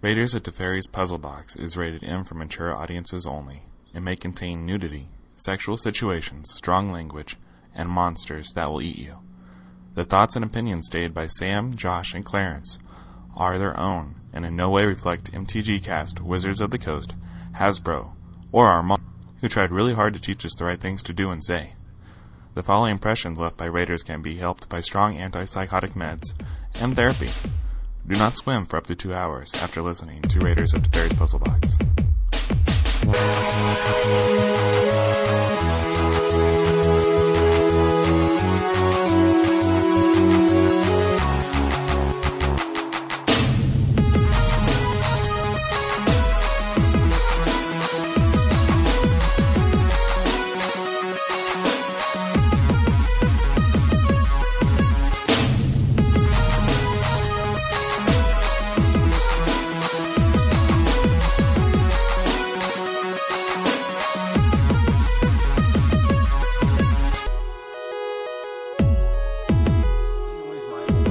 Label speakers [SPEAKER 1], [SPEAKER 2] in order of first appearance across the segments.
[SPEAKER 1] Raiders of the Fairies Puzzle Box is rated M for mature audiences only. It may contain nudity, sexual situations, strong language, and monsters that will eat you. The thoughts and opinions stated by Sam, Josh, and Clarence are their own and in no way reflect MTG Cast, Wizards of the Coast, Hasbro, or our mom, who tried really hard to teach us the right things to do and say. The following impressions left by Raiders can be helped by strong antipsychotic meds and therapy. Do not swim for up to two hours after listening to Raiders of the Fairies Puzzle Box.
[SPEAKER 2] noise mine.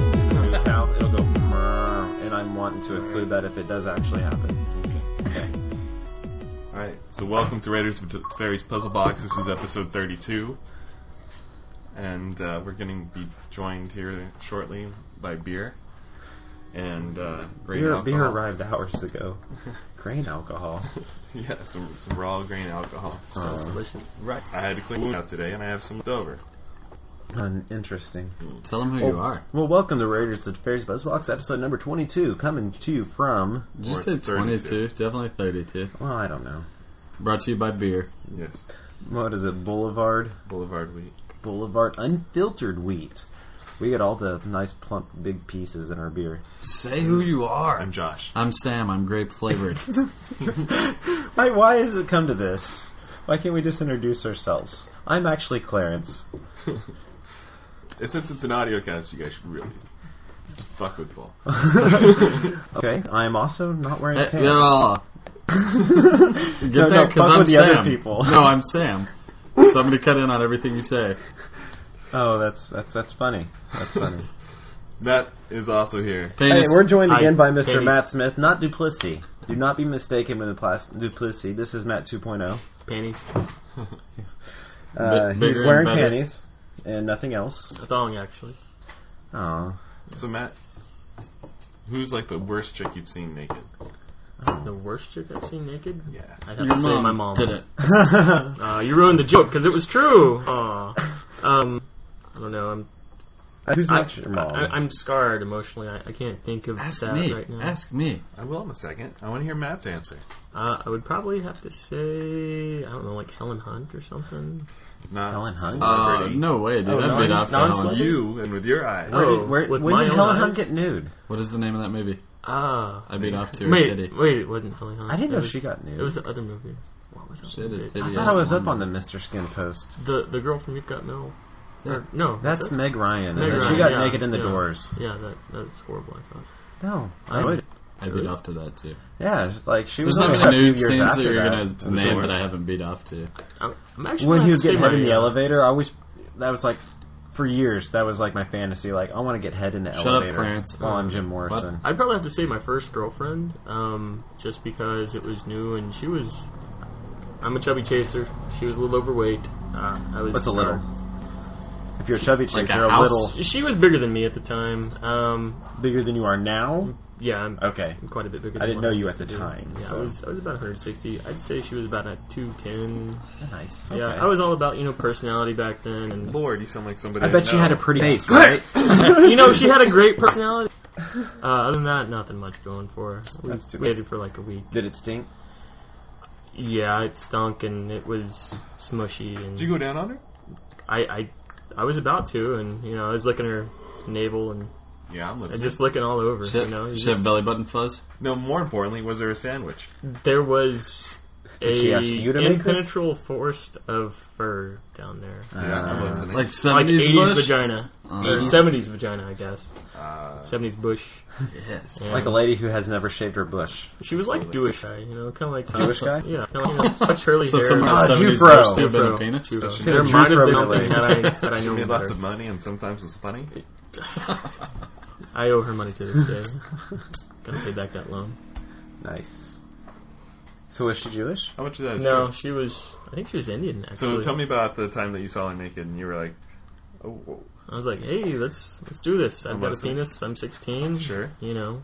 [SPEAKER 2] It'll go, it'll go "Mrrr," and I'm wanting to include that if it does actually happen.
[SPEAKER 1] All right, so welcome to Raiders of the Fairies Puzzle Box. This is episode 32, and uh, we're going to be joined here shortly by beer and uh, grain
[SPEAKER 2] Beer,
[SPEAKER 1] alcohol.
[SPEAKER 2] beer arrived hours ago. Grain alcohol.
[SPEAKER 1] Yeah, some, some raw grain alcohol.
[SPEAKER 2] Uh-huh.
[SPEAKER 3] Sounds delicious.
[SPEAKER 1] Right. I had to clean wound out today, and I have some left over.
[SPEAKER 2] Um, interesting.
[SPEAKER 3] Tell them
[SPEAKER 2] Oh,
[SPEAKER 3] who you are.
[SPEAKER 2] Well, welcome to Raiders of the Fairies Buzzbox, episode number 22, coming to you from.
[SPEAKER 3] Did you
[SPEAKER 1] Or
[SPEAKER 3] say
[SPEAKER 1] it's 32.
[SPEAKER 3] 22? Definitely 32.
[SPEAKER 2] Well, I don't know.
[SPEAKER 3] Brought to you by beer.
[SPEAKER 1] Yes,
[SPEAKER 2] What is it? Boulevard?
[SPEAKER 1] Boulevard wheat.
[SPEAKER 2] Boulevard Unfiltered Wheat. We get all the nice, plump, big pieces in our beer.
[SPEAKER 3] Say who you are.
[SPEAKER 1] I'm
[SPEAKER 3] I'm,
[SPEAKER 1] Josh.
[SPEAKER 3] Sam. I'm grape flavored.
[SPEAKER 2] Why, why has it come to this? Why can't we just introduce ourselves? I'm actually Clarence.
[SPEAKER 1] And since it's an audio cast, you guys should really just fuck with Paul.
[SPEAKER 2] Okay, I'm also not wearing
[SPEAKER 3] Eh,
[SPEAKER 2] pants.
[SPEAKER 3] yeah. Get
[SPEAKER 2] No, no,
[SPEAKER 3] that because
[SPEAKER 2] fuck
[SPEAKER 3] I'm
[SPEAKER 2] with the
[SPEAKER 3] Sam.
[SPEAKER 2] other people.
[SPEAKER 3] no, I'm Sam. So I'm going to cut in on everything you say.
[SPEAKER 2] Oh, that's that's that's funny. That's funny.
[SPEAKER 1] Matt is also here.
[SPEAKER 2] hey,
[SPEAKER 3] Penis.
[SPEAKER 2] we're joined
[SPEAKER 3] I-
[SPEAKER 2] again by Mr.
[SPEAKER 3] Penis.
[SPEAKER 2] Matt Smith, not Duplessis. Do not be mistaken with Duplas- Duplessis. This is Matt 2.0.
[SPEAKER 4] panties.
[SPEAKER 2] Uh,
[SPEAKER 3] Bit
[SPEAKER 2] he's
[SPEAKER 3] bigger
[SPEAKER 2] wearing
[SPEAKER 3] and better.
[SPEAKER 2] panties and nothing else.
[SPEAKER 4] A thong, actually.
[SPEAKER 2] Oh,
[SPEAKER 1] So Matt, who's like the worst chick you've seen naked?
[SPEAKER 4] The worst chick I've seen naked?
[SPEAKER 1] Yeah.
[SPEAKER 4] I'd have
[SPEAKER 3] Your
[SPEAKER 4] to say
[SPEAKER 3] mom
[SPEAKER 4] my mom.
[SPEAKER 3] did it.
[SPEAKER 4] Uh, you ruined the joke because it was true. Aw. Um, I don't know. I'm,
[SPEAKER 2] who's
[SPEAKER 4] I,
[SPEAKER 2] not your mom?
[SPEAKER 4] I, am scarred emotionally. I, I can't think of
[SPEAKER 3] Ask
[SPEAKER 4] that
[SPEAKER 3] me.
[SPEAKER 4] right now.
[SPEAKER 3] Ask me.
[SPEAKER 1] I will in a second. I want to hear Matt's answer.
[SPEAKER 4] Uh, I would probably have to say, I don't know, like Helen Hunt or something.
[SPEAKER 1] Not
[SPEAKER 2] Helen Hunt?
[SPEAKER 3] Uh,
[SPEAKER 1] celebrity.
[SPEAKER 3] no way, dude.
[SPEAKER 4] Oh,
[SPEAKER 3] I'd beat
[SPEAKER 4] no,
[SPEAKER 3] off to
[SPEAKER 4] no,
[SPEAKER 3] Helen.
[SPEAKER 4] it's-
[SPEAKER 1] you and with your eyes.
[SPEAKER 2] where
[SPEAKER 4] Oh,
[SPEAKER 2] did, where,
[SPEAKER 4] with
[SPEAKER 2] when
[SPEAKER 4] my
[SPEAKER 2] did
[SPEAKER 4] own
[SPEAKER 2] Helen Hunt
[SPEAKER 4] eyes?
[SPEAKER 2] get nude?
[SPEAKER 3] What is the name of that movie?
[SPEAKER 4] Ah.
[SPEAKER 3] I beat off to her
[SPEAKER 4] wait,
[SPEAKER 3] titty.
[SPEAKER 4] wait, it wasn't Helen Hunt.
[SPEAKER 2] I didn't
[SPEAKER 4] It
[SPEAKER 2] know
[SPEAKER 4] was-
[SPEAKER 2] she got nude.
[SPEAKER 4] It was the other movie. What was that?
[SPEAKER 3] She had a
[SPEAKER 4] movie?
[SPEAKER 3] titty
[SPEAKER 2] I
[SPEAKER 3] Yeah,
[SPEAKER 2] thought I was
[SPEAKER 3] one
[SPEAKER 2] up on the Mr. Skin post.
[SPEAKER 4] The, the girl from You've Got Mail. Or, no. was
[SPEAKER 2] That's
[SPEAKER 4] that-
[SPEAKER 2] Meg Ryan.
[SPEAKER 4] Meg
[SPEAKER 2] and then she
[SPEAKER 4] Ryan,
[SPEAKER 2] got
[SPEAKER 4] yeah,
[SPEAKER 2] naked in the
[SPEAKER 4] yeah.
[SPEAKER 2] doors.
[SPEAKER 4] Yeah, that, that was horrible, I thought.
[SPEAKER 2] No, I
[SPEAKER 4] Um,
[SPEAKER 2] would.
[SPEAKER 3] I beat off to that too.
[SPEAKER 2] Yeah, like she was
[SPEAKER 3] There's not
[SPEAKER 2] only
[SPEAKER 3] many
[SPEAKER 2] a few
[SPEAKER 3] nude
[SPEAKER 2] years
[SPEAKER 3] scenes that
[SPEAKER 2] after
[SPEAKER 3] you're
[SPEAKER 2] that.
[SPEAKER 3] gonna name that I haven't beat off to.
[SPEAKER 4] I'm, I'm actually
[SPEAKER 2] when
[SPEAKER 4] gonna
[SPEAKER 2] he
[SPEAKER 4] have
[SPEAKER 2] was
[SPEAKER 4] to say
[SPEAKER 2] getting head
[SPEAKER 4] my,
[SPEAKER 2] in the
[SPEAKER 4] uh,
[SPEAKER 2] elevator, I always that was like for years that was like my fantasy. Like I want to get head in the
[SPEAKER 3] Shut up,
[SPEAKER 2] elevator.
[SPEAKER 3] Clarence. Oh,
[SPEAKER 2] While I'm Jim Morrison.
[SPEAKER 4] I'd probably have to say my first girlfriend, um, just because it was new and she was. I'm a chubby chaser. She was a little overweight. Uh, I was.
[SPEAKER 2] What's a little?
[SPEAKER 4] uh,
[SPEAKER 2] If you're a chubby
[SPEAKER 3] Like
[SPEAKER 2] chaser,
[SPEAKER 3] a
[SPEAKER 2] a,
[SPEAKER 3] house?
[SPEAKER 2] little
[SPEAKER 4] she was bigger than me at the time. Um,
[SPEAKER 2] bigger than you are now.
[SPEAKER 4] yeah, I'm,
[SPEAKER 2] Okay,
[SPEAKER 4] I'm quite a bit bigger.
[SPEAKER 2] I
[SPEAKER 4] than
[SPEAKER 2] didn't
[SPEAKER 4] what
[SPEAKER 2] know you
[SPEAKER 4] used
[SPEAKER 2] at
[SPEAKER 4] to
[SPEAKER 2] the
[SPEAKER 4] be.
[SPEAKER 2] time,
[SPEAKER 4] Yeah,
[SPEAKER 2] so.
[SPEAKER 4] I was. I was about 160. I'd say she was about at 210.
[SPEAKER 2] nice. okay.
[SPEAKER 4] Yeah, I was all about you know personality back then, and
[SPEAKER 1] Lord, you sound like somebody.
[SPEAKER 2] I bet she
[SPEAKER 1] know.
[SPEAKER 2] had a pretty face, right?
[SPEAKER 4] you know she had a great personality. Uh, other than that, nothing much going for her. We
[SPEAKER 2] That's too bad.
[SPEAKER 4] dated for like a week.
[SPEAKER 2] Did it stink?
[SPEAKER 4] Yeah, it stunk and it was smushy and.
[SPEAKER 1] Did you go down on her?
[SPEAKER 4] I, I I was about to, and you know, I was licking her navel and,
[SPEAKER 1] Yeah, I'm
[SPEAKER 4] and
[SPEAKER 1] listening.
[SPEAKER 4] just licking all over.
[SPEAKER 3] Shit,
[SPEAKER 4] you know, you
[SPEAKER 3] shit,
[SPEAKER 4] just-
[SPEAKER 3] belly button fuzz.
[SPEAKER 1] no, more importantly, was there a sandwich?
[SPEAKER 4] there was a
[SPEAKER 2] she ask you to make this?
[SPEAKER 4] impenetrable forest of fur down there,
[SPEAKER 1] yeah, I'm listening.
[SPEAKER 3] Like
[SPEAKER 4] like
[SPEAKER 3] Uh, seventies
[SPEAKER 4] eighties
[SPEAKER 3] bush. Uh-huh.
[SPEAKER 4] vagina or seventies vagina, I guess. Seventies bush.
[SPEAKER 3] Yes.
[SPEAKER 4] And
[SPEAKER 2] Uh, Like a lady who has never shaved her bush.
[SPEAKER 4] She was like Jewish guy, you know, kind of like
[SPEAKER 2] Jewish guy?
[SPEAKER 4] Yeah, kind of like, you know, such curly
[SPEAKER 3] So
[SPEAKER 4] hair.
[SPEAKER 3] someone
[SPEAKER 2] Ah,
[SPEAKER 3] in the seventies
[SPEAKER 2] Jufro.
[SPEAKER 3] bush still been a
[SPEAKER 4] Jufro.
[SPEAKER 3] penis.
[SPEAKER 4] Jufro.
[SPEAKER 2] She
[SPEAKER 4] There
[SPEAKER 2] had a
[SPEAKER 4] might have
[SPEAKER 2] Jufro
[SPEAKER 4] been something
[SPEAKER 2] related.
[SPEAKER 4] had I, had I
[SPEAKER 1] she
[SPEAKER 4] known
[SPEAKER 1] made
[SPEAKER 4] better.
[SPEAKER 1] lots of money and sometimes was funny.
[SPEAKER 4] I owe her money to this day. Gotta pay back that loan.
[SPEAKER 2] Nice. So was she Jewish?
[SPEAKER 1] How much of that is
[SPEAKER 4] No,
[SPEAKER 1] true?
[SPEAKER 4] she was. I think she was Indian. Actually.
[SPEAKER 1] So tell me about the time that you saw her naked and you were like, oh, oh,
[SPEAKER 4] I was like, hey, let's let's do this. I've
[SPEAKER 1] And
[SPEAKER 4] got a
[SPEAKER 1] what's it?
[SPEAKER 4] penis. I'm 16.
[SPEAKER 1] Sure.
[SPEAKER 4] You know,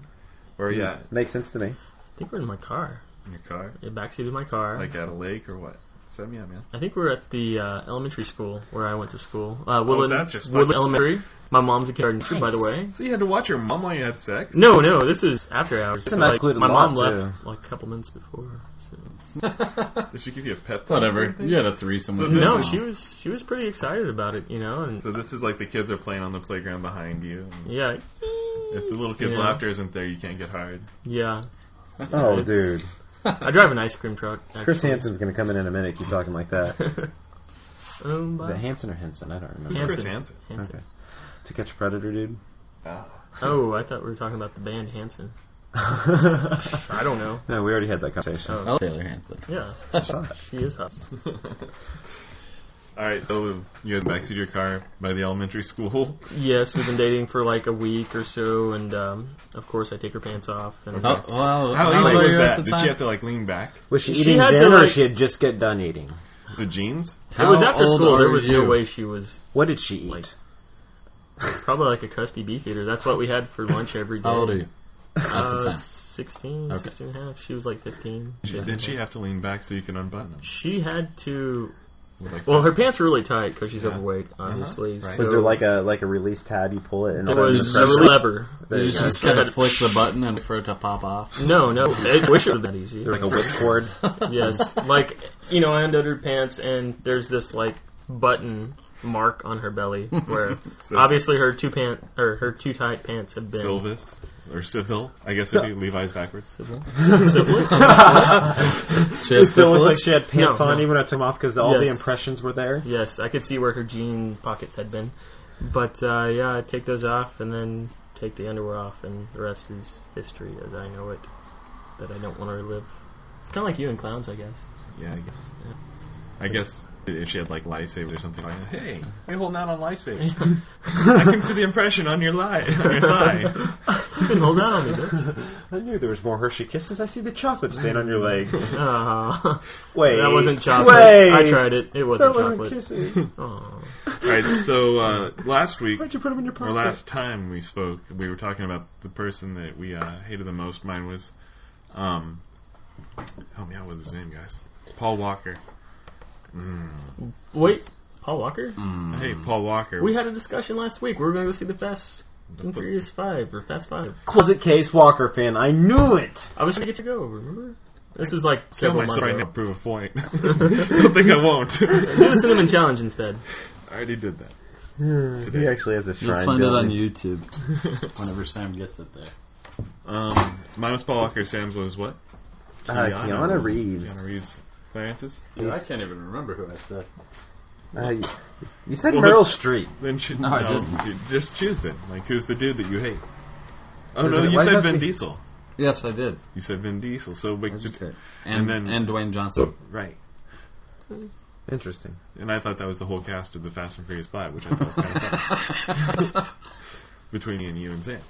[SPEAKER 1] where are you at?
[SPEAKER 2] Makes sense to me.
[SPEAKER 4] I think we're in my car.
[SPEAKER 1] In your car?
[SPEAKER 4] In the backseat of my car.
[SPEAKER 1] Like at a lake or what? Set me up, man.
[SPEAKER 4] I think we're at the uh, elementary school where I went to school. Uh, Woodland,
[SPEAKER 1] Oh, that's just
[SPEAKER 4] Woodland
[SPEAKER 1] fucking sick.
[SPEAKER 4] Elementary. My mom's a kindergarten teacher, by the
[SPEAKER 1] Nice.
[SPEAKER 4] way.
[SPEAKER 1] So you had to watch your mom while you had sex?
[SPEAKER 4] No, no, this is after hours.
[SPEAKER 2] It's a nice
[SPEAKER 4] like,
[SPEAKER 2] little
[SPEAKER 4] my mom
[SPEAKER 2] lot,
[SPEAKER 4] left like a couple minutes before. So.
[SPEAKER 1] Did she give you a pep talk?
[SPEAKER 3] Whatever. You had a threesome
[SPEAKER 1] So
[SPEAKER 3] with
[SPEAKER 1] this
[SPEAKER 3] your
[SPEAKER 4] No,
[SPEAKER 1] is-
[SPEAKER 3] mom.
[SPEAKER 4] she was she was pretty excited about it, you know, and
[SPEAKER 1] So this is like the kids are playing on the playground behind you. and
[SPEAKER 4] yeah,
[SPEAKER 1] If the little kid's
[SPEAKER 4] Yeah.
[SPEAKER 1] laughter isn't there, you can't get hard.
[SPEAKER 4] yeah.
[SPEAKER 2] Oh,
[SPEAKER 4] It's-
[SPEAKER 2] dude.
[SPEAKER 4] I drive an ice cream truck. Actually.
[SPEAKER 2] Chris Hansen's going to come in in a minute. Keep talking like that. Is
[SPEAKER 4] Um,
[SPEAKER 2] it
[SPEAKER 4] bye.
[SPEAKER 2] Hansen or Henson? I don't remember.
[SPEAKER 1] Who's Chris
[SPEAKER 4] Hanson.
[SPEAKER 1] Hansen?
[SPEAKER 4] Hanson.
[SPEAKER 2] Okay. To catch a predator, dude.
[SPEAKER 4] Oh, I thought we were talking about the band Hanson. I don't know.
[SPEAKER 2] No, we already had that conversation.
[SPEAKER 4] Oh.
[SPEAKER 3] Oh, Taylor Hanson.
[SPEAKER 4] Yeah, she is hot.
[SPEAKER 1] All right, so you're in the backseat of your car by the elementary school.
[SPEAKER 4] Yes, we've been dating for like a week or so, and um, of course I take her pants off. And
[SPEAKER 3] Oh, well,
[SPEAKER 1] How
[SPEAKER 3] old
[SPEAKER 1] easy
[SPEAKER 3] were
[SPEAKER 1] was
[SPEAKER 3] you
[SPEAKER 1] that?
[SPEAKER 3] at the
[SPEAKER 1] Did
[SPEAKER 3] time?
[SPEAKER 1] she have to like lean back?
[SPEAKER 2] Was she,
[SPEAKER 4] She
[SPEAKER 2] eating
[SPEAKER 4] had to,
[SPEAKER 2] then, or
[SPEAKER 4] like-
[SPEAKER 2] she had just get done eating?
[SPEAKER 1] The jeans?
[SPEAKER 4] it was
[SPEAKER 3] How
[SPEAKER 4] after
[SPEAKER 3] old
[SPEAKER 4] school. There
[SPEAKER 3] are
[SPEAKER 4] was
[SPEAKER 3] you?
[SPEAKER 4] no way she was
[SPEAKER 2] What did she eat?
[SPEAKER 4] Like- probably like a crusty beef eater. That's what we had for lunch every day.
[SPEAKER 3] How old are you? At the
[SPEAKER 4] Uh,
[SPEAKER 3] time.
[SPEAKER 4] 16,
[SPEAKER 3] Okay.
[SPEAKER 4] 16 and a half. She was like 15.
[SPEAKER 1] Did she have to lean back so you can unbutton them?
[SPEAKER 4] She had to.
[SPEAKER 1] Like,
[SPEAKER 4] Well, her pants were really tight because she's
[SPEAKER 1] Yeah.
[SPEAKER 4] overweight,
[SPEAKER 3] Uh-huh.
[SPEAKER 4] obviously.
[SPEAKER 1] Right.
[SPEAKER 4] So
[SPEAKER 2] was there like a like a release tab you pull it and
[SPEAKER 4] there
[SPEAKER 2] all that
[SPEAKER 4] was
[SPEAKER 2] good
[SPEAKER 4] there
[SPEAKER 2] stuff?
[SPEAKER 4] was a lever?
[SPEAKER 2] There you
[SPEAKER 3] You
[SPEAKER 2] go.
[SPEAKER 3] just kind of flick the button and for it to pop off.
[SPEAKER 4] No, no. I wish it would have been easy.
[SPEAKER 2] like a whipcord.
[SPEAKER 4] yes, like you know, I undid her pants, and there's this like button mark on her belly where obviously her two pant or her two tight pants have been
[SPEAKER 1] Silvis or Civil? I guess it'd be Levi's backwards.
[SPEAKER 4] syphilis.
[SPEAKER 3] She had
[SPEAKER 2] so it
[SPEAKER 3] syphilis?
[SPEAKER 2] looked like she had pants
[SPEAKER 4] uh, No,
[SPEAKER 2] on
[SPEAKER 4] no.
[SPEAKER 2] even when I took them off because all the
[SPEAKER 4] Yes.
[SPEAKER 2] impressions were there.
[SPEAKER 4] yes, I could see where her jean pockets had been, but uh, yeah, I take those off and then take the underwear off, and the rest is history as I know it. That I don't want to relive. It's kind of like you and clowns, I guess.
[SPEAKER 1] Yeah, I guess. I guess if she had like lifesavers or something like that. Hey, you're holding out on lifesavers. I can see the impression on your lie. On your thigh.
[SPEAKER 4] You can hold on to me, bitch.
[SPEAKER 2] I knew there was more Hershey kisses. I see the chocolate stain on your leg.
[SPEAKER 4] Aw.
[SPEAKER 2] Wait,
[SPEAKER 4] that wasn't chocolate.
[SPEAKER 2] Wait,
[SPEAKER 4] I tried it. It
[SPEAKER 2] That
[SPEAKER 4] wasn't
[SPEAKER 2] wasn't
[SPEAKER 4] chocolate.
[SPEAKER 2] kisses.
[SPEAKER 4] Aw.
[SPEAKER 1] All right, so uh, last week
[SPEAKER 2] Why'd you put them in your
[SPEAKER 1] Well,
[SPEAKER 2] pocket?
[SPEAKER 1] last time we spoke, we were talking about the person that we uh, hated the most. Mine was, um, help me out with his name, guys. Paul Walker.
[SPEAKER 4] Wait, Paul Walker?
[SPEAKER 1] Hey,
[SPEAKER 2] Mm.
[SPEAKER 1] Paul Walker.
[SPEAKER 4] We had a discussion last week. We were going to go see the Fast and Furious Five or Fast Five.
[SPEAKER 2] Closet case Walker fan. I knew it.
[SPEAKER 4] I was trying to get you to go. Remember? This is like
[SPEAKER 1] Kill
[SPEAKER 4] several months
[SPEAKER 1] myself right now.
[SPEAKER 4] ago.
[SPEAKER 1] Prove a point. Don't think I won't. I
[SPEAKER 4] Do the cinnamon challenge instead.
[SPEAKER 1] already did that.
[SPEAKER 2] He actually has a
[SPEAKER 3] You'll
[SPEAKER 2] shrine.
[SPEAKER 3] find it
[SPEAKER 2] built
[SPEAKER 3] on
[SPEAKER 2] in-
[SPEAKER 3] YouTube whenever Sam gets it there.
[SPEAKER 1] Um, so mine was Paul Walker. Sam's was what?
[SPEAKER 2] Uh, Keanu Reeves.
[SPEAKER 1] Keanu Reeves. Clarence's.
[SPEAKER 3] I can't even remember who I said.
[SPEAKER 2] Uh, you, you said
[SPEAKER 1] Well,
[SPEAKER 2] Meryl Streep.
[SPEAKER 1] Then should
[SPEAKER 3] No, I didn't.
[SPEAKER 1] dude, just choose them. Like, who's the dude that you hate? Oh
[SPEAKER 2] Is
[SPEAKER 1] no,
[SPEAKER 2] it-
[SPEAKER 1] you
[SPEAKER 2] why does
[SPEAKER 1] said
[SPEAKER 2] that
[SPEAKER 1] Vin
[SPEAKER 2] be-
[SPEAKER 1] Diesel.
[SPEAKER 3] Yes, I did.
[SPEAKER 1] You said Vin Diesel. So, but,
[SPEAKER 3] And,
[SPEAKER 1] And then-
[SPEAKER 3] and Dwayne Johnson.
[SPEAKER 1] right.
[SPEAKER 2] Interesting.
[SPEAKER 1] And I thought that was the whole cast of the Fast and Furious Five, which I thought was kind of fun. Between me and you and Sam.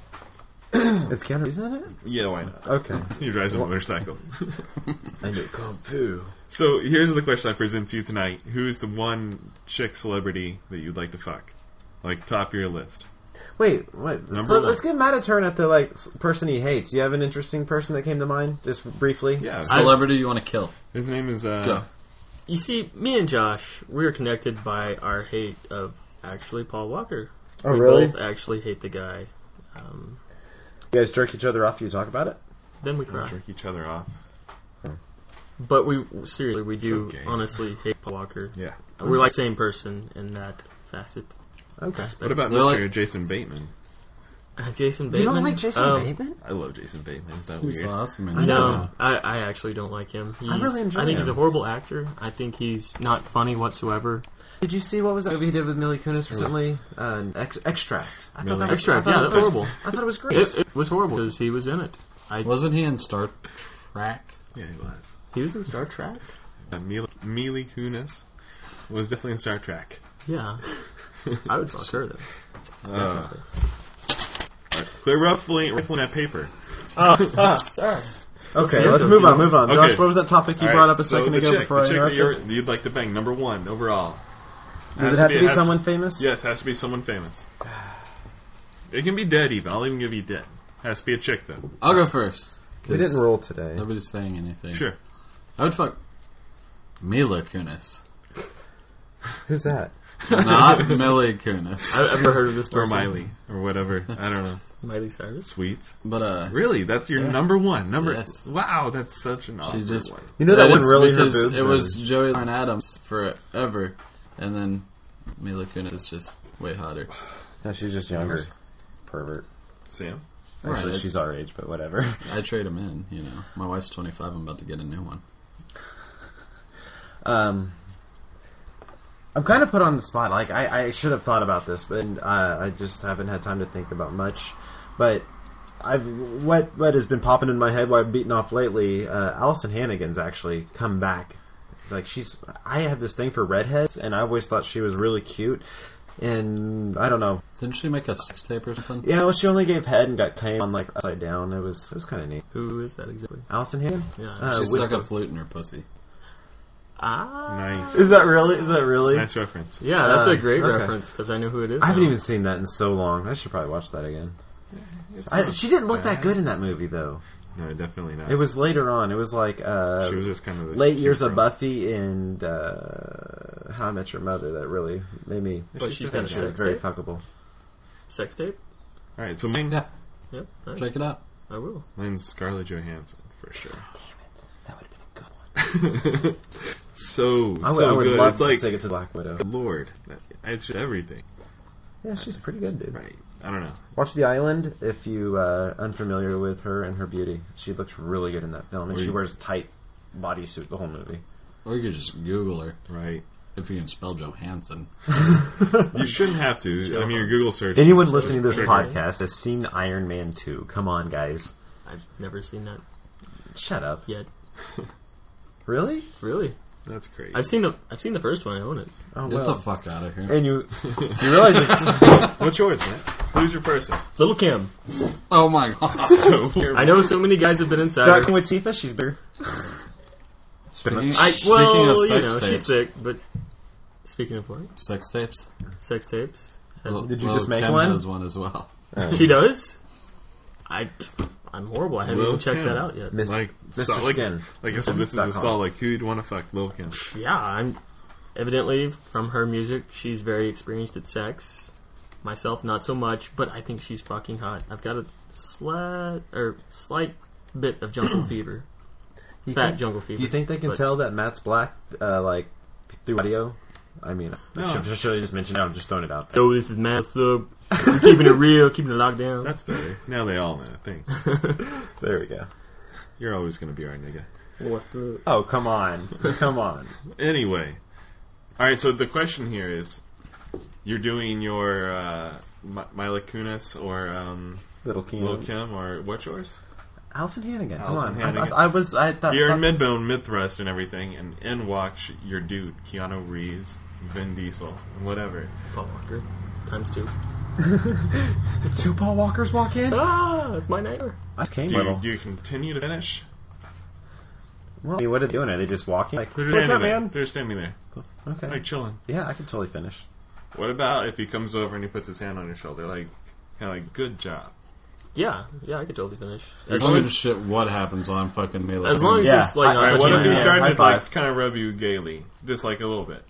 [SPEAKER 2] Is Keanu Reeves in it?
[SPEAKER 1] Yeah, why not?
[SPEAKER 2] Okay.
[SPEAKER 1] He drives a motorcycle.
[SPEAKER 2] I know kung fu.
[SPEAKER 1] So here's the question I present to you tonight: Who is the one chick celebrity that you'd like to fuck? Like top of your list.
[SPEAKER 2] Wait, what?
[SPEAKER 1] Number
[SPEAKER 2] So
[SPEAKER 1] one.
[SPEAKER 2] let's give Matt a turn at the like s- person he hates. Do you have an interesting person that came to mind, just briefly?
[SPEAKER 1] Yeah.
[SPEAKER 3] Celebrity you want to kill.
[SPEAKER 1] his name is uh,
[SPEAKER 3] Go.
[SPEAKER 4] You see, me and Josh, we are connected by our hate of actually Paul Walker.
[SPEAKER 2] Oh,
[SPEAKER 4] we
[SPEAKER 2] really?
[SPEAKER 4] both actually hate the guy. Um,
[SPEAKER 2] You guys jerk each other off. Do you talk about it?
[SPEAKER 4] then we
[SPEAKER 1] Don't
[SPEAKER 4] cry.
[SPEAKER 1] jerk each other off.
[SPEAKER 4] But we seriously, we do
[SPEAKER 1] okay.
[SPEAKER 4] honestly hate Paul Walker.
[SPEAKER 1] Yeah.
[SPEAKER 4] We're like the same person in that facet.
[SPEAKER 2] Okay.
[SPEAKER 1] What about
[SPEAKER 3] They're
[SPEAKER 1] Mr.
[SPEAKER 3] like-
[SPEAKER 1] Jason Bateman?
[SPEAKER 4] Uh, Jason
[SPEAKER 2] You
[SPEAKER 4] Bateman?
[SPEAKER 2] don't like Jason
[SPEAKER 1] Um,
[SPEAKER 4] Oh.
[SPEAKER 2] Bateman?
[SPEAKER 1] I love Jason Bateman. Is that
[SPEAKER 3] Who's
[SPEAKER 1] weird?
[SPEAKER 3] awesome?
[SPEAKER 2] I know.
[SPEAKER 4] No, I, I actually don't like him. He's, I
[SPEAKER 2] really enjoy
[SPEAKER 4] think he's
[SPEAKER 2] him.
[SPEAKER 4] a horrible actor. I think he's not funny whatsoever.
[SPEAKER 2] Did you see what was that movie he did with Millie Kunis recently? Uh, ex- extract. I
[SPEAKER 1] Millie-
[SPEAKER 2] thought that was,
[SPEAKER 4] Extract,
[SPEAKER 2] I thought
[SPEAKER 4] yeah,
[SPEAKER 2] it
[SPEAKER 4] that
[SPEAKER 2] was
[SPEAKER 4] was horrible.
[SPEAKER 2] I thought it was great.
[SPEAKER 4] It, it was horrible because he was in it. I,
[SPEAKER 3] Wasn't he in Star Trek?
[SPEAKER 1] Yeah, he was.
[SPEAKER 4] he was in Star Trek.
[SPEAKER 1] Uh, Mila- Mila Kunis was definitely in Star Trek.
[SPEAKER 4] Yeah, I would fuck her though.
[SPEAKER 1] Uh,
[SPEAKER 4] Definitely.
[SPEAKER 1] They're ruffling, ruffling that paper.
[SPEAKER 4] Oh, sorry.
[SPEAKER 2] Okay,
[SPEAKER 4] Santos,
[SPEAKER 2] let's move
[SPEAKER 4] you
[SPEAKER 2] on.
[SPEAKER 4] know.
[SPEAKER 2] Move on.
[SPEAKER 1] Okay.
[SPEAKER 2] Josh, what was that topic you
[SPEAKER 1] All
[SPEAKER 2] brought
[SPEAKER 1] right,
[SPEAKER 2] up a
[SPEAKER 1] so
[SPEAKER 2] second
[SPEAKER 1] the
[SPEAKER 2] ago
[SPEAKER 1] chick-
[SPEAKER 2] before
[SPEAKER 1] the
[SPEAKER 2] I
[SPEAKER 1] chick that
[SPEAKER 2] interrupted?
[SPEAKER 1] you're- You'd like to bang number one overall.
[SPEAKER 2] Does it have to be
[SPEAKER 1] has
[SPEAKER 2] someone famous?
[SPEAKER 1] Yes, has to be someone famous. It can be dead even. I'll even give you dead. Has to be a chick though.
[SPEAKER 3] I'll go first. 'cause
[SPEAKER 2] We didn't roll today.
[SPEAKER 3] Nobody's saying anything.
[SPEAKER 1] Sure.
[SPEAKER 3] I would fuck Mila Kunis,
[SPEAKER 2] Who's that?
[SPEAKER 3] not Millie Kunis.
[SPEAKER 4] I've never heard of this
[SPEAKER 1] Or
[SPEAKER 4] person.
[SPEAKER 1] Miley. Or whatever. I don't know.
[SPEAKER 4] Miley Cyrus.
[SPEAKER 1] Sweets.
[SPEAKER 3] But uh,
[SPEAKER 1] Really? That's your number one. Number
[SPEAKER 3] Yes.
[SPEAKER 1] Wow, that's such an awesome
[SPEAKER 3] She's just
[SPEAKER 1] one.
[SPEAKER 2] You know that,
[SPEAKER 3] is
[SPEAKER 2] wasn't really her
[SPEAKER 3] because
[SPEAKER 2] boobs.
[SPEAKER 3] It
[SPEAKER 2] in.
[SPEAKER 3] was Joey Lauren Adams forever, and then Mila Kunis is just way hotter.
[SPEAKER 2] No, she's just younger. Pervert.
[SPEAKER 1] Sam?
[SPEAKER 2] Actually,
[SPEAKER 3] Right.
[SPEAKER 2] she's our age, but whatever.
[SPEAKER 3] I trade them in. You know, my wife's 25. I'm about to get a new one.
[SPEAKER 2] Um, I'm kind of put on the spot. Like I, I should have thought about this, but uh, I just haven't had time to think about much. But I've what what has been popping in my head, what I've beaten off lately. Uh, Allison Hannigan's actually come back. Like she's, I have this thing for redheads, and I always thought she was really cute. And I don't know.
[SPEAKER 3] Didn't she make a sex tape or something?
[SPEAKER 2] Yeah, well, she only gave head and got came on like upside down. It was it was kind of neat.
[SPEAKER 4] Who is that exactly?
[SPEAKER 2] Allison Hannigan.
[SPEAKER 4] Yeah.
[SPEAKER 2] Uh,
[SPEAKER 3] She
[SPEAKER 2] with-
[SPEAKER 3] stuck a flute in her pussy.
[SPEAKER 4] ah.
[SPEAKER 1] Nice.
[SPEAKER 2] is that really? Is that really?
[SPEAKER 1] Nice reference.
[SPEAKER 4] Yeah, that's
[SPEAKER 2] Uh,
[SPEAKER 4] a great
[SPEAKER 2] okay.
[SPEAKER 4] reference because I know who it is.
[SPEAKER 2] I haven't
[SPEAKER 4] now.
[SPEAKER 2] even seen that in so long. I should probably watch that again.
[SPEAKER 1] It's
[SPEAKER 2] I,
[SPEAKER 1] not
[SPEAKER 2] she didn't look that
[SPEAKER 1] bad.
[SPEAKER 2] good in that movie, though.
[SPEAKER 1] No, definitely not.
[SPEAKER 2] It was later on. It was like uh,
[SPEAKER 1] she was just kind of the
[SPEAKER 2] late
[SPEAKER 1] cute
[SPEAKER 2] years of
[SPEAKER 1] girl.
[SPEAKER 2] Buffy and uh, How I Met Your Mother that really made me.
[SPEAKER 4] But she's got a
[SPEAKER 2] She was
[SPEAKER 4] sex
[SPEAKER 2] very
[SPEAKER 4] tape.
[SPEAKER 2] fuckable.
[SPEAKER 4] Sex tape.
[SPEAKER 1] All right, so mine,
[SPEAKER 3] Yeah,
[SPEAKER 4] Yep. nice.
[SPEAKER 3] check it out.
[SPEAKER 4] I will.
[SPEAKER 1] mine's Scarlett Johansson for sure.
[SPEAKER 2] That would have been a good one.
[SPEAKER 1] So
[SPEAKER 2] I would,
[SPEAKER 1] so
[SPEAKER 2] I would
[SPEAKER 1] good.
[SPEAKER 2] love
[SPEAKER 1] it's
[SPEAKER 2] to
[SPEAKER 1] like
[SPEAKER 2] stick it to Black Widow.
[SPEAKER 1] Lord, it's just everything.
[SPEAKER 2] Yeah, she's pretty good, dude.
[SPEAKER 1] Right. I don't know.
[SPEAKER 2] Watch The Island if you uh, unfamiliar with her and her beauty. She looks really good in that film, and
[SPEAKER 1] Were
[SPEAKER 2] she
[SPEAKER 1] you-
[SPEAKER 2] wears a tight bodysuit the whole movie.
[SPEAKER 3] Or you could just Google her
[SPEAKER 1] Right.
[SPEAKER 3] if you can spell Johansson.
[SPEAKER 1] You shouldn't have to. I mean, your Google search.
[SPEAKER 2] Anyone listening to this
[SPEAKER 1] Sure.
[SPEAKER 2] podcast has seen Iron Man two. Come on, guys.
[SPEAKER 4] I've never seen that
[SPEAKER 2] Shut up.
[SPEAKER 4] yet.
[SPEAKER 2] Really?
[SPEAKER 4] Really?
[SPEAKER 1] That's crazy.
[SPEAKER 4] I've seen the I've seen the first one. I own it.
[SPEAKER 2] Oh
[SPEAKER 3] Get
[SPEAKER 2] well.
[SPEAKER 3] the fuck out of here.
[SPEAKER 2] and you you realize it's
[SPEAKER 1] What's yours, man? Who's your person?
[SPEAKER 4] Little Kim.
[SPEAKER 3] Oh my god.
[SPEAKER 1] So
[SPEAKER 4] I know so many guys have been inside.
[SPEAKER 2] Docking
[SPEAKER 4] Her.
[SPEAKER 2] with Tifa. She's bigger.
[SPEAKER 3] Speaking,
[SPEAKER 4] I
[SPEAKER 3] speaking
[SPEAKER 4] well,
[SPEAKER 3] of sex
[SPEAKER 4] you know,
[SPEAKER 3] tapes,
[SPEAKER 4] she's thick. But speaking of what,
[SPEAKER 3] sex tapes.
[SPEAKER 4] sex tapes. Has,
[SPEAKER 3] Well,
[SPEAKER 2] Did you
[SPEAKER 3] well,
[SPEAKER 2] just make
[SPEAKER 3] Ken
[SPEAKER 2] one?
[SPEAKER 3] Has one as well.
[SPEAKER 4] She does. I I'm horrible. I haven't
[SPEAKER 1] Lil
[SPEAKER 4] even checked
[SPEAKER 1] Kim.
[SPEAKER 4] that out yet.
[SPEAKER 2] Miss-
[SPEAKER 1] like
[SPEAKER 2] Mr.
[SPEAKER 1] so- like,
[SPEAKER 2] Skin.
[SPEAKER 1] like I said, this is
[SPEAKER 2] Dot
[SPEAKER 1] a
[SPEAKER 2] com.
[SPEAKER 1] salt. Like who you'd want to fuck, Lil Kim?
[SPEAKER 4] Yeah, I'm evidently from her music. She's very experienced at sex. Myself, not so much, but I think she's fucking hot. I've got a slight or slight bit of jungle fever,
[SPEAKER 2] You
[SPEAKER 4] fat
[SPEAKER 2] think,
[SPEAKER 4] jungle fever.
[SPEAKER 2] you think they can
[SPEAKER 4] but-
[SPEAKER 2] tell that Matt's black, uh, like through audio? I mean,
[SPEAKER 1] No.
[SPEAKER 2] I should, should I just mention? No, I'm just throwing it out there.
[SPEAKER 4] Yo, this is Matt Sub. I'm keeping it real, keeping it locked down.
[SPEAKER 1] That's better. Now they all know. Thanks.
[SPEAKER 2] There we go.
[SPEAKER 1] You're always gonna be our nigga.
[SPEAKER 4] What's up?
[SPEAKER 2] Oh come on, come on.
[SPEAKER 1] Anyway, all right. So the question here is, you're doing your uh, Mi- Mila Kunis or um,
[SPEAKER 2] Little Kim,
[SPEAKER 1] Lil Kim or what's yours?
[SPEAKER 2] Allison Hannigan. Come
[SPEAKER 1] Allison
[SPEAKER 2] on,
[SPEAKER 1] Hannigan.
[SPEAKER 2] I, I, I was. I thought.
[SPEAKER 1] You're in
[SPEAKER 2] thought-
[SPEAKER 1] midbone, mid thrust, and everything, and in watch your dude Keanu Reeves, Vin Diesel, and whatever.
[SPEAKER 4] Paul Walker, times two.
[SPEAKER 2] Did two Paul Walkers walk in. I
[SPEAKER 4] Ah, it's my neighbor.
[SPEAKER 2] just came
[SPEAKER 1] Do you,
[SPEAKER 2] little.
[SPEAKER 1] do you continue to finish?
[SPEAKER 2] Well, I mean, what are they doing? Are they just walking? Like,
[SPEAKER 1] They're
[SPEAKER 2] what's up,
[SPEAKER 1] standing there.
[SPEAKER 2] man?
[SPEAKER 1] They're standing there,
[SPEAKER 2] Okay.
[SPEAKER 1] like chilling.
[SPEAKER 2] Yeah, I can totally finish.
[SPEAKER 1] What about if he comes over and he puts his hand on your shoulder, like, kind of like, good job?
[SPEAKER 4] Yeah, yeah, I could totally finish.
[SPEAKER 3] As
[SPEAKER 4] As long as,
[SPEAKER 3] shit, what happens while I'm fucking Mila?
[SPEAKER 4] as long as
[SPEAKER 2] Yeah.
[SPEAKER 4] it's like
[SPEAKER 2] I-
[SPEAKER 4] not
[SPEAKER 2] I-
[SPEAKER 1] Alright,
[SPEAKER 4] touching
[SPEAKER 1] what
[SPEAKER 4] my
[SPEAKER 1] if
[SPEAKER 2] yeah,
[SPEAKER 1] he
[SPEAKER 4] ass.
[SPEAKER 1] started
[SPEAKER 2] high
[SPEAKER 1] to like,
[SPEAKER 2] five.
[SPEAKER 1] kind of rub you gaily, just like a little bit?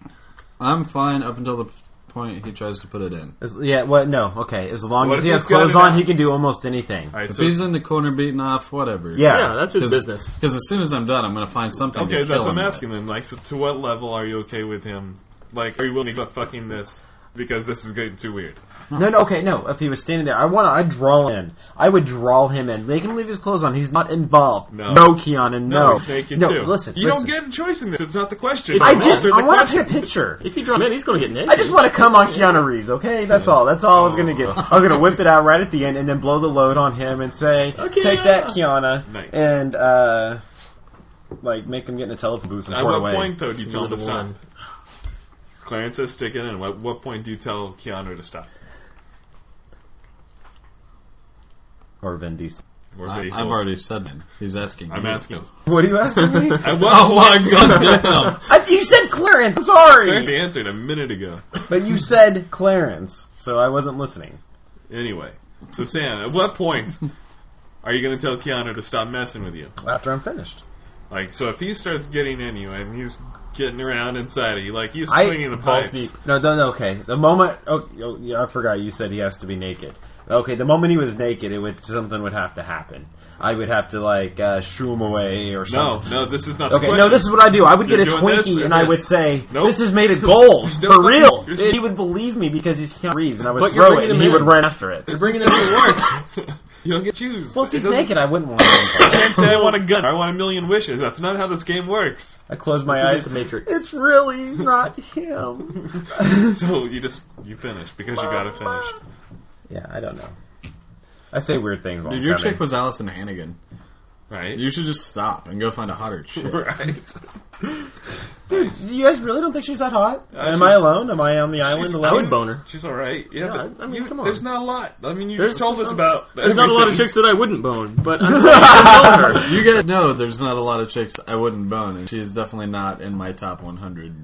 [SPEAKER 3] I'm fine up until the point he tries to put it in.
[SPEAKER 2] As, yeah. What? No. Okay. As long
[SPEAKER 1] What
[SPEAKER 2] as
[SPEAKER 1] if
[SPEAKER 2] he has
[SPEAKER 1] he's got
[SPEAKER 2] clothes
[SPEAKER 1] it
[SPEAKER 2] on,
[SPEAKER 1] out?
[SPEAKER 2] he can do almost anything.
[SPEAKER 1] All right,
[SPEAKER 3] If
[SPEAKER 1] so
[SPEAKER 3] he's in the corner beating off, whatever.
[SPEAKER 4] Yeah, that's his business.
[SPEAKER 3] Because as soon as I'm done, I'm going to find something.
[SPEAKER 1] okay,
[SPEAKER 3] to kill
[SPEAKER 1] that's what
[SPEAKER 3] him
[SPEAKER 1] I'm
[SPEAKER 3] with.
[SPEAKER 1] asking then. Like, so to what level are you okay with him? Like, are you willing to give up fucking this because this is getting too weird?
[SPEAKER 2] No, no, okay, no. If he was standing there, I want to. I draw in. I would draw him in. They can leave his clothes on. He's not involved.
[SPEAKER 1] No.
[SPEAKER 2] Keanu.
[SPEAKER 1] No,
[SPEAKER 2] No,
[SPEAKER 1] he's naked
[SPEAKER 2] no.
[SPEAKER 1] too.
[SPEAKER 2] Listen,
[SPEAKER 1] you
[SPEAKER 2] listen.
[SPEAKER 1] don't get a choice in this. It's not the question.
[SPEAKER 2] I
[SPEAKER 1] Don't
[SPEAKER 2] just.
[SPEAKER 1] alter the
[SPEAKER 2] I want to
[SPEAKER 1] question.
[SPEAKER 2] paint a picture.
[SPEAKER 4] If you draw him in, he's going to get naked.
[SPEAKER 2] I just want to come on Keanu Reeves. Okay, that's all. That's all I was gonna get.
[SPEAKER 1] Oh.
[SPEAKER 2] I was gonna whip it out right at the end and then blow the load on him and say,
[SPEAKER 4] Okay,
[SPEAKER 2] "Take that, Kiana,"
[SPEAKER 1] Nice.
[SPEAKER 2] and uh, like make him get in a telephone booth and
[SPEAKER 1] At
[SPEAKER 2] pour it
[SPEAKER 1] what
[SPEAKER 2] away.
[SPEAKER 1] point though do you tell him
[SPEAKER 4] Another
[SPEAKER 1] to stop?
[SPEAKER 4] one.
[SPEAKER 1] Clarence says stick it in. At what point do you tell Keanu to stop?
[SPEAKER 2] Or Vin Diesel.
[SPEAKER 1] Or
[SPEAKER 3] I, I've
[SPEAKER 1] basil.
[SPEAKER 3] already said it. He's asking.
[SPEAKER 1] I'm
[SPEAKER 3] you.
[SPEAKER 1] asking.
[SPEAKER 2] What are you asking me?
[SPEAKER 1] I was
[SPEAKER 3] Goddamn.
[SPEAKER 2] I, you said Clarence. I'm sorry,
[SPEAKER 1] the answered a minute ago.
[SPEAKER 2] but you said Clarence, so I wasn't listening.
[SPEAKER 1] Anyway, so Sam, at what point are you going to tell Keanu to stop messing with you?
[SPEAKER 2] After I'm finished,
[SPEAKER 1] Like, so if he starts getting in you and he's getting around inside of you, like he's
[SPEAKER 2] I
[SPEAKER 1] cleaning the pipes.
[SPEAKER 2] balls deep. No, no, no, okay. The moment. Oh, oh, yeah, I forgot. You said he has to be naked. Okay, the moment he was naked, it would something would have to happen. I would have to like uh, shoo him away or
[SPEAKER 1] No,
[SPEAKER 2] something.
[SPEAKER 1] no, this is not.
[SPEAKER 2] Okay,
[SPEAKER 1] the
[SPEAKER 2] no,
[SPEAKER 1] question.
[SPEAKER 2] this is what I do. I would
[SPEAKER 1] You're
[SPEAKER 2] get a
[SPEAKER 1] doing
[SPEAKER 2] Twinkie
[SPEAKER 1] this or
[SPEAKER 2] and I would
[SPEAKER 1] this?
[SPEAKER 2] say,
[SPEAKER 1] Nope.
[SPEAKER 2] "This is made of gold
[SPEAKER 1] no
[SPEAKER 2] for
[SPEAKER 1] fucking-
[SPEAKER 2] real."
[SPEAKER 1] there's-
[SPEAKER 2] And he would believe me because he's Keanu Reeves, and I would
[SPEAKER 4] But you're
[SPEAKER 2] throw it,
[SPEAKER 4] bringing
[SPEAKER 2] and
[SPEAKER 4] him
[SPEAKER 2] he would
[SPEAKER 4] in.
[SPEAKER 2] run after it.
[SPEAKER 4] They're bringing it to work.
[SPEAKER 1] you don't get choose.
[SPEAKER 2] Well, if he's
[SPEAKER 1] It doesn't-
[SPEAKER 2] naked, I wouldn't want him.
[SPEAKER 1] I can't say I want a gun. or I want a million wishes. That's not how this game works.
[SPEAKER 2] I close my
[SPEAKER 4] This
[SPEAKER 2] eyes.
[SPEAKER 4] is the Matrix.
[SPEAKER 2] It's really not him.
[SPEAKER 1] So you just you finish because you got to finish.
[SPEAKER 2] yeah, I don't know. I say weird things. While
[SPEAKER 3] Dude,
[SPEAKER 2] I'm
[SPEAKER 3] your
[SPEAKER 2] coming.
[SPEAKER 3] chick was Allison Hannigan.
[SPEAKER 1] Right.
[SPEAKER 3] You should just stop and go find a hotter chick.
[SPEAKER 1] right.
[SPEAKER 2] Dude, you guys really don't think she's that hot? Am
[SPEAKER 1] she's-
[SPEAKER 2] I alone? Am I on the island
[SPEAKER 1] I
[SPEAKER 4] I
[SPEAKER 2] alone?
[SPEAKER 4] would boner.
[SPEAKER 1] She's all right. Yeah,
[SPEAKER 4] Yeah,
[SPEAKER 1] but
[SPEAKER 4] I mean,
[SPEAKER 1] you-
[SPEAKER 4] come on.
[SPEAKER 1] There's not a lot. I mean, you
[SPEAKER 4] There's-
[SPEAKER 1] just told us
[SPEAKER 4] there's
[SPEAKER 1] about.
[SPEAKER 4] There's not a lot of
[SPEAKER 1] everything.
[SPEAKER 4] chicks that I wouldn't bone, but I'm saying I would bone her.
[SPEAKER 3] You guys know there's not a lot of chicks I wouldn't bone, and she's definitely not in my top 100.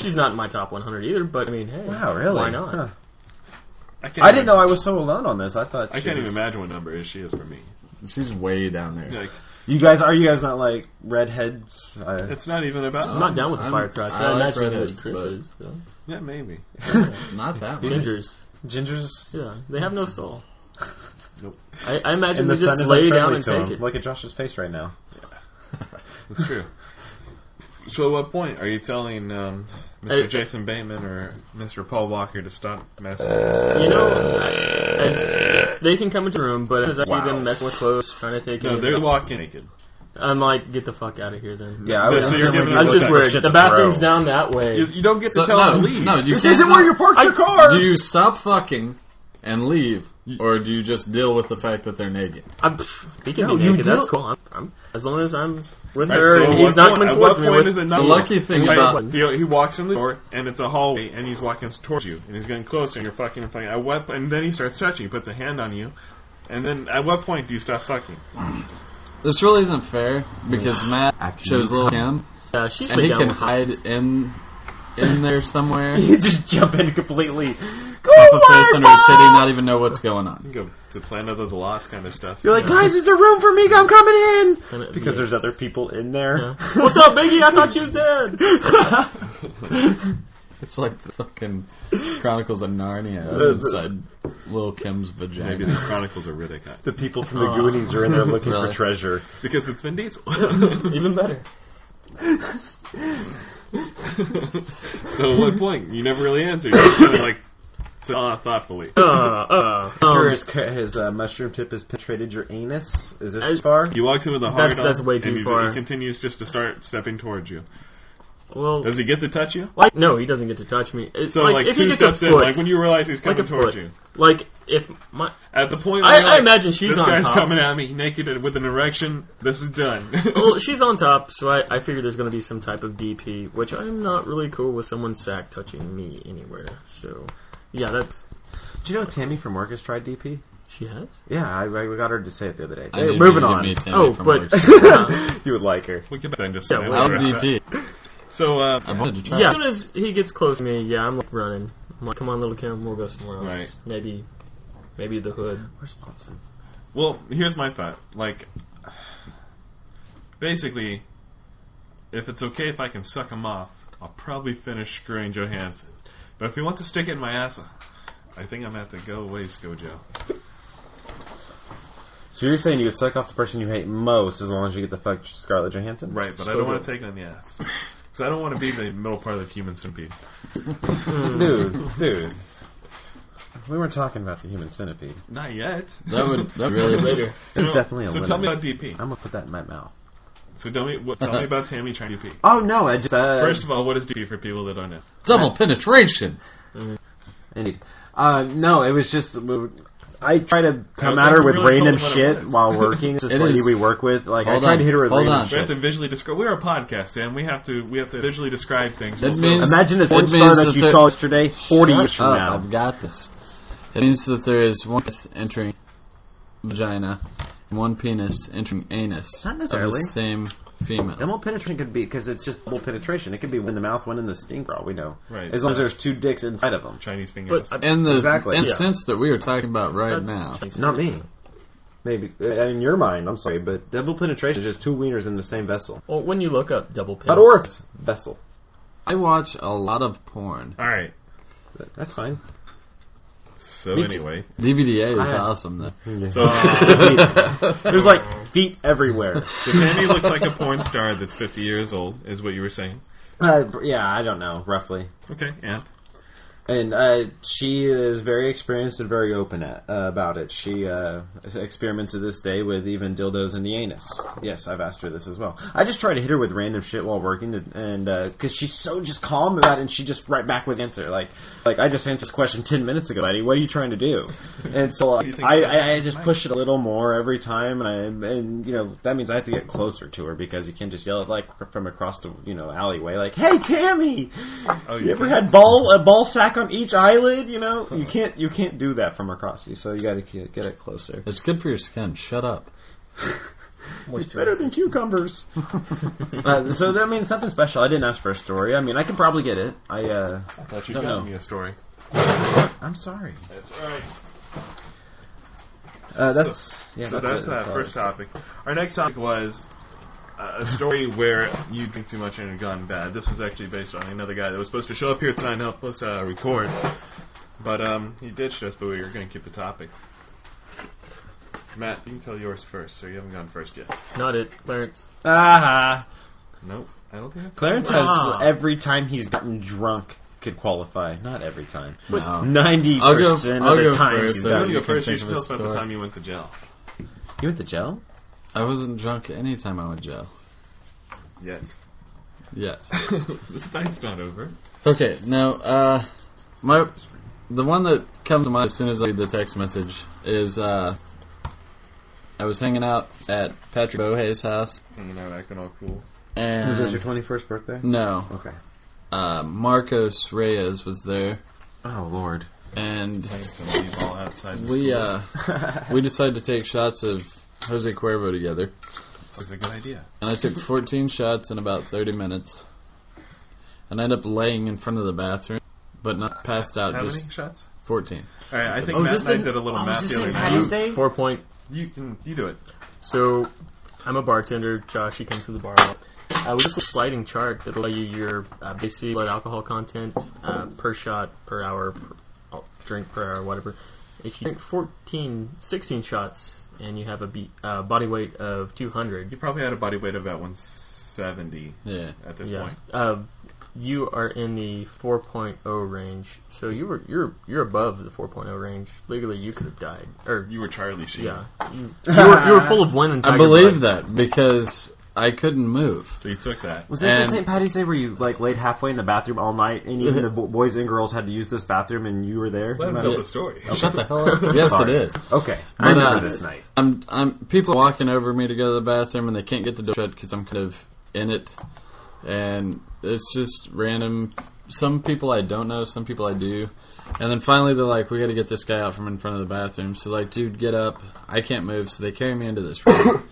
[SPEAKER 4] She's not in my top 100 either, but I mean, hey.
[SPEAKER 2] Wow, really?
[SPEAKER 4] Why not?
[SPEAKER 2] Huh.
[SPEAKER 1] I, can't
[SPEAKER 2] I didn't
[SPEAKER 1] even-
[SPEAKER 2] know I was so alone on this. I thought
[SPEAKER 1] I
[SPEAKER 2] she
[SPEAKER 1] can't
[SPEAKER 2] was-
[SPEAKER 1] even imagine what number is she is for me.
[SPEAKER 3] She's way down there.
[SPEAKER 1] Like,
[SPEAKER 2] You guys are you guys not like redheads? Uh, I,
[SPEAKER 1] it's not even about.
[SPEAKER 4] I'm not down with the
[SPEAKER 3] I'm-
[SPEAKER 4] fire crotch.
[SPEAKER 3] I
[SPEAKER 4] I,
[SPEAKER 3] like
[SPEAKER 4] imagine
[SPEAKER 3] redheads,
[SPEAKER 4] that Chris
[SPEAKER 3] but-
[SPEAKER 4] is, though.
[SPEAKER 1] Yeah, maybe.
[SPEAKER 3] Not that one.
[SPEAKER 4] Gingers.
[SPEAKER 2] gingers.
[SPEAKER 4] Yeah, they have no soul.
[SPEAKER 1] Nope.
[SPEAKER 4] I, I imagine
[SPEAKER 2] And
[SPEAKER 4] they
[SPEAKER 2] the sun
[SPEAKER 4] just
[SPEAKER 2] is
[SPEAKER 4] lay
[SPEAKER 2] like friendly
[SPEAKER 4] down and
[SPEAKER 2] to
[SPEAKER 4] take
[SPEAKER 2] him.
[SPEAKER 4] it.
[SPEAKER 2] Look at Josh's face right now.
[SPEAKER 1] That's true. so, at what point are you telling um, Mr.
[SPEAKER 4] Hey.
[SPEAKER 1] Jason Bateman or Mr. Paul Walker to stop messing?
[SPEAKER 4] You know, I- as they can come into the room, but as I see
[SPEAKER 2] Wow.
[SPEAKER 4] them messing with clothes, trying to take
[SPEAKER 1] no,
[SPEAKER 4] it,
[SPEAKER 1] they're walking naked.
[SPEAKER 4] I'm like, get the fuck out of here then.
[SPEAKER 2] Yeah, I would
[SPEAKER 1] so you're
[SPEAKER 2] instantly
[SPEAKER 1] giving
[SPEAKER 2] be
[SPEAKER 1] her
[SPEAKER 4] That's
[SPEAKER 2] looking
[SPEAKER 4] just
[SPEAKER 2] for
[SPEAKER 4] weird.
[SPEAKER 2] shit
[SPEAKER 4] The
[SPEAKER 2] to
[SPEAKER 4] bathroom's
[SPEAKER 2] throw.
[SPEAKER 4] down that
[SPEAKER 1] You,
[SPEAKER 4] way.
[SPEAKER 1] you don't get to
[SPEAKER 3] So,
[SPEAKER 1] tell
[SPEAKER 3] no,
[SPEAKER 1] them to leave.
[SPEAKER 3] no, you
[SPEAKER 2] This
[SPEAKER 3] can't
[SPEAKER 2] isn't
[SPEAKER 3] stop-
[SPEAKER 2] where you parked your car.
[SPEAKER 3] Do you stop fucking and leave, or do you just deal with the fact that they're naked?
[SPEAKER 4] I'm, pff, he can
[SPEAKER 2] No,
[SPEAKER 4] be
[SPEAKER 2] you
[SPEAKER 4] naked. That's
[SPEAKER 2] do-
[SPEAKER 4] cool. I'm, I'm, as long as I'm with
[SPEAKER 1] Right,
[SPEAKER 4] her
[SPEAKER 1] so
[SPEAKER 4] and
[SPEAKER 1] at
[SPEAKER 4] he's
[SPEAKER 1] what
[SPEAKER 4] not
[SPEAKER 1] point-
[SPEAKER 4] coming
[SPEAKER 1] at what
[SPEAKER 4] towards me
[SPEAKER 1] point is
[SPEAKER 4] with.
[SPEAKER 1] it not
[SPEAKER 3] The lucky thing
[SPEAKER 1] Wait,
[SPEAKER 3] about-
[SPEAKER 1] he, he walks in the door and it's a hallway and he's walking towards you and he's getting closer and you're fucking and fucking. At what and then he starts touching, he puts a hand on you, and then at what point do you stop fucking?
[SPEAKER 3] This really isn't fair because Matt chose Lil Kim,
[SPEAKER 4] Yeah, she's
[SPEAKER 3] and
[SPEAKER 4] been
[SPEAKER 3] he
[SPEAKER 4] down
[SPEAKER 3] can
[SPEAKER 4] with it.
[SPEAKER 3] hide in in there somewhere,
[SPEAKER 2] You just jump in completely.
[SPEAKER 3] pop
[SPEAKER 2] Go
[SPEAKER 3] a face
[SPEAKER 2] my
[SPEAKER 3] under a titty,
[SPEAKER 2] mom!
[SPEAKER 3] not even know what's going on.
[SPEAKER 1] Go to Planet of the Lost kind of stuff.
[SPEAKER 2] You're like, guys, is there room for me? I'm coming in.
[SPEAKER 4] And it-
[SPEAKER 2] Because there's other people in there.
[SPEAKER 4] yeah. What's up, Biggie? I thought you was dead.
[SPEAKER 3] It's like the fucking Chronicles of Narnia
[SPEAKER 2] the-
[SPEAKER 3] inside Lil Kim's
[SPEAKER 1] Maybe
[SPEAKER 3] vagina.
[SPEAKER 1] the Chronicles of Riddick,
[SPEAKER 2] The people from the Goonies are in there looking
[SPEAKER 3] Oh. Really?
[SPEAKER 2] for treasure.
[SPEAKER 1] because it's Vin Diesel.
[SPEAKER 4] Even better.
[SPEAKER 1] so at what point you never really answer? You're just kind of like sit on thoughtfully.
[SPEAKER 4] Uh, uh,
[SPEAKER 2] Sure,
[SPEAKER 4] um,
[SPEAKER 2] his, ca- his uh, mushroom tip has penetrated your anus. Is this
[SPEAKER 4] As-
[SPEAKER 2] far?
[SPEAKER 1] He walks in with a hard
[SPEAKER 4] That's-
[SPEAKER 1] on,
[SPEAKER 4] that's way
[SPEAKER 1] and
[SPEAKER 4] too
[SPEAKER 1] he,
[SPEAKER 4] far.
[SPEAKER 1] He continues just to start stepping towards you.
[SPEAKER 4] well,
[SPEAKER 1] Does he get to touch you?
[SPEAKER 4] like, no, he doesn't get to touch me. It's
[SPEAKER 1] So
[SPEAKER 4] like,
[SPEAKER 1] like,
[SPEAKER 4] if he
[SPEAKER 1] two
[SPEAKER 4] gets a
[SPEAKER 1] steps in, like
[SPEAKER 4] foot,
[SPEAKER 1] when you realize he's
[SPEAKER 4] like
[SPEAKER 1] coming
[SPEAKER 4] a
[SPEAKER 1] towards
[SPEAKER 4] foot,
[SPEAKER 1] you.
[SPEAKER 4] like if my
[SPEAKER 1] At the point,
[SPEAKER 4] I-
[SPEAKER 1] where you're
[SPEAKER 4] I
[SPEAKER 1] like,
[SPEAKER 4] imagine she's
[SPEAKER 1] this
[SPEAKER 4] on
[SPEAKER 1] guy's
[SPEAKER 4] top.
[SPEAKER 1] coming at me naked and with an erection. This is done.
[SPEAKER 4] well, she's on top, so I, I figure there's going to be some type of DP, which I'm not really cool with someone's sack touching me anywhere. So, yeah, that's
[SPEAKER 2] Do you know Tammy from work has tried DP?
[SPEAKER 4] she has.
[SPEAKER 2] Yeah, I, I got her to say it the other day.
[SPEAKER 3] I
[SPEAKER 2] Hey,
[SPEAKER 3] need
[SPEAKER 2] moving
[SPEAKER 3] you to
[SPEAKER 2] on.
[SPEAKER 3] give me Tammy
[SPEAKER 4] Oh,
[SPEAKER 3] from
[SPEAKER 4] but
[SPEAKER 3] Lurch.
[SPEAKER 2] You would like her.
[SPEAKER 1] we can then just
[SPEAKER 4] Yeah, well,
[SPEAKER 3] I'll
[SPEAKER 1] address that.
[SPEAKER 3] DP.
[SPEAKER 1] So uh,
[SPEAKER 3] I wanted to try.
[SPEAKER 4] yeah, as soon as he gets close to me, yeah, I'm like running. I'm like, come on, little Kim, we'll go somewhere else.
[SPEAKER 1] Right.
[SPEAKER 4] Maybe, maybe the hood.
[SPEAKER 2] Where's Bonson?
[SPEAKER 1] well, here's my thought. Like, basically, if it's okay if I can suck him off, I'll probably finish screwing Johansson. But if he wants to stick it in my ass, I think I'm gonna have to go away, Skojo.
[SPEAKER 2] So you're saying you would suck off the person you hate most as long as you get the fuck Scarlett Johansson?
[SPEAKER 1] Right, but I don't want to take it in the ass. Because I don't want to be the middle part of the human centipede.
[SPEAKER 2] Dude, dude. We weren't talking about the human centipede.
[SPEAKER 1] Not yet.
[SPEAKER 3] That would that would really
[SPEAKER 4] Later,
[SPEAKER 2] This is
[SPEAKER 1] No.
[SPEAKER 2] definitely a
[SPEAKER 1] so
[SPEAKER 2] limit.
[SPEAKER 1] tell me about DP.
[SPEAKER 2] I'm gonna put that in my mouth.
[SPEAKER 1] So tell me, what, tell me about Tammy trying DP.
[SPEAKER 2] Oh no, I just uh,
[SPEAKER 1] First of all, what is DP for people that don't know?
[SPEAKER 3] double penetration.
[SPEAKER 2] Indeed. Uh, no, it was just. I try to come
[SPEAKER 1] I
[SPEAKER 2] at her
[SPEAKER 1] don't
[SPEAKER 2] with
[SPEAKER 1] really
[SPEAKER 2] random
[SPEAKER 1] tell them what it
[SPEAKER 2] shit
[SPEAKER 1] is.
[SPEAKER 2] while working. It's this
[SPEAKER 3] It
[SPEAKER 2] lady
[SPEAKER 3] is-
[SPEAKER 2] we work with. Like, I
[SPEAKER 3] Hold
[SPEAKER 2] tried
[SPEAKER 3] on.
[SPEAKER 2] to hit her with
[SPEAKER 3] Hold
[SPEAKER 2] random
[SPEAKER 3] on.
[SPEAKER 1] We have to
[SPEAKER 2] shit.
[SPEAKER 1] visually describe. We're a podcast, Sam. We have to we have to visually describe things.
[SPEAKER 3] That
[SPEAKER 1] Also-
[SPEAKER 3] means-
[SPEAKER 2] Imagine a
[SPEAKER 3] It
[SPEAKER 2] porn star
[SPEAKER 3] means
[SPEAKER 2] that
[SPEAKER 3] that
[SPEAKER 2] you
[SPEAKER 3] they're-
[SPEAKER 2] saw yesterday, 40 years from
[SPEAKER 3] up,
[SPEAKER 2] now.
[SPEAKER 3] I've got this. It means that there is one that's entering vagina, one penis entering anus
[SPEAKER 2] Not
[SPEAKER 3] of
[SPEAKER 2] necessarily.
[SPEAKER 3] the same female.
[SPEAKER 2] Double penetration could be because it's just double penetration. It could be one in the mouth, one in the stink bra. We know,
[SPEAKER 1] Right.
[SPEAKER 2] As long as there's two dicks inside of them.
[SPEAKER 1] Chinese fingers.
[SPEAKER 4] But,
[SPEAKER 3] In the
[SPEAKER 2] Exactly.
[SPEAKER 3] instance that we are talking about right
[SPEAKER 4] That's
[SPEAKER 3] now,
[SPEAKER 4] Chinese
[SPEAKER 2] Not
[SPEAKER 4] tradition.
[SPEAKER 2] me. Maybe uh, in your mind, I'm sorry, but double penetration is just two wieners in the same vessel.
[SPEAKER 4] Well, when you look up double pen,
[SPEAKER 2] Not orifice vessel.
[SPEAKER 3] I watch a lot of porn.
[SPEAKER 1] All right.
[SPEAKER 2] That's fine.
[SPEAKER 1] So
[SPEAKER 2] Me too.
[SPEAKER 1] anyway,
[SPEAKER 3] DVD is
[SPEAKER 2] I-
[SPEAKER 3] awesome though.
[SPEAKER 1] so uh,
[SPEAKER 2] There's like feet everywhere.
[SPEAKER 1] so Tammy looks like a porn star that's 50 years old, is what you were saying.
[SPEAKER 2] Uh, yeah, I don't know roughly.
[SPEAKER 1] Okay, and
[SPEAKER 2] and uh, she is very experienced and very open at, uh, about it. She uh, experiments to this day with even dildos in the anus. Yes, I've asked her this as well. I just try to hit her with random shit while working, and- and because she's so just calm about it, and she just right back with answer like, like I just answered this question ten minutes ago, buddy. What are you trying to do? And so
[SPEAKER 1] do you
[SPEAKER 2] like,
[SPEAKER 1] think
[SPEAKER 2] I,
[SPEAKER 1] about
[SPEAKER 2] I, I
[SPEAKER 1] it?
[SPEAKER 2] just push it a little more every time, and I and you know that means I have to get closer to her because you can't just yell it like from across the you know alleyway like, "Hey, Tammy."
[SPEAKER 1] oh,
[SPEAKER 2] You ever had ball a ball sack on each eyelid? You know, you can't you can't do that from across you. So you got to get it closer.
[SPEAKER 3] It's good for your skin. Shut up.
[SPEAKER 2] It's better than cucumbers. uh, so that means something special. I didn't ask for a story. I mean, I can probably get it. I uh,
[SPEAKER 1] I thought you
[SPEAKER 2] No,
[SPEAKER 1] would
[SPEAKER 2] no.
[SPEAKER 1] gotten me a story.
[SPEAKER 2] I'm sorry.
[SPEAKER 1] That's all right.
[SPEAKER 2] Uh, that's yeah.
[SPEAKER 1] so
[SPEAKER 2] that's,
[SPEAKER 1] that's,
[SPEAKER 2] it.
[SPEAKER 1] uh,
[SPEAKER 2] all.
[SPEAKER 1] first topic. Our next topic was uh, a story where you drink too much and it gone bad. This was actually based on another guy that was supposed to show up here tonight and help us uh, record, but um, he ditched us. But we were going to keep the topic. Matt, you can tell yours first, so you haven't gone first yet.
[SPEAKER 4] Not it, Clarence.
[SPEAKER 2] Ah,
[SPEAKER 1] Nope, I don't think that's
[SPEAKER 2] Clarence has
[SPEAKER 4] Ah.
[SPEAKER 2] every time he's gotten drunk could qualify. Not every time.
[SPEAKER 3] No.
[SPEAKER 2] Ninety
[SPEAKER 3] I'll go-
[SPEAKER 2] percent
[SPEAKER 3] I'll
[SPEAKER 2] of the
[SPEAKER 3] go
[SPEAKER 2] time
[SPEAKER 3] first.
[SPEAKER 2] he's
[SPEAKER 3] I
[SPEAKER 1] You want
[SPEAKER 3] Yeah,
[SPEAKER 1] to go
[SPEAKER 2] gotten.
[SPEAKER 3] you
[SPEAKER 2] You
[SPEAKER 3] can
[SPEAKER 1] first? You
[SPEAKER 3] think
[SPEAKER 1] should
[SPEAKER 3] of a
[SPEAKER 1] tell us about the
[SPEAKER 3] story.
[SPEAKER 1] time you went to jail.
[SPEAKER 2] went to jail.
[SPEAKER 3] I wasn't drunk any time I went to jail.
[SPEAKER 1] Yet
[SPEAKER 3] Yet.
[SPEAKER 1] this night's not over.
[SPEAKER 3] Okay, now uh, my the one that comes to mind as soon as I read the text message is uh, I was hanging out at Patrick Bohe's house,
[SPEAKER 1] Hanging out, acting all cool.
[SPEAKER 3] and
[SPEAKER 2] Was that your twenty first birthday?
[SPEAKER 3] no,
[SPEAKER 2] Okay.
[SPEAKER 3] uh, Marcos Reyes was there,
[SPEAKER 2] Oh Lord.
[SPEAKER 3] and
[SPEAKER 1] Playing some b-ball outside. The
[SPEAKER 3] we
[SPEAKER 1] school.
[SPEAKER 3] uh, we decided to take shots of Jose Cuervo together,
[SPEAKER 1] That was a good idea.
[SPEAKER 3] and I took 14 shots in about 30 minutes, and I ended up laying in front of the bathroom, but not passed out,
[SPEAKER 1] How
[SPEAKER 3] just
[SPEAKER 1] many shots?
[SPEAKER 3] 14.
[SPEAKER 1] All right, I think
[SPEAKER 2] Oh, is
[SPEAKER 1] Matt
[SPEAKER 2] this
[SPEAKER 1] and I
[SPEAKER 2] in-
[SPEAKER 1] did a little
[SPEAKER 2] oh,
[SPEAKER 1] math
[SPEAKER 2] is this
[SPEAKER 1] the
[SPEAKER 2] in
[SPEAKER 1] other night.
[SPEAKER 2] Patty's Day?
[SPEAKER 4] Four point.
[SPEAKER 1] You can you do it.
[SPEAKER 4] So, I'm a bartender. Josh, he comes to the bar. a lot. Uh, we just a sliding chart that'll tell you your uh, basic blood alcohol content uh, per shot, per hour, per oh, drink per hour, whatever. If you drink 14, 16 shots and you have a be- uh, body weight of 200,
[SPEAKER 1] You probably had a body weight of about 170
[SPEAKER 3] Yeah.
[SPEAKER 1] at this
[SPEAKER 4] yeah,
[SPEAKER 1] point.
[SPEAKER 4] uh, you are in the 4.0 range. So you were you're you're above the 4.0 range. Legally, you could have died. Or
[SPEAKER 1] You were Charlie Sheen.
[SPEAKER 4] yeah, you, you, were, you were full of wine and
[SPEAKER 3] I
[SPEAKER 4] tiger
[SPEAKER 3] believe
[SPEAKER 4] blood.
[SPEAKER 3] that because I couldn't move.
[SPEAKER 1] So you took that.
[SPEAKER 2] Was this
[SPEAKER 3] And-
[SPEAKER 2] the St. Patty's Day where you like laid halfway in the bathroom all night, and even the bo- boys and girls had to use this bathroom, and you were there?
[SPEAKER 1] Let him tell the story.
[SPEAKER 3] Shut the hell up. yes, it
[SPEAKER 2] Sorry.
[SPEAKER 3] is.
[SPEAKER 2] Okay, I
[SPEAKER 3] But,
[SPEAKER 2] remember
[SPEAKER 3] uh,
[SPEAKER 2] this night.
[SPEAKER 3] I'm, I'm, people are walking over me to go to the bathroom and they can't get the door shut because I'm kind of in it. And it's just random. Some people I don't know, some people I do. And then finally they're like, we got to get this guy out from in front of the bathroom. So, like, dude, get up. I can't move. So they carry me into this room.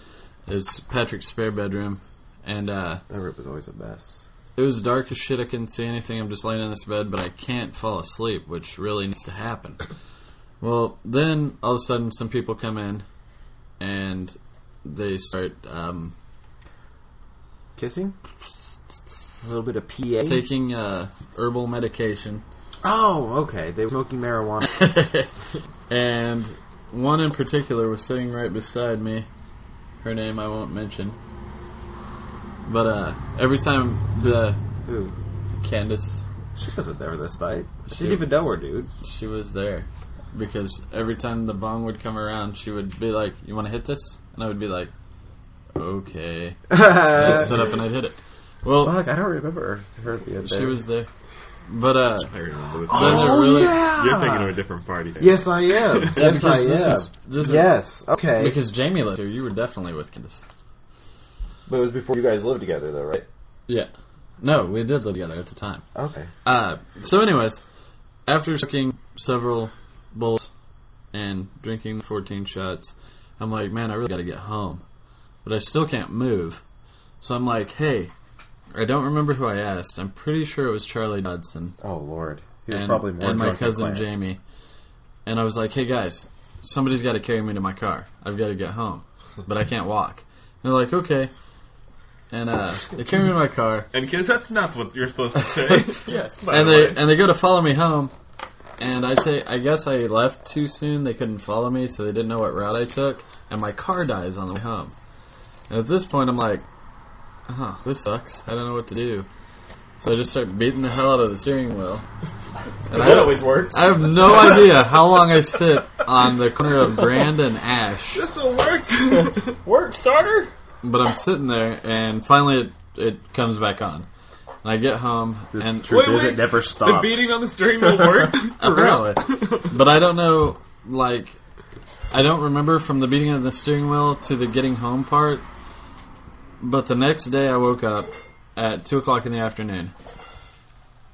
[SPEAKER 3] it's Patrick's spare bedroom. And, uh,.
[SPEAKER 2] That rope was always the best.
[SPEAKER 3] It was dark as shit. I couldn't see anything. I'm just laying in this bed, but I can't fall asleep, which really needs to happen. Well, then all of a sudden, some people come in and they start um,
[SPEAKER 2] Kissing, a little bit of PA.
[SPEAKER 3] taking uh, herbal medication.
[SPEAKER 2] oh, okay. They were smoking marijuana.
[SPEAKER 3] And one in particular was sitting right beside me. Her name I won't mention. But uh, every time the
[SPEAKER 2] Ooh,
[SPEAKER 3] Candace,
[SPEAKER 2] she wasn't there this night. She
[SPEAKER 3] Dude.
[SPEAKER 2] didn't even know her, dude.
[SPEAKER 3] she was there. Because every time the bong would come around, she would be like, You want to hit this? And I would be like, Okay.
[SPEAKER 2] Uh,
[SPEAKER 3] I'd
[SPEAKER 2] Fuck,
[SPEAKER 3] sit up and I'd hit it. Well,
[SPEAKER 2] I don't remember her being there. Oh,
[SPEAKER 3] she was there. But, uh,
[SPEAKER 1] I remember this.
[SPEAKER 3] then it really.
[SPEAKER 2] yeah.
[SPEAKER 1] You're thinking of a different party.
[SPEAKER 2] Yes, I am.
[SPEAKER 3] Yeah,
[SPEAKER 2] yes, I
[SPEAKER 3] because
[SPEAKER 2] am.
[SPEAKER 3] this is, this is-
[SPEAKER 2] yes. Okay.
[SPEAKER 3] Because Jamie lived here, you were definitely with Candace.
[SPEAKER 2] but it was before you guys lived together, though, right?
[SPEAKER 3] Yeah. No, we did live together at the time.
[SPEAKER 2] Okay.
[SPEAKER 3] Uh, so, anyways, after smoking several bowls and drinking 14 shots, I'm like, man, I really got to get home, but I still can't move. So I'm like, hey, I don't remember who I asked. I'm pretty sure it was Charlie Dodson
[SPEAKER 2] Oh lord, he was
[SPEAKER 3] and,
[SPEAKER 2] probably more
[SPEAKER 3] and my
[SPEAKER 2] drunk than
[SPEAKER 3] cousin
[SPEAKER 2] Clarence.
[SPEAKER 3] Jamie. And I was like, hey guys, somebody's got to carry me to my car. I've got to get home, but I can't walk. And they're like, okay. And uh, they carry me to my car,
[SPEAKER 1] And kids, that's not what you're supposed to say.
[SPEAKER 4] Yes.
[SPEAKER 1] by
[SPEAKER 3] and
[SPEAKER 1] the
[SPEAKER 3] they
[SPEAKER 1] way.
[SPEAKER 3] and they go to follow me home. And I say, I guess I left too soon. They couldn't follow me, so they didn't know what route I took. And my car dies on the way home. And at this point, I'm like, huh, this sucks. I don't know what to do. So I just start beating the hell out of the steering wheel. And I-
[SPEAKER 4] That always works.
[SPEAKER 3] I have no idea how long I sit on the corner of Grand and Ash,
[SPEAKER 1] This'll work.
[SPEAKER 4] Work starter.
[SPEAKER 3] but I'm sitting there, and finally it, it comes back on. And I get home,
[SPEAKER 2] The
[SPEAKER 3] and
[SPEAKER 2] truth
[SPEAKER 1] Wait,
[SPEAKER 2] is,
[SPEAKER 1] wait,
[SPEAKER 2] it never
[SPEAKER 1] the
[SPEAKER 2] stopped.
[SPEAKER 1] beating on the steering wheel worked.
[SPEAKER 3] apparently, but I don't know, like, I don't remember from the beating of the steering wheel to the getting home part. But the next day, I woke up at two o'clock in the afternoon.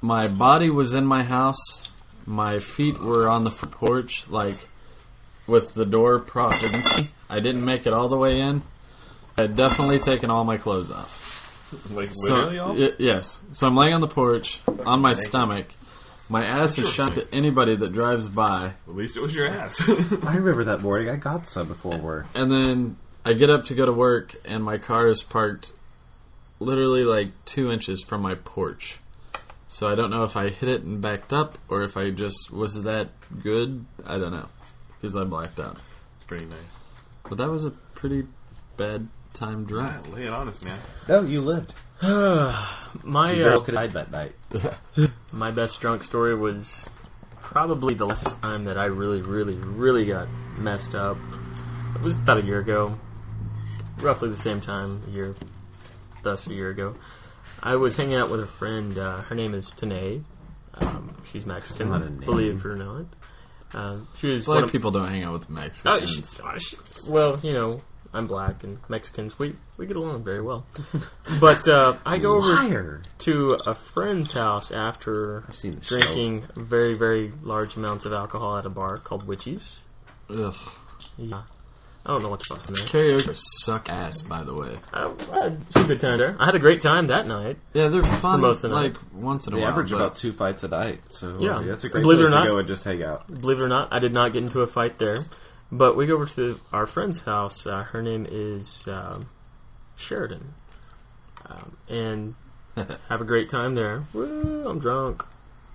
[SPEAKER 3] My body was in my house. My feet were on the front porch, like with the door propped against me. I didn't make it all the way in. I had definitely taken all my clothes off.
[SPEAKER 1] like
[SPEAKER 3] So-
[SPEAKER 1] literally all.
[SPEAKER 3] y- yes. So I'm laying on the porch on my stomach. My ass is shot to anybody that drives by,
[SPEAKER 1] At least it was your ass.
[SPEAKER 2] I remember that morning. I got some before work.
[SPEAKER 3] and then I get up to go to work, and my car is parked literally like two inches from my porch. So I don't know if I hit it and backed up, or if I just was that good. I don't know because I blacked out.
[SPEAKER 1] it's pretty nice.
[SPEAKER 3] But that was a pretty bad time
[SPEAKER 1] Right,
[SPEAKER 3] drive.
[SPEAKER 1] Ah, lay it on us, man.
[SPEAKER 2] No, you lived.
[SPEAKER 4] my
[SPEAKER 2] You
[SPEAKER 4] uh,
[SPEAKER 2] all could have died that night.
[SPEAKER 4] my best drunk story was probably the last time that I really, really, really got messed up. It was about a year ago, roughly the same time, a year, thus a year ago. I was hanging out with a friend. Uh, her name is Tanae. Um, she's Mexican,
[SPEAKER 2] That's not a name.
[SPEAKER 4] believe it or not. Um, she was one
[SPEAKER 3] Black
[SPEAKER 4] of
[SPEAKER 3] people don't hang out with
[SPEAKER 4] Oh,
[SPEAKER 3] Mexicans.
[SPEAKER 4] she, oh, she- well, you know, I'm black and Mexicans we we get along very well. but uh, I go over
[SPEAKER 2] Liar.
[SPEAKER 4] to a friend's house after
[SPEAKER 2] I've seen this show.
[SPEAKER 4] drinking very, very large amounts of alcohol at a bar called Witchy's.
[SPEAKER 1] Oh,
[SPEAKER 3] Ugh.
[SPEAKER 4] Yeah. I don't know what's supposed to
[SPEAKER 3] Karaoke suck ass, by the way.
[SPEAKER 4] I I had some good time there. I had a great time that night.
[SPEAKER 3] Yeah, they're fun.
[SPEAKER 4] most of the
[SPEAKER 3] like once in a
[SPEAKER 2] They
[SPEAKER 3] while.
[SPEAKER 2] average
[SPEAKER 3] but
[SPEAKER 2] about two fights a night, so
[SPEAKER 4] Yeah.
[SPEAKER 2] that's a great
[SPEAKER 4] Believe it
[SPEAKER 2] place
[SPEAKER 4] or
[SPEAKER 2] to
[SPEAKER 4] not.
[SPEAKER 2] go and just hang out.
[SPEAKER 4] Believe it or not, I did not get into a fight there. But we go over to our friend's house. Uh, her name is um, Sheridan. Um, and have a great time there. Woo, I'm drunk.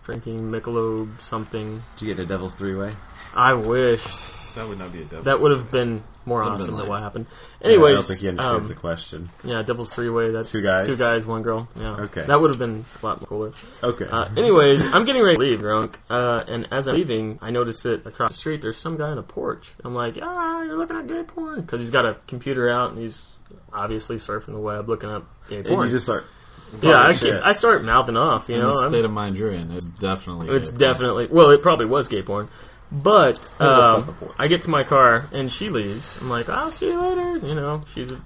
[SPEAKER 4] Drinking Michelob something.
[SPEAKER 2] Did you get a devil's three-way?
[SPEAKER 4] I wish
[SPEAKER 1] That would not be a devil.
[SPEAKER 4] that would have been more
[SPEAKER 3] Would've been
[SPEAKER 4] awesome than
[SPEAKER 3] nice.
[SPEAKER 4] what happened.
[SPEAKER 2] Yeah,
[SPEAKER 4] Anyways,
[SPEAKER 2] I don't think he understands
[SPEAKER 4] um,
[SPEAKER 2] the question.
[SPEAKER 4] Yeah, Devil's Three Way. That's
[SPEAKER 2] Two guys?
[SPEAKER 4] two guys, one girl. Yeah.
[SPEAKER 2] Okay.
[SPEAKER 4] That would have been a lot more cooler.
[SPEAKER 2] Okay.
[SPEAKER 4] Uh, anyways, I'm getting ready to leave drunk, uh, and as I'm leaving, I notice that across the street there's some guy on a porch. I'm like, ah, you're looking at gay porn because he's got a computer out and he's obviously surfing the web looking up gay
[SPEAKER 2] and
[SPEAKER 4] porn.
[SPEAKER 2] you just start.
[SPEAKER 4] yeah, I,
[SPEAKER 2] shit.
[SPEAKER 4] get- I start mouthing off. You
[SPEAKER 3] in
[SPEAKER 4] know,
[SPEAKER 3] the
[SPEAKER 4] I'm-
[SPEAKER 3] state of mind you're in, it's definitely.
[SPEAKER 4] it's
[SPEAKER 3] good.
[SPEAKER 4] definitely well, it probably was gay porn. But
[SPEAKER 2] up
[SPEAKER 4] um,
[SPEAKER 2] with porn?
[SPEAKER 4] I get to my car and she leaves. I'm like, I'll see you later. You know, she's a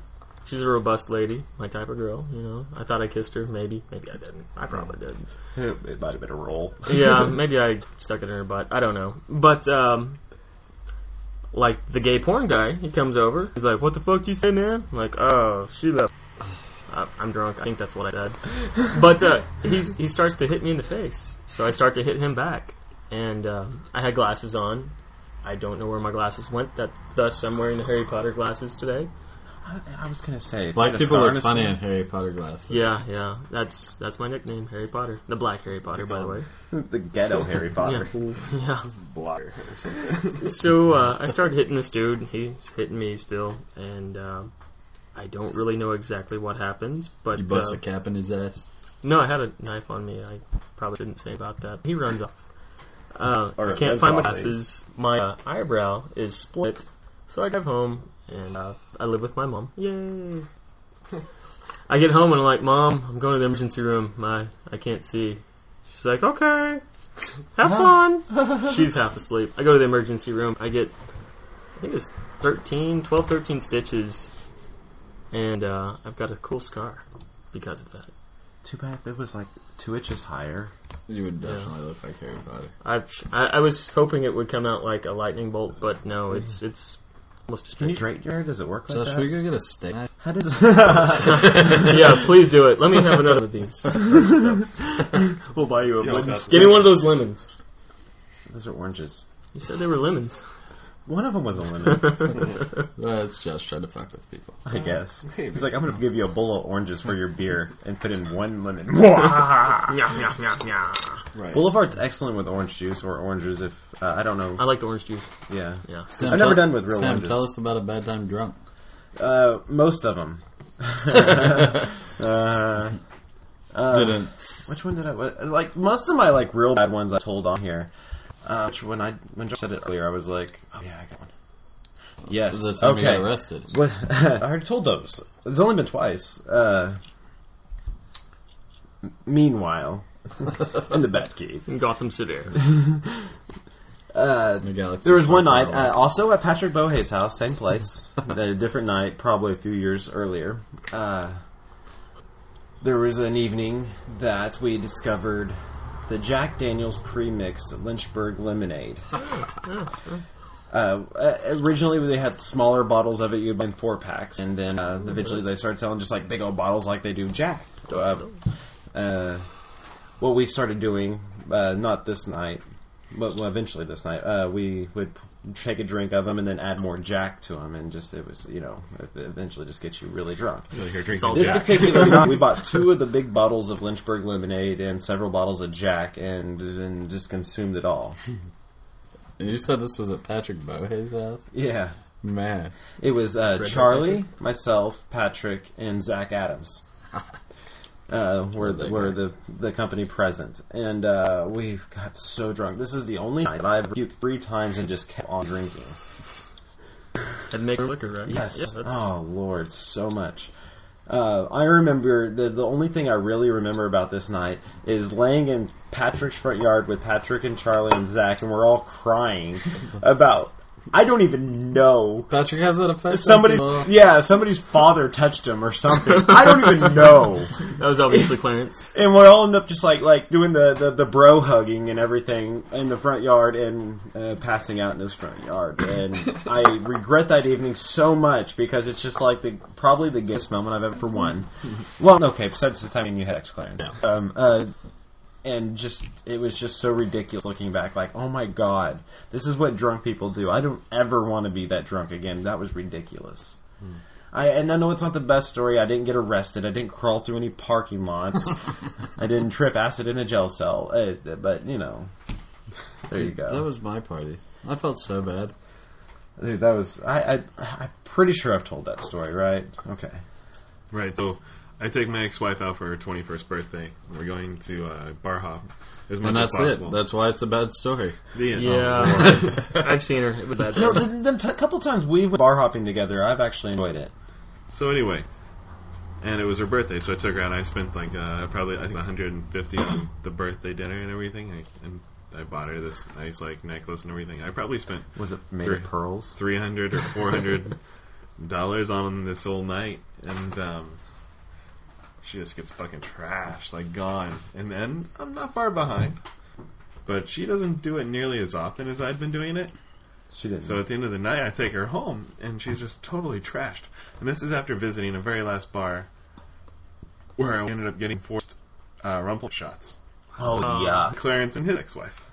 [SPEAKER 4] she's a robust lady, my type of girl. You know, I thought I kissed her. Maybe, maybe I didn't. I probably did.
[SPEAKER 2] It might have been a roll.
[SPEAKER 4] yeah, maybe I stuck it in her butt. I don't know. But um, like the gay porn guy, he comes over. He's like, "What the fuck you say, man?" I'm like, "Oh, she left." I- I'm drunk. I think that's what I said. But uh, he's he starts to hit me in the face, so I start to hit him back. And um, I had glasses on. I don't know where my glasses went. That thus, I'm wearing the Harry Potter glasses today.
[SPEAKER 2] I, I was gonna say, if you
[SPEAKER 3] Black
[SPEAKER 2] had a
[SPEAKER 3] people
[SPEAKER 2] star
[SPEAKER 3] look
[SPEAKER 2] in his-
[SPEAKER 3] funny in Harry Potter glasses.
[SPEAKER 4] Yeah, yeah. That's that's my nickname, Harry Potter, the Black Harry Potter, by the way.
[SPEAKER 2] The ghetto Harry
[SPEAKER 4] Yeah,
[SPEAKER 2] Potter.
[SPEAKER 4] yeah.
[SPEAKER 1] blotter or something.
[SPEAKER 4] So uh, I started hitting this dude. He's hitting me still, and uh, I don't really know exactly what happens. But
[SPEAKER 3] You bust
[SPEAKER 4] uh,
[SPEAKER 3] a cap in his ass.
[SPEAKER 4] no, I had a knife on me. I probably shouldn't say about that. He runs off. Uh,
[SPEAKER 2] Or
[SPEAKER 4] I can't
[SPEAKER 2] lives
[SPEAKER 4] find my
[SPEAKER 2] off these.
[SPEAKER 4] glasses. My uh, eyebrow is split, so I drive home, and uh, I live with my mom. Yay! I get home and I'm like, Mom, I'm going to the emergency room. My I can't see. She's like, Okay, have fun. She's half asleep. I go to the emergency room. I get, I think it's 13, 12, 13 stitches, and uh, I've got a cool scar because of that.
[SPEAKER 2] Too bad it was like two inches higher.
[SPEAKER 3] You would definitely look like Harry Potter.
[SPEAKER 4] I've, I I was hoping it would come out like a lightning bolt, but no, it's it's Almost
[SPEAKER 2] Can you
[SPEAKER 4] straight.
[SPEAKER 2] drape your hair? Does it work like
[SPEAKER 3] So should we
[SPEAKER 2] that?
[SPEAKER 3] go get a steak? knife?
[SPEAKER 2] How does?
[SPEAKER 4] yeah, please do it. Let me have another of these.
[SPEAKER 2] we'll buy you a
[SPEAKER 1] Yeah,
[SPEAKER 2] wooden.
[SPEAKER 1] that's-
[SPEAKER 2] stick.
[SPEAKER 4] Give me one of those lemons.
[SPEAKER 2] Those are oranges.
[SPEAKER 4] You said they were lemons.
[SPEAKER 2] One of them was a lemon,
[SPEAKER 3] That's Josh trying to fuck with people.
[SPEAKER 2] I guess.
[SPEAKER 1] Maybe.
[SPEAKER 2] He's like, I'm gonna give you a bowl of oranges for your beer and put in one lemon.
[SPEAKER 4] Yeah, yeah, yeah, yeah.
[SPEAKER 1] Right.
[SPEAKER 2] Boulevard's excellent with orange juice or oranges. If uh, I don't know,
[SPEAKER 4] I like the orange juice.
[SPEAKER 2] yeah.
[SPEAKER 4] Yeah.
[SPEAKER 3] Sam,
[SPEAKER 2] never
[SPEAKER 3] tell-
[SPEAKER 2] done with real
[SPEAKER 3] Sam,
[SPEAKER 2] oranges.
[SPEAKER 3] tell us about a bad time drunk.
[SPEAKER 2] Uh, most of them. uh,
[SPEAKER 3] Didn't.
[SPEAKER 2] which one did I? what- Like most of my like real bad ones I told on here. Uh, which when I when Josh said it earlier, I was like, oh yeah, I got one. Yes.
[SPEAKER 3] The time
[SPEAKER 2] Okay.
[SPEAKER 3] you got arrested.
[SPEAKER 2] What? I already told those. It's only been twice. Uh, m- meanwhile, in the Batcave.
[SPEAKER 4] In Gotham City.
[SPEAKER 2] Uh,
[SPEAKER 3] In the galaxy.
[SPEAKER 2] There was one
[SPEAKER 3] Park
[SPEAKER 2] night, uh, also at Patrick Bohe's house, same place, a different night, probably a few years earlier. Uh, there was an evening that we discovered the Jack Daniels pre-mixed Lynchburg lemonade. Uh, uh, originally, they had smaller bottles of it. You'd buy in four packs, and then uh, eventually they started selling just like big old bottles, like they do Jack. Uh, uh, what we started doing, uh, not this night, but well, eventually this night, uh, we would p- take a drink of them and then add more Jack to them, and just it was you know it- it eventually just gets you really drunk.
[SPEAKER 1] Really here drinking
[SPEAKER 4] Salt
[SPEAKER 2] This
[SPEAKER 1] Jack.
[SPEAKER 2] particular night, we bought two of the big bottles of Lynchburg lemonade and several bottles of Jack, and, and just consumed it all.
[SPEAKER 3] And you said this was at Patrick Bohe's house?
[SPEAKER 2] Yeah,
[SPEAKER 3] Man.
[SPEAKER 2] it was uh,
[SPEAKER 4] Red
[SPEAKER 2] Charlie, myself, Patrick, and Zach Adams. Uh, were the, were the the company present, and uh, we got so drunk. This is the only night I've puked three times and just kept on drinking.
[SPEAKER 4] Had make liquor, right?
[SPEAKER 2] Yes.
[SPEAKER 4] Yeah, that's,
[SPEAKER 2] oh Lord, so much. Uh, I remember the the only thing I really remember about this night is laying in Patrick's front yard with Patrick and Charlie and Zach, and we're all crying about I don't even know
[SPEAKER 3] Patrick has that effect.
[SPEAKER 2] somebody.
[SPEAKER 3] on people?
[SPEAKER 2] Yeah, somebody's father touched him or something. I don't even know.
[SPEAKER 4] that was obviously Clarence.
[SPEAKER 2] And we all end up just like like doing the, the, the bro hugging and everything in the front yard and uh, passing out in his front yard. And I regret that evening so much because it's just like the probably the gayest moment I've ever for one. Well, okay, besides the time you had X Clarence. Um, uh, and just it was just so ridiculous looking back. Like, oh my god, this is what drunk people do. I don't ever want to be that drunk again. That was ridiculous.
[SPEAKER 3] Hmm.
[SPEAKER 2] I and I know it's not the best story. I didn't get arrested. I didn't crawl through any parking lots. I didn't trip acid in a jail cell. Uh, but you know, there you go.
[SPEAKER 3] That was my party. I felt so bad.
[SPEAKER 2] Dude, that was I, I. I'm pretty sure I've told that story, right? Okay.
[SPEAKER 1] Right. So I take my ex-wife out for her 21st birthday. We're going to uh, bar hop as much
[SPEAKER 3] And that's
[SPEAKER 1] as possible.
[SPEAKER 3] it. That's why it's a bad story.
[SPEAKER 1] the end.
[SPEAKER 4] Yeah. I've seen her. It was bad.
[SPEAKER 2] No, the, the t- couple times we went bar hopping together, I've actually enjoyed it.
[SPEAKER 1] So anyway, and it was her birthday, so I took her out. I spent like uh, probably I think 150 on the birthday dinner and everything. I, and I bought her this nice like necklace and everything. I probably spent
[SPEAKER 2] Was it made
[SPEAKER 1] Three.
[SPEAKER 2] of pearls?
[SPEAKER 1] 300 or 400 dollars on this whole night, and um, she just gets fucking trashed, like gone. And then I'm not far behind. But she doesn't do it nearly as often as I'd been doing it.
[SPEAKER 2] She didn't.
[SPEAKER 1] So at the end of the night, I take her home, and she's just totally trashed. And this is after visiting a very last bar where I ended up getting forced uh, rumple shots.
[SPEAKER 2] oh yeah.
[SPEAKER 1] Clarence and his ex-wife.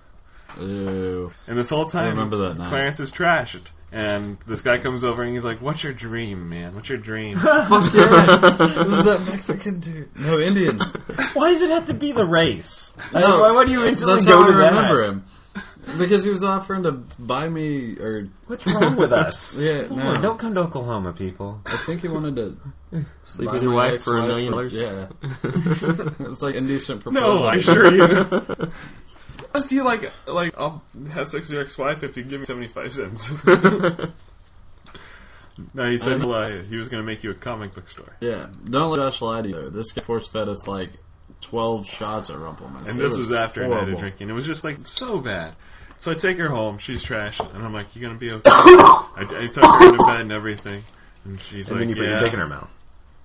[SPEAKER 3] Ew.
[SPEAKER 1] And this whole time,
[SPEAKER 3] remember that night.
[SPEAKER 1] Clarence is trashed. And this guy comes over and he's like, "What's your dream, man? What's your dream?"
[SPEAKER 3] Fuck yeah! it was that Mexican dude. No, Indian.
[SPEAKER 2] Why does it have to be the race?
[SPEAKER 3] No,
[SPEAKER 2] why, why do you instantly
[SPEAKER 3] That's
[SPEAKER 2] go
[SPEAKER 3] how
[SPEAKER 2] to
[SPEAKER 3] I
[SPEAKER 2] that?
[SPEAKER 3] remember him. Because he was offering to buy me, or
[SPEAKER 2] What's wrong with us?
[SPEAKER 3] Yeah,
[SPEAKER 2] Lord,
[SPEAKER 3] no.
[SPEAKER 2] don't come to Oklahoma, people.
[SPEAKER 3] I think he wanted to sleep
[SPEAKER 4] Buy
[SPEAKER 3] with
[SPEAKER 4] your
[SPEAKER 3] my
[SPEAKER 4] wife for a
[SPEAKER 3] ex-wife
[SPEAKER 4] million dollars?
[SPEAKER 3] Yeah, it was like indecent proposal.
[SPEAKER 1] no, I assure you. Unless you like, like I'll have sex with your ex-wife if you give me seventy-five cents. no, he said uh, he was going to make you a comic book store.
[SPEAKER 3] Yeah, don't let Josh lie to you. Though. This guy force fed us like twelve shots at Rumpleman.
[SPEAKER 1] And this was, after a night of drinking. It was just like so bad. So I take her home. She's trash, and I'm like, "You gonna be okay?" I, I took her to bed and everything, and she's
[SPEAKER 2] And
[SPEAKER 1] like,
[SPEAKER 2] then you put
[SPEAKER 1] "Yeah."
[SPEAKER 2] your dick in her mouth.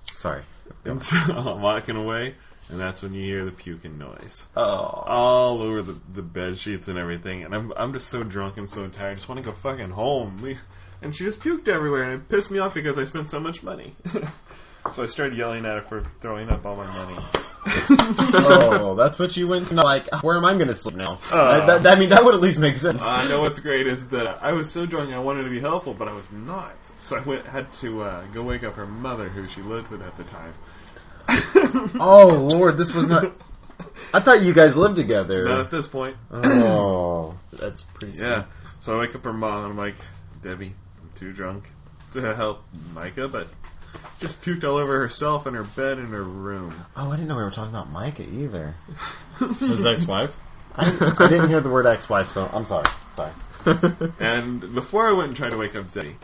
[SPEAKER 2] Sorry.
[SPEAKER 1] and so I'm uh, walking away, and that's when you hear the puking noise
[SPEAKER 2] Oh.
[SPEAKER 1] all over the, the bed sheets and everything. And I'm I'm just so drunk and so tired. I just want to go fucking home. Le- and she just puked everywhere, and it pissed me off because I spent so much money. so I started yelling at her for throwing up all my money.
[SPEAKER 2] oh, that's what you went to. know, Like, where am I going to sleep now? I, that, I mean, that would at least make sense.
[SPEAKER 1] I know what's great is that I was so drunk I wanted to be helpful, but I was not. So I went had to uh, go wake up her mother, who she lived with at the time.
[SPEAKER 2] oh Lord, this was not. I thought you guys lived together.
[SPEAKER 1] Not at this point.
[SPEAKER 2] Oh,
[SPEAKER 4] That's pretty. Sweet.
[SPEAKER 1] Yeah. So I wake up her mom, and I'm like, Debbie, I'm too drunk to help Micah, but just puked all over herself and her bed and her room.
[SPEAKER 2] oh, I didn't know we were talking about Micah either.
[SPEAKER 3] His ex-wife.
[SPEAKER 2] I didn't hear the word ex-wife, so I'm sorry. Sorry.
[SPEAKER 1] And before I went and tried to wake up Debbie,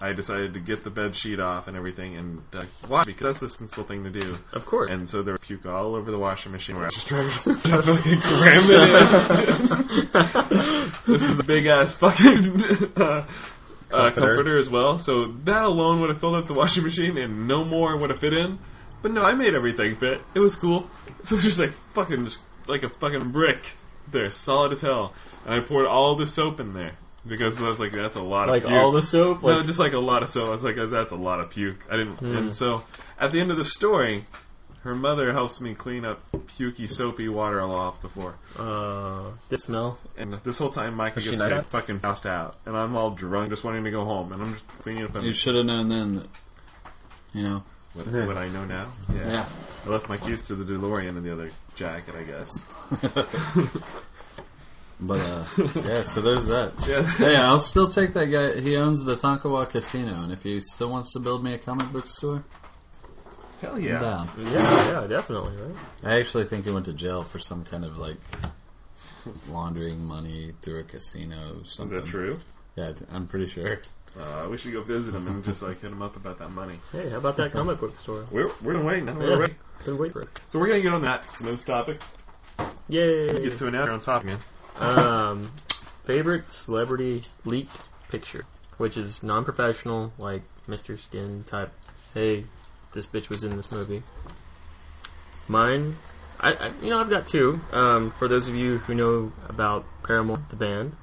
[SPEAKER 1] I decided to get the bed sheet off and everything and uh, wash because that's the sensible thing to do.
[SPEAKER 4] Of course.
[SPEAKER 1] And so there was puke all over the washing machine where I was just trying to definitely cram it in. this is a big ass fucking uh, uh, comforter as well. So that alone would have filled up the washing machine and no more would have fit in. But no, I made everything fit. It was cool. So it was just like fucking, just like a fucking brick there, solid as hell. And I poured all the soap in there. Because I was like, that's a lot
[SPEAKER 3] Like
[SPEAKER 1] of puke
[SPEAKER 3] all the soap.
[SPEAKER 1] no,
[SPEAKER 3] Like,
[SPEAKER 1] just like a lot of so. I was like, that's a lot of puke. I didn't. And so, at the end of the story, her mother helps me clean up pukey, soapy water all off the floor.
[SPEAKER 4] Uh, did it smell?
[SPEAKER 1] And this whole time, Micah
[SPEAKER 2] Does she
[SPEAKER 1] gets
[SPEAKER 2] know
[SPEAKER 1] getting
[SPEAKER 2] that?
[SPEAKER 1] fucking passed out, and I'm all drunk, just wanting to go home, and I'm just cleaning up. And
[SPEAKER 3] you should have known then. That, you know.
[SPEAKER 1] what, what I know now. Yes. I left my keys to the DeLorean in the other jacket, I guess.
[SPEAKER 3] But uh, yeah, so there's that.
[SPEAKER 1] Yeah.
[SPEAKER 3] Hey, I'll still take that guy. He owns the Tonkawa Casino, and if he still wants to build me a comic book store,
[SPEAKER 1] Hell
[SPEAKER 3] I'm
[SPEAKER 1] yeah.
[SPEAKER 3] down.
[SPEAKER 4] Yeah, yeah, definitely, right?
[SPEAKER 3] I actually think he went to jail for some kind of like laundering money through a casino. Or
[SPEAKER 1] Is
[SPEAKER 3] something.
[SPEAKER 1] that true?
[SPEAKER 3] Yeah, I th- I'm pretty sure.
[SPEAKER 1] Uh, we should go visit him and just like hit him up about that money.
[SPEAKER 4] Hey, how about that comic book store?
[SPEAKER 1] We're we're waiting.
[SPEAKER 4] Yeah.
[SPEAKER 1] We're ready.
[SPEAKER 4] Been waiting for it.
[SPEAKER 1] So we're gonna get on that snooze topic.
[SPEAKER 4] Yay!
[SPEAKER 1] Get to an hour on top again.
[SPEAKER 4] Um, favorite celebrity leaked picture, which is non-professional, like Mr. Skin type. Hey, this bitch was in this movie. Mine, I, I you know I've got two. Um, for those of you who know about Paramore the band,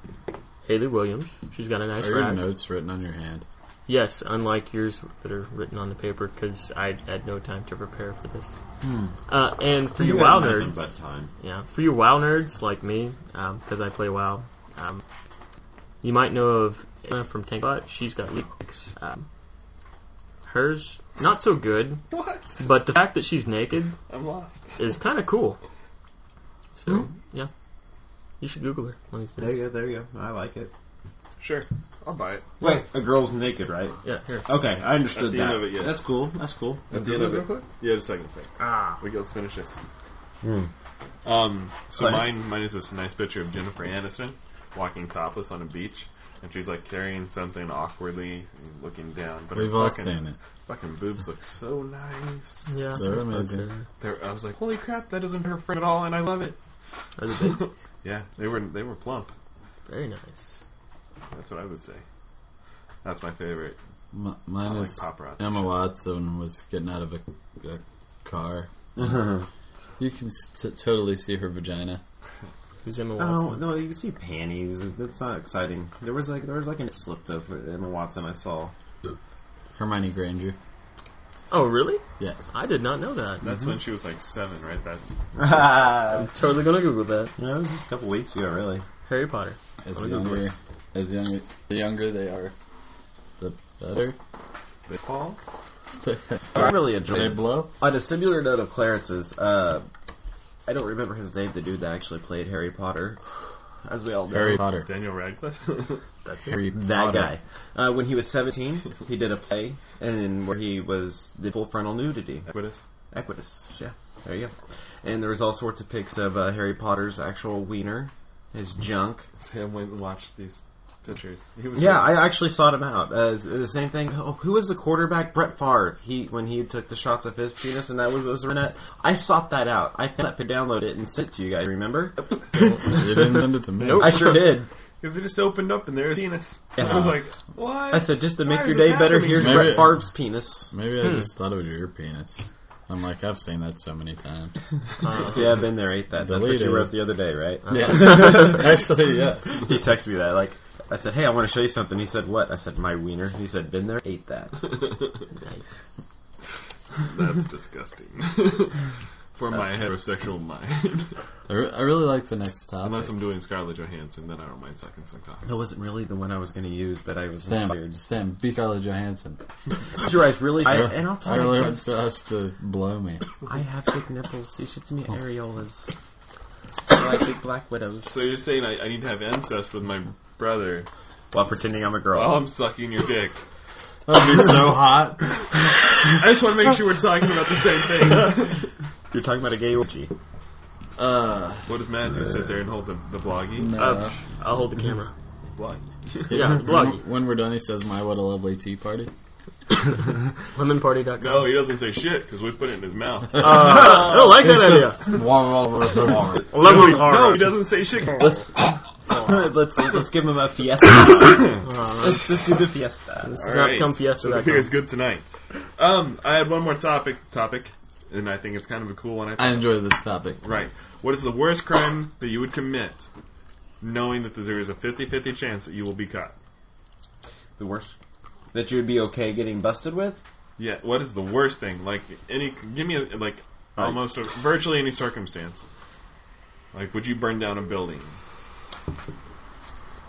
[SPEAKER 4] Haley Williams, she's got a nice
[SPEAKER 3] Are your
[SPEAKER 4] rack.
[SPEAKER 3] notes written on your hand?
[SPEAKER 4] Yes, unlike yours that are written on the paper, because I had no time to prepare for this. Uh, and for you, WoW nerds,
[SPEAKER 2] time.
[SPEAKER 4] yeah, for you WoW nerds like me, because I play WoW, um, you might know of Anna from Tankbot. She's got leaks. Um, hers not so good,
[SPEAKER 1] What?
[SPEAKER 4] but the fact that she's naked
[SPEAKER 1] I'm lost.
[SPEAKER 4] is kind of cool. So yeah, you should Google her. One of these
[SPEAKER 2] There
[SPEAKER 4] days.
[SPEAKER 2] you go. There you go. I like it.
[SPEAKER 1] Sure, I'll buy it.
[SPEAKER 2] Wait, a girl's naked, right?
[SPEAKER 4] Yeah, here.
[SPEAKER 2] Okay, I understood
[SPEAKER 1] At the
[SPEAKER 2] that.
[SPEAKER 1] end of it, yeah.
[SPEAKER 2] That's cool. That's cool.
[SPEAKER 1] At the end of it, yeah, just a second, second.
[SPEAKER 4] Ah,
[SPEAKER 1] We go. Let's finish this.
[SPEAKER 3] Hmm.
[SPEAKER 1] Um, so
[SPEAKER 2] Thanks.
[SPEAKER 1] mine, mine is this nice picture of Jennifer Aniston walking topless on a beach, and she's like carrying something awkwardly, and looking down. But her
[SPEAKER 3] We've all
[SPEAKER 1] fucking,
[SPEAKER 3] seen it.
[SPEAKER 1] Fucking boobs look so nice.
[SPEAKER 4] yeah.
[SPEAKER 3] So amazing.
[SPEAKER 1] They're, I was like, holy crap, that isn't her frame at all, and I love it.
[SPEAKER 4] That's big.
[SPEAKER 1] Yeah, they were they were plump.
[SPEAKER 4] Very nice.
[SPEAKER 1] That's what I would say. That's my favorite.
[SPEAKER 3] M- mine
[SPEAKER 1] I like
[SPEAKER 3] is
[SPEAKER 1] paparazzi
[SPEAKER 3] Emma
[SPEAKER 1] shit.
[SPEAKER 3] Watson was getting out of a, a car. you can s- t- totally see her vagina.
[SPEAKER 4] Who's Emma
[SPEAKER 2] Oh
[SPEAKER 4] Watson?
[SPEAKER 2] no, you can see panties. That's not exciting. There was like there was like a slip though for Emma Watson. I saw.
[SPEAKER 3] Hermione Granger.
[SPEAKER 4] Oh, really?
[SPEAKER 3] Yes.
[SPEAKER 4] I did not know that.
[SPEAKER 1] That's
[SPEAKER 3] Mm-hmm.
[SPEAKER 1] when she was like seven, right? That
[SPEAKER 2] yeah,
[SPEAKER 4] Totally gonna Google that.
[SPEAKER 2] it was just a couple weeks ago, really.
[SPEAKER 4] Harry Potter.
[SPEAKER 3] As
[SPEAKER 4] Oh, yeah.
[SPEAKER 3] younger, as younger, the younger they are, the better
[SPEAKER 1] they fall.
[SPEAKER 2] I really
[SPEAKER 3] they
[SPEAKER 2] enjoyed.
[SPEAKER 3] blow.
[SPEAKER 2] On a similar note of Clarence's, uh, I don't remember his name. The dude that actually played Harry Potter, as we all know,
[SPEAKER 3] Harry Potter.
[SPEAKER 1] Daniel Radcliffe.
[SPEAKER 4] That's it.
[SPEAKER 3] Harry
[SPEAKER 2] that
[SPEAKER 3] Potter.
[SPEAKER 2] guy. Uh, when he was seventeen, he did a play, and where he was the full frontal nudity.
[SPEAKER 1] Equitus.
[SPEAKER 2] Equitus. Yeah, there you go. And there was all sorts of pics of uh, Harry Potter's actual wiener, his junk.
[SPEAKER 1] Sam went and watched these pictures. He was
[SPEAKER 2] Yeah, I actually sought him out. Uh, the same thing. Oh, who was the quarterback? Brett Favre. He when he took the shots of his penis, and that was was Renette. I sought that out. I found that to download it and sent it to you guys. Remember?
[SPEAKER 3] you didn't send it to me.
[SPEAKER 4] Nope.
[SPEAKER 2] I sure did.
[SPEAKER 1] Because it just opened up and there's penis.
[SPEAKER 2] Yeah.
[SPEAKER 1] I was like, what?
[SPEAKER 2] I said just to make
[SPEAKER 1] Why is
[SPEAKER 2] your
[SPEAKER 1] this
[SPEAKER 2] day better.
[SPEAKER 1] happening?
[SPEAKER 2] Here's
[SPEAKER 3] Maybe-
[SPEAKER 2] Brett Favre's penis.
[SPEAKER 3] Maybe I just thought it was your penis. I'm like, I've seen that so many times.
[SPEAKER 2] Yeah, I've been there, ate that. That's what
[SPEAKER 3] Deleted.
[SPEAKER 2] you wrote the other day, right?
[SPEAKER 3] Yes. Actually, yes.
[SPEAKER 2] He texted me that like. I said, "Hey, I want to show you something." He said, "What?" I said, "My wiener." He said, "Been there, ate that."
[SPEAKER 4] Nice.
[SPEAKER 1] That's disgusting. For my heterosexual mind.
[SPEAKER 3] I, re- I really like the next topic.
[SPEAKER 1] Unless I'm doing Scarlett Johansson, then I don't mind sucking some cock.
[SPEAKER 2] That wasn't really the one I was going to use, but I was
[SPEAKER 3] Sam,
[SPEAKER 2] inspired.
[SPEAKER 3] Sam, be Scarlett Johansson.
[SPEAKER 2] Close your eyes, really. I,
[SPEAKER 3] I,
[SPEAKER 2] and I'll
[SPEAKER 3] I
[SPEAKER 2] tell
[SPEAKER 3] really
[SPEAKER 2] you,
[SPEAKER 3] want
[SPEAKER 2] this,
[SPEAKER 3] us to blow me.
[SPEAKER 2] I have big nipples. You should see
[SPEAKER 3] Oh.
[SPEAKER 2] me areolas. I like big black widows.
[SPEAKER 1] So you're saying I, I need to have incest with my brother
[SPEAKER 2] While pretending I'm a girl.
[SPEAKER 1] while I'm sucking your dick?
[SPEAKER 3] That'd be so hot.
[SPEAKER 1] I just want to make sure we're talking about the same thing.
[SPEAKER 2] You're talking about a gay orgy.
[SPEAKER 3] Uh,
[SPEAKER 1] what does Matt do? Sit there and hold the, the bloggy?
[SPEAKER 3] no.
[SPEAKER 4] Uh, I'll hold the camera.
[SPEAKER 1] Bloggy.
[SPEAKER 4] Yeah, the blog.
[SPEAKER 3] When we're done, he says, "My what a lovely tea party."
[SPEAKER 4] Lemonparty.com.
[SPEAKER 1] No, he doesn't say shit because we put it in his mouth. no,
[SPEAKER 4] I don't like that idea.
[SPEAKER 3] Let's
[SPEAKER 4] Lemon
[SPEAKER 1] he, no, he doesn't say shit.
[SPEAKER 2] let's let's give him a fiesta.
[SPEAKER 3] oh,
[SPEAKER 2] let's, let's do the fiesta.
[SPEAKER 4] This is not come fiesta
[SPEAKER 1] So
[SPEAKER 4] dot
[SPEAKER 1] beer
[SPEAKER 4] com.
[SPEAKER 1] is good tonight. Um, I had one more topic. Topic, and I think it's kind of a cool one. I
[SPEAKER 3] I enjoy this topic.
[SPEAKER 1] Right. What is the worst crime that you would commit knowing that there is a 50 50 chance that you will be caught?
[SPEAKER 2] The worst that you would be okay getting busted with.
[SPEAKER 1] Yeah, what is the worst thing? Like, any, give me, a, like, almost a, virtually any circumstance. Like, would you burn down a building?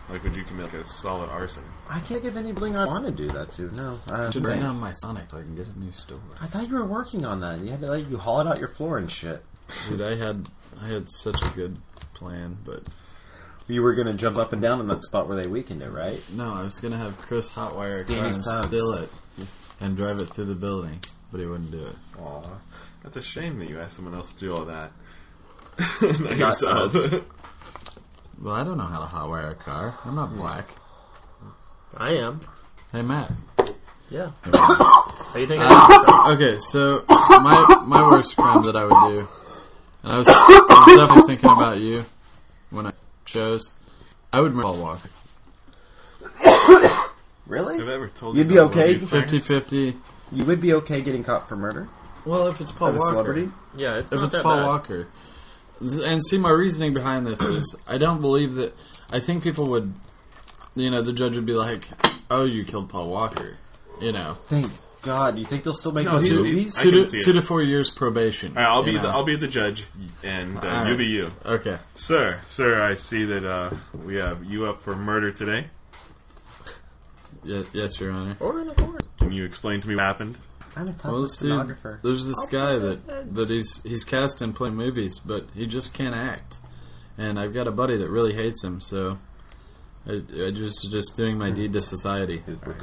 [SPEAKER 1] Like, would you commit like, a solid arson?
[SPEAKER 2] I can't give any bling. I want to do that too. No, uh,
[SPEAKER 3] Should bring down my Sonic. so I can get a new store.
[SPEAKER 2] I thought you were working on that. You had to, like you hauled out your floor and shit.
[SPEAKER 3] Dude, I had I had such a good plan, but
[SPEAKER 2] You were gonna jump up and down in that spot where they weakened it, right?
[SPEAKER 3] no, I was gonna have Chris hotwire a car
[SPEAKER 2] Danny
[SPEAKER 3] and
[SPEAKER 2] Suggs.
[SPEAKER 3] steal it and drive it through the building, but he wouldn't do it.
[SPEAKER 1] Aw. That's a shame that you asked someone else to do all that. Not
[SPEAKER 2] Not
[SPEAKER 1] yourself.
[SPEAKER 2] us.
[SPEAKER 3] Well, I don't know how to hotwire a car. I'm not black.
[SPEAKER 4] I am.
[SPEAKER 3] Hey, Matt.
[SPEAKER 4] Yeah. How you think I
[SPEAKER 3] Okay, so my my worst crime that I would do, and I was, I was definitely thinking about you when I chose. I would murder Paul Walker.
[SPEAKER 1] Have I
[SPEAKER 2] Really?
[SPEAKER 1] ever told
[SPEAKER 2] You'd
[SPEAKER 1] you
[SPEAKER 2] be
[SPEAKER 1] about
[SPEAKER 2] okay?
[SPEAKER 1] Willoughby Ferris?
[SPEAKER 3] 50-50.
[SPEAKER 2] You would be okay getting caught for murder
[SPEAKER 3] Well, if it's Paul
[SPEAKER 2] of a
[SPEAKER 3] Walker,
[SPEAKER 2] celebrity?
[SPEAKER 4] Yeah, it's
[SPEAKER 3] if
[SPEAKER 4] not
[SPEAKER 3] it's
[SPEAKER 4] that
[SPEAKER 3] Paul
[SPEAKER 4] bad.
[SPEAKER 3] Walker, and see, my reasoning behind this is I don't believe that. I think people would, you know, the judge would be like, "Oh, you killed Paul Walker," you know,
[SPEAKER 2] Thank God. You think they'll still make
[SPEAKER 1] No,
[SPEAKER 2] those
[SPEAKER 1] he's-
[SPEAKER 2] movies?
[SPEAKER 1] I
[SPEAKER 3] two
[SPEAKER 1] can
[SPEAKER 3] to
[SPEAKER 1] see
[SPEAKER 3] two
[SPEAKER 1] it.
[SPEAKER 3] to four years probation.
[SPEAKER 1] All right, I'll
[SPEAKER 3] you
[SPEAKER 1] be the,
[SPEAKER 3] know.
[SPEAKER 1] I'll be the judge, and uh,
[SPEAKER 3] All right.
[SPEAKER 1] you be you.
[SPEAKER 3] okay.
[SPEAKER 1] Sir, sir, I see that uh, we have you up for murder today.
[SPEAKER 3] Ye- yes, Your Honor.
[SPEAKER 4] Or in a court.
[SPEAKER 1] Can you explain to me what happened?
[SPEAKER 2] I'm a top
[SPEAKER 3] Well, this dude,
[SPEAKER 2] stenographer.
[SPEAKER 3] there's this guy that that he's he's cast in playing movies, but he just can't act. And I've got a buddy that really hates him, so I, I just just doing my deed to society.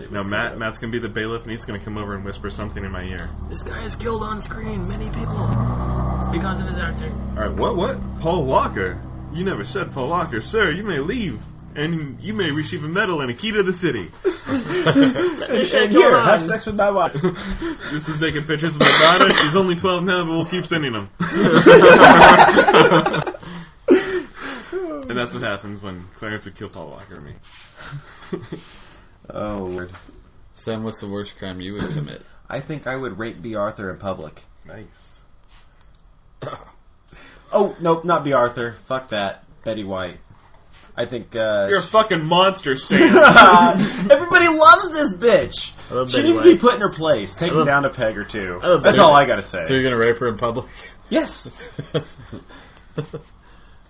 [SPEAKER 1] Now Matt, Matt's gonna be the bailiff, and he's gonna come over and whisper something in my ear.
[SPEAKER 4] This guy is killed on screen, many people, because of his acting.
[SPEAKER 1] All right, what? What? Paul Walker? You never said Paul Walker, sir. You may leave, and you may receive a medal and a key to the city.
[SPEAKER 4] Shake your
[SPEAKER 2] Here, have
[SPEAKER 4] hand.
[SPEAKER 2] sex with my wife.
[SPEAKER 1] This is taking pictures of my daughter. She's only twelve now, but we'll keep sending them. and that's what happens when Clarence would kill Paul Walker and me.
[SPEAKER 2] oh, Lord.
[SPEAKER 3] Sam, what's the worst crime you would commit?
[SPEAKER 2] I think I would rape B. Arthur in public.
[SPEAKER 1] Nice.
[SPEAKER 2] Oh, nope, not B. Arthur. Fuck that. Betty White. I think, uh...
[SPEAKER 1] You're a fucking monster, Sam.
[SPEAKER 2] Everybody loves this bitch.
[SPEAKER 4] love
[SPEAKER 2] she
[SPEAKER 4] Betty
[SPEAKER 2] needs to be
[SPEAKER 4] White.
[SPEAKER 2] put in her place, taken
[SPEAKER 4] love-
[SPEAKER 2] down a peg or two.
[SPEAKER 4] love
[SPEAKER 2] That's
[SPEAKER 4] Betty
[SPEAKER 2] all
[SPEAKER 4] White.
[SPEAKER 2] I gotta say.
[SPEAKER 3] So you're gonna rape her in public?
[SPEAKER 2] yes.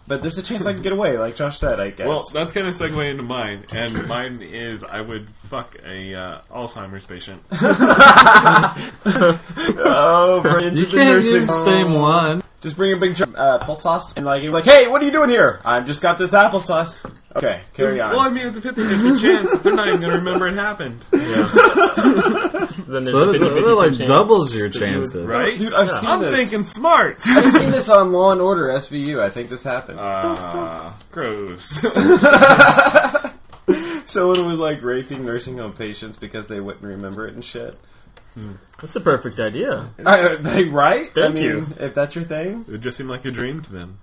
[SPEAKER 2] but there's a chance I can get away, like Josh said. I guess.
[SPEAKER 1] well, that's kind of segue into mine, and mine is I would fuck a uh, Alzheimer's patient.
[SPEAKER 2] oh, bring it to
[SPEAKER 3] You
[SPEAKER 2] the
[SPEAKER 3] can't
[SPEAKER 2] nursing
[SPEAKER 3] use the
[SPEAKER 2] home.
[SPEAKER 3] same one.
[SPEAKER 2] Just bring a big jar- uh, applesauce and like, you're like, hey, what are you doing here? I've just got this applesauce. Okay, carry on.
[SPEAKER 1] Well, I mean, it's a 50 50 chance. They're not even going to remember it happened.
[SPEAKER 4] Then there's
[SPEAKER 3] So
[SPEAKER 4] a
[SPEAKER 3] that,
[SPEAKER 4] 50-50
[SPEAKER 3] that, like
[SPEAKER 4] chance
[SPEAKER 3] doubles your
[SPEAKER 4] that you would-
[SPEAKER 3] chances.
[SPEAKER 1] Right?
[SPEAKER 2] Dude, I've seen
[SPEAKER 1] I'm
[SPEAKER 2] this.
[SPEAKER 1] thinking smart.
[SPEAKER 2] I've seen this on Law and Order SVU. I think this happened.
[SPEAKER 1] Uh, gross.
[SPEAKER 2] Someone was like raping nursing home patients because they wouldn't remember it and shit.
[SPEAKER 4] That's the perfect idea.
[SPEAKER 2] I, I- right? I
[SPEAKER 4] Thank
[SPEAKER 2] mean,
[SPEAKER 4] you.
[SPEAKER 2] If that's your thing.
[SPEAKER 1] it just seemed like a dream to them.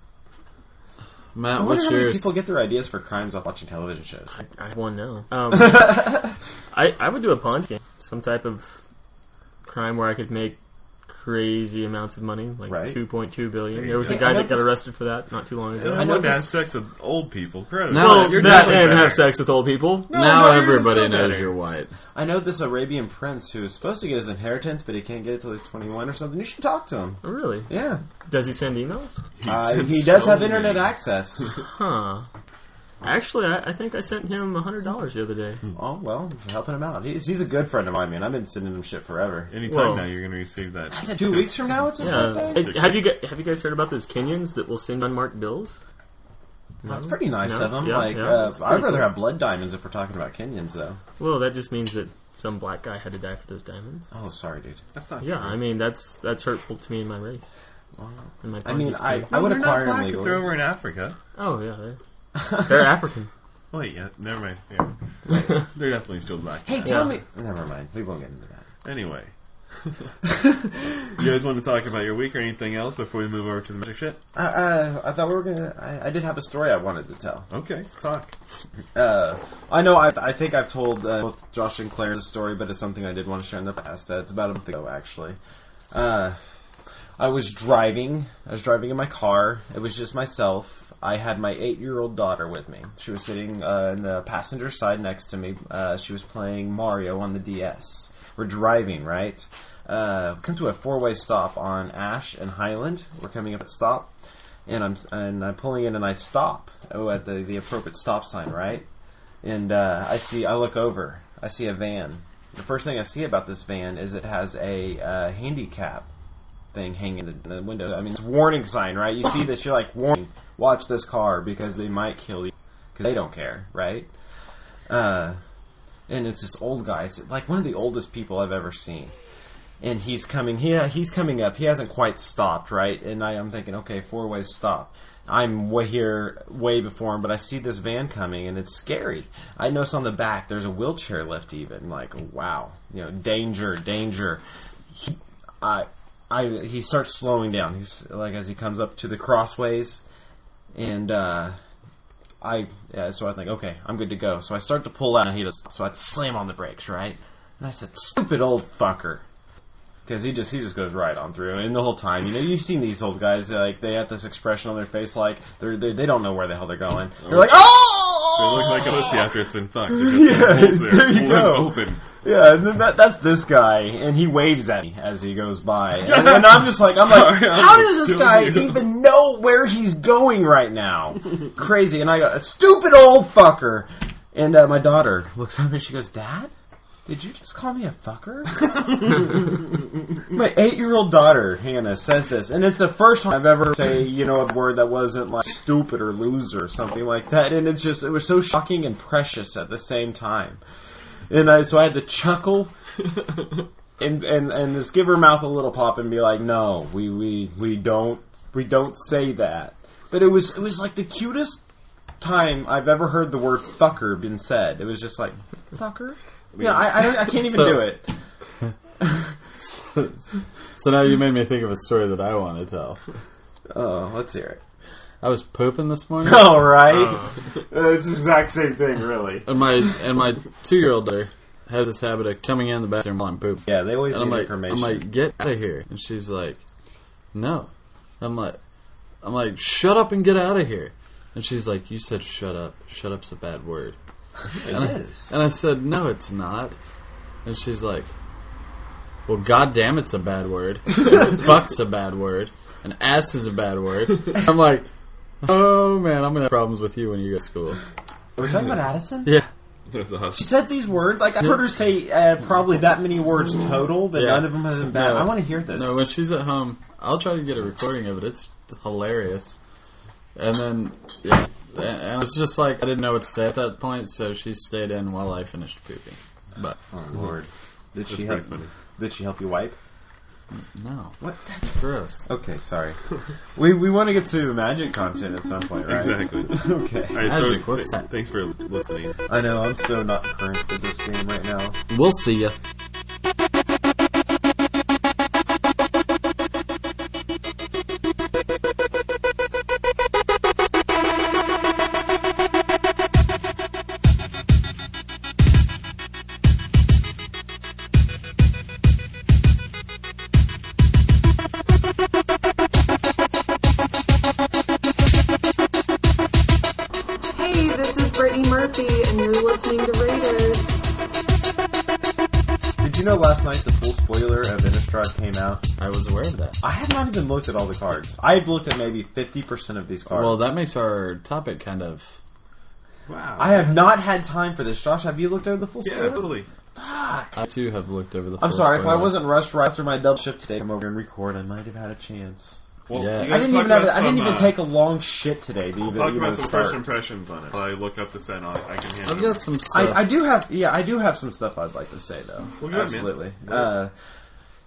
[SPEAKER 3] Matt,
[SPEAKER 2] I wonder
[SPEAKER 3] what's
[SPEAKER 2] how many
[SPEAKER 3] yours?
[SPEAKER 2] people get their ideas for crimes off watching television shows.
[SPEAKER 4] I have one now. Um, I I would do a Ponzi game, some type of crime where I could make cr- crazy amounts of money, like
[SPEAKER 2] Right.
[SPEAKER 4] 2.2 billion.
[SPEAKER 1] There
[SPEAKER 4] There was
[SPEAKER 1] you
[SPEAKER 4] a
[SPEAKER 2] go.
[SPEAKER 4] guy
[SPEAKER 2] I
[SPEAKER 4] that
[SPEAKER 2] like
[SPEAKER 4] got
[SPEAKER 2] this-
[SPEAKER 4] arrested for that not too long ago.
[SPEAKER 2] I
[SPEAKER 1] I
[SPEAKER 2] know
[SPEAKER 1] would have
[SPEAKER 2] this-
[SPEAKER 1] sex with old people. Credit.
[SPEAKER 3] No,
[SPEAKER 4] Well,
[SPEAKER 3] you're
[SPEAKER 4] that
[SPEAKER 1] definitely
[SPEAKER 4] and
[SPEAKER 1] better.
[SPEAKER 4] have sex with old people.
[SPEAKER 2] No,
[SPEAKER 3] now
[SPEAKER 2] no, yours is
[SPEAKER 3] everybody
[SPEAKER 2] so
[SPEAKER 3] knows
[SPEAKER 2] better.
[SPEAKER 3] you're white.
[SPEAKER 2] I know this Arabian prince who's supposed to get his inheritance, but he can't get it till he's 21 or something. You should talk to him.
[SPEAKER 4] Oh, really?
[SPEAKER 2] Yeah.
[SPEAKER 4] Does he send emails?
[SPEAKER 1] He
[SPEAKER 2] Uh,
[SPEAKER 1] said
[SPEAKER 2] he does
[SPEAKER 1] so
[SPEAKER 2] have
[SPEAKER 1] many.
[SPEAKER 2] internet access.
[SPEAKER 4] Huh. Actually, I, I think I sent him $100 the other day.
[SPEAKER 2] oh, well, helping him out. He's, he's a good friend of mine, man. I've been sending him shit forever.
[SPEAKER 1] Anytime
[SPEAKER 4] Whoa.
[SPEAKER 1] now, you're going to receive that.
[SPEAKER 2] Two weeks from now, it's his
[SPEAKER 4] Yeah.
[SPEAKER 2] birthday?
[SPEAKER 4] Hey, Have you gu- have you guys heard about those Kenyans that will send unmarked bills?
[SPEAKER 2] That's pretty nice
[SPEAKER 4] No,
[SPEAKER 2] of him.
[SPEAKER 4] yeah,
[SPEAKER 2] like,
[SPEAKER 4] yeah,
[SPEAKER 2] uh,
[SPEAKER 4] that's
[SPEAKER 2] I'd
[SPEAKER 4] pretty
[SPEAKER 2] rather
[SPEAKER 4] cool.
[SPEAKER 2] have blood diamonds if we're talking about Kenyans, though.
[SPEAKER 4] Well, that just means that some black guy had to die for those diamonds.
[SPEAKER 2] Oh, sorry, dude.
[SPEAKER 1] That's not
[SPEAKER 4] Yeah,
[SPEAKER 1] true.
[SPEAKER 4] I mean that's that's hurtful to me and my race. And my
[SPEAKER 2] I mean,
[SPEAKER 4] Ponzi
[SPEAKER 2] I,
[SPEAKER 4] scheme.
[SPEAKER 2] I would
[SPEAKER 1] They're
[SPEAKER 2] acquire
[SPEAKER 1] not
[SPEAKER 2] him
[SPEAKER 1] black if they're
[SPEAKER 2] legally.
[SPEAKER 1] over in Africa.
[SPEAKER 4] oh yeah, they're, they're African.
[SPEAKER 1] Wait, yeah, never mind. Yeah. they're definitely still black.
[SPEAKER 2] Hey, tell
[SPEAKER 4] Yeah.
[SPEAKER 2] me. Never mind. We won't get into that.
[SPEAKER 1] Anyway. you guys want to talk about your week or anything else before we move over to the magic shit?
[SPEAKER 2] Uh, uh, I thought we were gonna. I, I did have a story I wanted to tell.
[SPEAKER 1] Okay, talk.
[SPEAKER 2] Uh, I know. I, I think I've told uh, both Josh and Claire the story, but it's something I did want to share in the past. Uh, it's about a month ago, actually. Uh, I was driving. I was driving in my car. It was just myself. I had my eight-year-old daughter with me. She was sitting uh, in the passenger side next to me. Uh, she was playing Mario on the DS. We're driving, right? Uh, come to a four-way stop on Ash and Highland. We're coming up at stop, and I'm and I'm pulling in, and I stop oh, at the the appropriate stop sign, right? and uh, I see I look over. I see a van. The first thing I see about this van is it has a uh, handicap thing hanging in the, the window. I mean, it's a warning sign, right? You see this, you're like, warning, watch this car because they might kill you because they don't care, right? Uh, and it's this old guy, it's like one of the oldest people I've ever seen and he's coming. He he's coming up. He hasn't quite stopped, right? And I, I'm thinking, okay, four ways stop. I'm way here, way before him, but I see this van coming, and it's scary. I notice on the back there's a wheelchair lift, even like, wow, you know, danger, danger. He, I, I, he starts slowing down. He's like as he comes up to the crossways, and uh, I yeah, so I think okay, I'm good to go. So I start to pull out, and he just so I slam on the brakes, right? And I said, "Stupid old fucker," because he just he just goes right on through. And the whole time, you know, you've seen these old guys like they have this expression on their face, like they're, they they don't know where the hell they're going. They're like,
[SPEAKER 1] They
[SPEAKER 2] "Oh!"
[SPEAKER 1] look like a pussy after it's been fucked. They're just
[SPEAKER 2] Yeah,
[SPEAKER 1] holes there,
[SPEAKER 2] there you
[SPEAKER 1] full
[SPEAKER 2] go.
[SPEAKER 1] and open.
[SPEAKER 2] Yeah, and then that, that's this guy, and he waves at me as he goes by, and, and I'm just like, I'm like,
[SPEAKER 1] Sorry, I'm
[SPEAKER 2] how does this
[SPEAKER 1] still
[SPEAKER 2] guy
[SPEAKER 1] here."
[SPEAKER 2] even know where he's going right now? Crazy, and I go, stupid old fucker, and uh, my daughter looks at me, she goes, Dad, did you just call me a fucker? my eight-year-old daughter Hannah says this, and it's the first time I've ever say you know a word that wasn't like stupid or loser or something like that, and it's just it was so shocking and precious at the same time and I, so I had to chuckle and, and and just give her mouth a little pop and be like, "No, we we we don't we don't say that." But it was it was like the cutest time I've ever heard the word "fucker" been said. It was just like "fucker." Yeah, I I, don't, I can't even
[SPEAKER 3] So-
[SPEAKER 2] do it.
[SPEAKER 3] So now you made me think of a story that I want to tell.
[SPEAKER 2] Oh, let's hear it.
[SPEAKER 3] I was pooping this morning.
[SPEAKER 2] All right,
[SPEAKER 3] Oh.
[SPEAKER 2] Uh, it's the exact same thing, really.
[SPEAKER 3] And my and my two year old daughter has this habit of coming in the bathroom while I'm pooping.
[SPEAKER 2] Yeah, they always
[SPEAKER 3] and I'm
[SPEAKER 2] need
[SPEAKER 3] like,
[SPEAKER 2] information.
[SPEAKER 3] I'm like, get out of here. And she's like, no. I'm like, I'm like, shut up and get out of here. And she's like, you said shut up. Shut up's a bad word. and, I,
[SPEAKER 2] is.
[SPEAKER 3] and I said, no, it's not. And she's like, well, goddamn, it's a bad word. And fuck's a bad word. And ass is a bad word. I'm like, oh man, I'm gonna have problems with you when you go to school.
[SPEAKER 2] We're talking about Addison.
[SPEAKER 3] Yeah.
[SPEAKER 1] There's a
[SPEAKER 2] She
[SPEAKER 1] hustle.
[SPEAKER 2] said these words. Like I heard her say uh, probably that many words total, but
[SPEAKER 3] Yeah.
[SPEAKER 2] none of them have been bad.
[SPEAKER 3] No.
[SPEAKER 2] I want to hear this.
[SPEAKER 3] No, when she's at home, I'll try to get a recording of it. It's hilarious. And then, yeah, and- and it's just like I didn't know what to say at that point, so she stayed in while I finished pooping. But
[SPEAKER 2] Oh Lord, did she
[SPEAKER 1] pretty
[SPEAKER 2] help?
[SPEAKER 1] funny.
[SPEAKER 2] Did she help you wipe?
[SPEAKER 3] no,
[SPEAKER 2] What?
[SPEAKER 3] it's gross.
[SPEAKER 2] Okay, sorry. we we want to get to magic content at some point, right?
[SPEAKER 1] Exactly.
[SPEAKER 2] Okay.
[SPEAKER 1] All right, so
[SPEAKER 3] Magic, what's
[SPEAKER 1] th-
[SPEAKER 3] that?
[SPEAKER 1] thanks for listening.
[SPEAKER 2] I know I'm so not current with this game right now.
[SPEAKER 3] We'll see ya.
[SPEAKER 5] You're listening to Raiders.
[SPEAKER 2] Did you know last night the full spoiler of Innistrad came out?
[SPEAKER 3] I was aware of that.
[SPEAKER 2] I have not even looked at all the cards. I've looked at maybe fifty percent of these cards.
[SPEAKER 3] Well, that makes our topic kind of.
[SPEAKER 1] Wow.
[SPEAKER 2] I have not had time for this. Josh, have you looked over the full
[SPEAKER 1] Yeah,
[SPEAKER 2] spoiler?
[SPEAKER 1] totally.
[SPEAKER 3] I too have looked over the.
[SPEAKER 2] I'm
[SPEAKER 3] full
[SPEAKER 2] sorry if I
[SPEAKER 3] spoilers.
[SPEAKER 2] wasn't rushed right after my double shift today. to Come over and record. I might have had a chance.
[SPEAKER 1] Well,
[SPEAKER 3] Yeah.
[SPEAKER 1] you guys
[SPEAKER 2] I didn't
[SPEAKER 1] talk
[SPEAKER 2] even have.
[SPEAKER 1] about
[SPEAKER 2] I didn't
[SPEAKER 1] some,
[SPEAKER 2] even
[SPEAKER 1] uh,
[SPEAKER 2] take a long shit today to even,
[SPEAKER 1] Talk
[SPEAKER 2] even
[SPEAKER 1] about some
[SPEAKER 2] start.
[SPEAKER 1] first impressions on it. I look up the scent on it. I can handle
[SPEAKER 3] I've got some stuff.
[SPEAKER 2] I, I do have, yeah, I do have some stuff I'd like to say though.
[SPEAKER 1] Well, good,
[SPEAKER 2] Absolutely. Uh,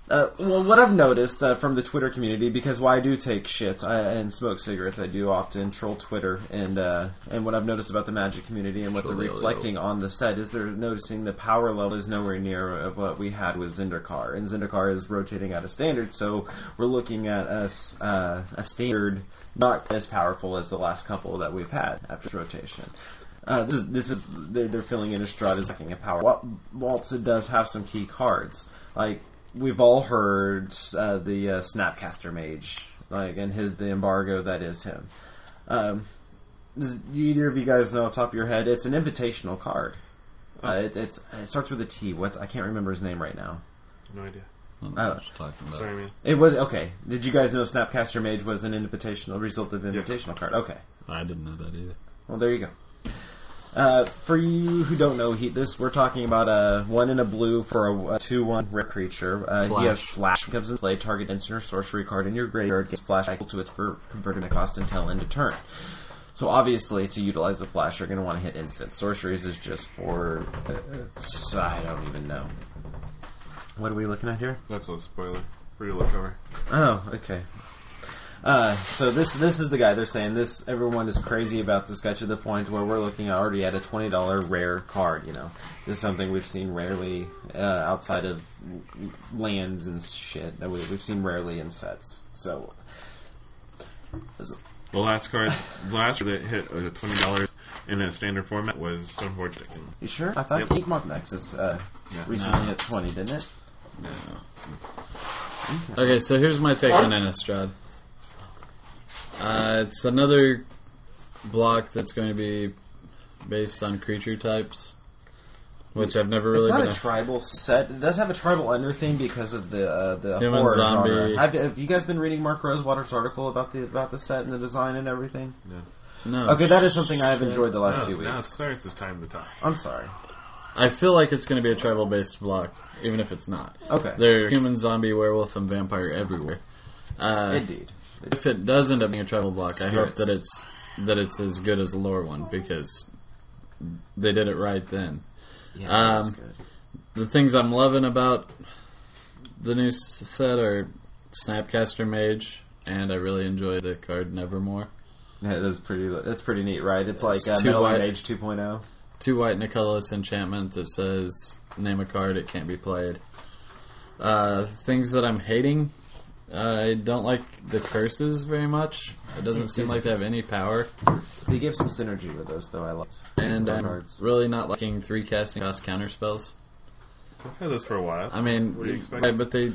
[SPEAKER 2] uh, well, what I've noticed uh, from the Twitter community, because while I do take shits I, and smoke cigarettes, I do often troll Twitter, and uh, and what I've noticed about the Magic community and what they're
[SPEAKER 3] Trollio.
[SPEAKER 2] reflecting on the set is they're noticing the power level is nowhere near of what we had with Zendikar, and Zendikar is rotating out of standard, so we're looking at a, s- uh, a standard not as powerful as the last couple that we've had after its rotation. Uh, this is this is they're, they're filling in Estrada is lacking a power. Wa- Waltz it does have some key cards. Like we've all heard uh, the uh, Snapcaster Mage, like and his the embargo that is him. Um, does do either of you guys know off the top of your head? It's an invitational card. Uh, it, it's it starts with a T. What's I can't remember his name right now. Uh,
[SPEAKER 1] No idea.
[SPEAKER 3] I don't know what you're talking about.
[SPEAKER 1] Sorry, man.
[SPEAKER 2] It was okay. Did you guys know Snapcaster Mage was an invitational result of invitational card? Okay.
[SPEAKER 3] I didn't know that either.
[SPEAKER 2] Well, there you go. Uh, for you who don't know, he, this we're talking about a one in a blue for a, a two-one rare creature. Uh, He has flash comes into play. Target instant or sorcery card in your graveyard gets flash equal to its per- converted cost until end of turn. So obviously, to utilize the flash, you're going to want to hit instant. Sorceries is just for uh, I don't even know. What are we looking at here?
[SPEAKER 1] That's a spoiler. For you to look over.
[SPEAKER 2] Oh, okay. Uh, so this this is the guy they're saying this. Everyone is crazy about this guy to the point where we're looking at already at a twenty dollar rare card. You know, this is something we've seen rarely uh, outside of lands and shit that we, we've seen rarely in sets. So
[SPEAKER 1] The last card, the last that hit uh, twenty dollars in a standard format was Stoneforge Chicken.
[SPEAKER 2] you sure? I thought
[SPEAKER 1] Yep.
[SPEAKER 2] Geek Month Nexus uh,
[SPEAKER 1] Yeah.
[SPEAKER 2] recently hit twenty, didn't it?
[SPEAKER 3] Okay, so here's my take on Innistrad. Uh, it's another block that's going to be based on creature types, which I've never really
[SPEAKER 2] it's not
[SPEAKER 3] been.
[SPEAKER 2] a tribal set. It does have a tribal under theme because of the uh, the
[SPEAKER 3] Human
[SPEAKER 2] horror
[SPEAKER 3] zombie.
[SPEAKER 2] genre. Have, have you guys been reading Mark Rosewater's article about the about the set and the design and everything?
[SPEAKER 3] no.
[SPEAKER 2] Okay, that is something I've enjoyed the last
[SPEAKER 1] No,
[SPEAKER 2] few weeks.
[SPEAKER 1] Oh, now Clarence is time to talk.
[SPEAKER 2] I'm sorry.
[SPEAKER 3] I feel like it's going to be a tribal based block, even if it's not.
[SPEAKER 2] Okay.
[SPEAKER 3] There are human, zombie, werewolf, and vampire everywhere. Uh,
[SPEAKER 2] Indeed.
[SPEAKER 3] if it does end up being a tribal block, I hope
[SPEAKER 2] Spirits.
[SPEAKER 3] that it's that it's as good as the lore one because they did it right then.
[SPEAKER 2] Yeah,
[SPEAKER 3] Um,
[SPEAKER 2] that's good.
[SPEAKER 3] the things I'm loving about the new s- set are Snapcaster Mage, and I really enjoy the card Nevermore.
[SPEAKER 2] Yeah, that's pretty. That's pretty neat, right? It's like
[SPEAKER 3] It's
[SPEAKER 2] uh,
[SPEAKER 3] too
[SPEAKER 2] Metal Iron
[SPEAKER 3] wide.
[SPEAKER 2] Age oh. 2.0.
[SPEAKER 3] Two white Nicholas enchantment that says name a card, it can't be played. Uh, things that I'm hating, I don't like the curses very much. It doesn't seem like they have any power,
[SPEAKER 2] They give some synergy with those, though. I like
[SPEAKER 3] and um,
[SPEAKER 2] those
[SPEAKER 3] I'm
[SPEAKER 2] cards.
[SPEAKER 3] really not liking three casting cost counter spells.
[SPEAKER 1] I've had this for a while.
[SPEAKER 3] I mean,
[SPEAKER 1] What do you expect?
[SPEAKER 3] right, but they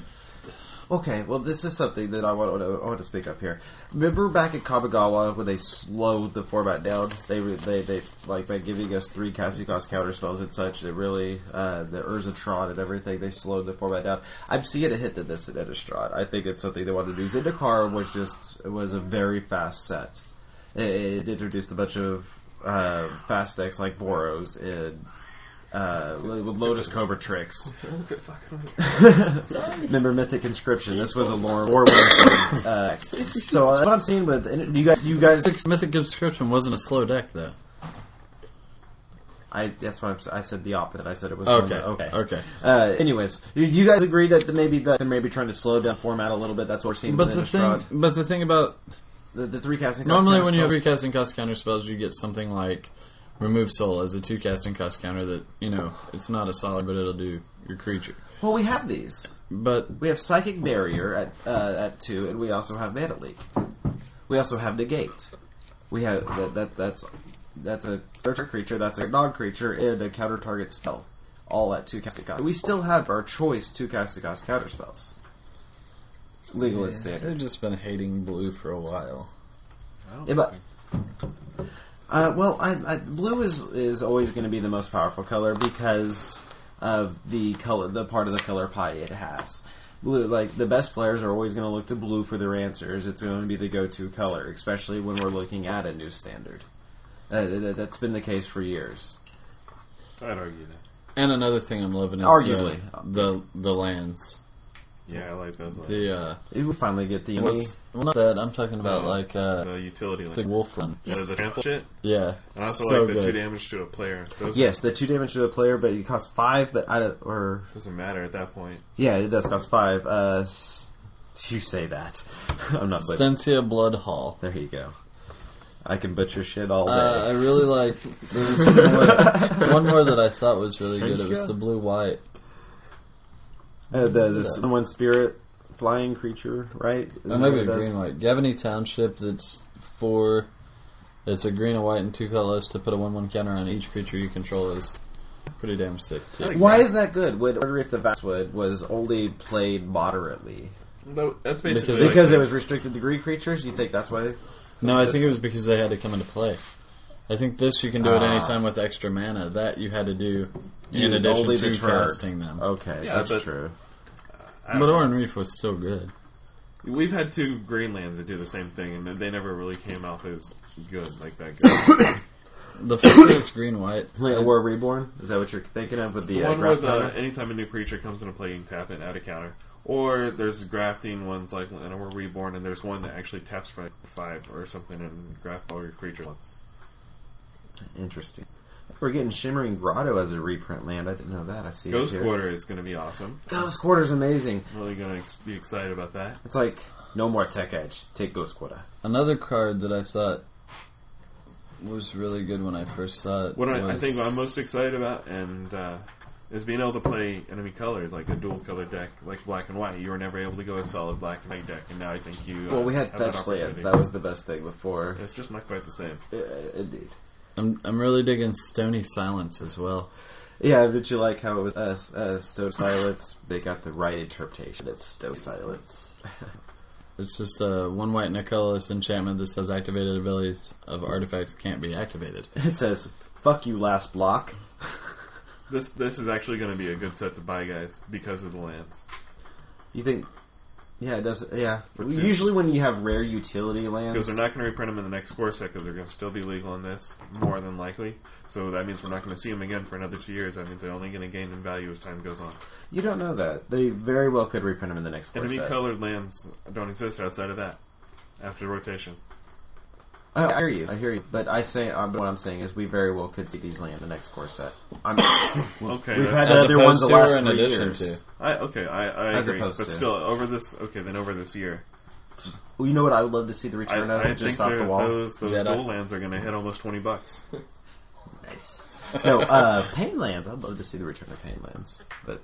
[SPEAKER 2] Okay, well, this is something that I want, I want to speak up here. Remember back at Kamigawa when they slowed the format down? They were- they they like by giving us three Cassicos counter spells and such. They really uh, the Urzatron and everything. They slowed the format down. I'm seeing a hit to this in Innistrad. I think it's something they want to do. Zendikar was just was a very fast set. It, it introduced a bunch of uh, fast decks like Boros and uh, with Lotus Cobra tricks. Remember Mythic Inscription? This was a lore war one. Uh, so uh, what I'm seeing with and you guys, you guys,
[SPEAKER 3] Mythic Description wasn't a slow deck though.
[SPEAKER 2] I that's why I'm, s- I said the opposite. I said it was one
[SPEAKER 3] Okay,
[SPEAKER 2] that-
[SPEAKER 3] okay, okay.
[SPEAKER 2] Uh, anyways, you, you guys agree that the, maybe that they're maybe trying to slow down format a little bit. That's what we're seeing.
[SPEAKER 3] But
[SPEAKER 2] with
[SPEAKER 3] the
[SPEAKER 2] Innistrad.
[SPEAKER 3] thing, but the thing about
[SPEAKER 2] the, the three casting costs
[SPEAKER 3] Normally,
[SPEAKER 2] counter
[SPEAKER 3] when you have
[SPEAKER 2] spells-
[SPEAKER 3] your casting cost counter spells, you get something like remove soul as a two casting cost counter that you know it's not a solid, but it'll do your creature.
[SPEAKER 2] well, we have these.
[SPEAKER 3] But
[SPEAKER 2] We have Psychic Barrier at uh, at two, and we also have Mana Leak. We also have Negate. We have that, that that's that's a third creature, that's a non creature, and a counter target spell, all at two casting cost. We still have our choice two casting cost counter spells, legal and standard.
[SPEAKER 3] they've just been hating blue for a while.
[SPEAKER 2] Yeah, but Uh, well, I, I, blue is is always going to be the most powerful color because of the color, the part of the color pie it has. Blue, like the best players are always going to look to blue for their answers. It's going to be the go-to color, especially when we're looking at a new standard. Uh, th- th- that's been the case for years.
[SPEAKER 1] I'd argue that.
[SPEAKER 3] And another thing I'm loving is
[SPEAKER 2] Arguably.
[SPEAKER 3] the the, the lands.
[SPEAKER 1] Yeah, I like those. Lines.
[SPEAKER 3] The uh,
[SPEAKER 2] We finally get the
[SPEAKER 3] what's well, not that I'm talking about like uh,
[SPEAKER 1] the utility
[SPEAKER 3] the
[SPEAKER 1] lines.
[SPEAKER 3] wolf run.
[SPEAKER 1] Yeah, the trample shit.
[SPEAKER 3] Yeah,
[SPEAKER 1] And I also
[SPEAKER 3] so
[SPEAKER 1] like the two
[SPEAKER 3] good.
[SPEAKER 1] damage to a player. Those,
[SPEAKER 2] yes, the two damage to the player, but it costs five. But I don't, or
[SPEAKER 1] Doesn't matter at that point.
[SPEAKER 2] yeah, it does cost five. Uh, s- you say that? I'm not. But
[SPEAKER 3] Stencia Blood Hall.
[SPEAKER 2] there you go. I can butcher shit all day.
[SPEAKER 3] Uh, I really like. There was one more, one more that I thought was really good. It was the blue white.
[SPEAKER 2] Uh, the the sun, one spirit flying creature, right? Isn't
[SPEAKER 3] Or
[SPEAKER 2] that
[SPEAKER 3] maybe
[SPEAKER 2] what
[SPEAKER 3] a
[SPEAKER 2] it
[SPEAKER 3] green
[SPEAKER 2] does?
[SPEAKER 3] white. Gavany Township. That's four. It's a green and white and two colors to put a one-one counter on each creature you control is pretty damn sick too.
[SPEAKER 2] Why is that good? Would Order if the Vastwood was only played moderately
[SPEAKER 1] Tho- That's basically
[SPEAKER 3] Because-
[SPEAKER 1] like
[SPEAKER 2] because
[SPEAKER 1] the-
[SPEAKER 2] it was restricted degree creatures? You think that's why?
[SPEAKER 3] No, I think it was because they had to come into play. I think this you can do at any time with extra mana. That you had to do in
[SPEAKER 2] You
[SPEAKER 3] addition
[SPEAKER 2] only
[SPEAKER 3] to
[SPEAKER 2] deterred. Oh.
[SPEAKER 3] casting them.
[SPEAKER 2] Okay,
[SPEAKER 1] Yeah,
[SPEAKER 2] that's
[SPEAKER 1] but-
[SPEAKER 2] true.
[SPEAKER 1] I don't
[SPEAKER 3] But
[SPEAKER 1] know.
[SPEAKER 3] Orin Reef was still good.
[SPEAKER 1] We've had two Greenlands that do the same thing, and they never really came off as good like that. Good.
[SPEAKER 3] The fact that it's green white.
[SPEAKER 2] Like a War Reborn? Is that what you're thinking of with the,
[SPEAKER 1] the
[SPEAKER 2] uh,
[SPEAKER 1] one
[SPEAKER 2] draft
[SPEAKER 1] with uh,
[SPEAKER 2] counter?
[SPEAKER 1] anytime a new creature comes into play, you can tap it and add a counter. Or there's grafting ones like and we're reborn, and there's one that actually taps for five or something and graft all your creatures once.
[SPEAKER 2] Interesting. We're getting Shimmering Grotto as a reprint land. I didn't know that. I see.
[SPEAKER 1] Ghost
[SPEAKER 2] it here.
[SPEAKER 1] Quarter is going to be awesome.
[SPEAKER 2] Ghost Quarter's amazing.
[SPEAKER 1] Really going to ex- be excited about that.
[SPEAKER 2] It's like no more Tech Edge. Take Ghost Quarter.
[SPEAKER 3] Another card that I thought was really good when I first saw it.
[SPEAKER 1] What I, I
[SPEAKER 3] was-
[SPEAKER 1] think I'm most excited about and uh, is being able to play enemy colors like a dual color deck, like black and white. You were never able to go a solid black and white deck, and now I think you.
[SPEAKER 2] Well,
[SPEAKER 1] uh,
[SPEAKER 2] we had
[SPEAKER 1] have that
[SPEAKER 2] Fetch Lands.
[SPEAKER 1] opportunity.
[SPEAKER 2] That was the best thing before.
[SPEAKER 1] It's just not quite the same.
[SPEAKER 2] Uh, indeed.
[SPEAKER 3] I'm I'm really digging Stony Silence as well.
[SPEAKER 2] Yeah, did you like how it was uh, uh, Stone Silence? They got the right interpretation of Stone Silence.
[SPEAKER 3] It's just uh, one white and a colorless enchantment that says activated abilities of artifacts can't be activated.
[SPEAKER 2] It says, fuck you, last block.
[SPEAKER 1] This this is actually going to be a good set to buy, guys, because of the lands.
[SPEAKER 2] You think. Yeah, it does. Yeah.
[SPEAKER 1] For two.
[SPEAKER 2] Usually when you have rare utility
[SPEAKER 1] Because
[SPEAKER 2] lands.
[SPEAKER 1] they're not going to reprint them in the next core set because they're going to still be legal in this, more than likely. So that means we're not going to see them again for another two years. That means they're only going to gain in value as time goes on.
[SPEAKER 2] You don't know that. They very well could reprint them in the next core
[SPEAKER 1] Enemy
[SPEAKER 2] set.
[SPEAKER 1] colored lands don't exist outside of that after rotation.
[SPEAKER 2] Oh, I hear you. I hear you. But I say, uh, but what I'm saying is we very well could see these land in the next core set. I'm,
[SPEAKER 1] Okay,
[SPEAKER 2] we've had
[SPEAKER 1] that's-
[SPEAKER 2] the
[SPEAKER 3] As
[SPEAKER 2] other ones the
[SPEAKER 3] opposed to
[SPEAKER 2] last
[SPEAKER 3] or in
[SPEAKER 2] three
[SPEAKER 3] addition
[SPEAKER 2] years.
[SPEAKER 3] to?
[SPEAKER 1] I, okay, I, I
[SPEAKER 2] As
[SPEAKER 1] agree. But
[SPEAKER 2] opposed to-
[SPEAKER 1] still, over this, okay, then over this year,
[SPEAKER 2] Well, you know what I would love to see the
[SPEAKER 1] I,
[SPEAKER 2] return
[SPEAKER 1] I
[SPEAKER 2] of
[SPEAKER 1] think
[SPEAKER 2] just off
[SPEAKER 1] they're-
[SPEAKER 2] the wall?
[SPEAKER 1] those those
[SPEAKER 3] Jedi.
[SPEAKER 1] dual lands are going to hit almost twenty bucks.
[SPEAKER 4] Nice.
[SPEAKER 2] no, uh, Painlands. I'd love to see the return of Painlands. But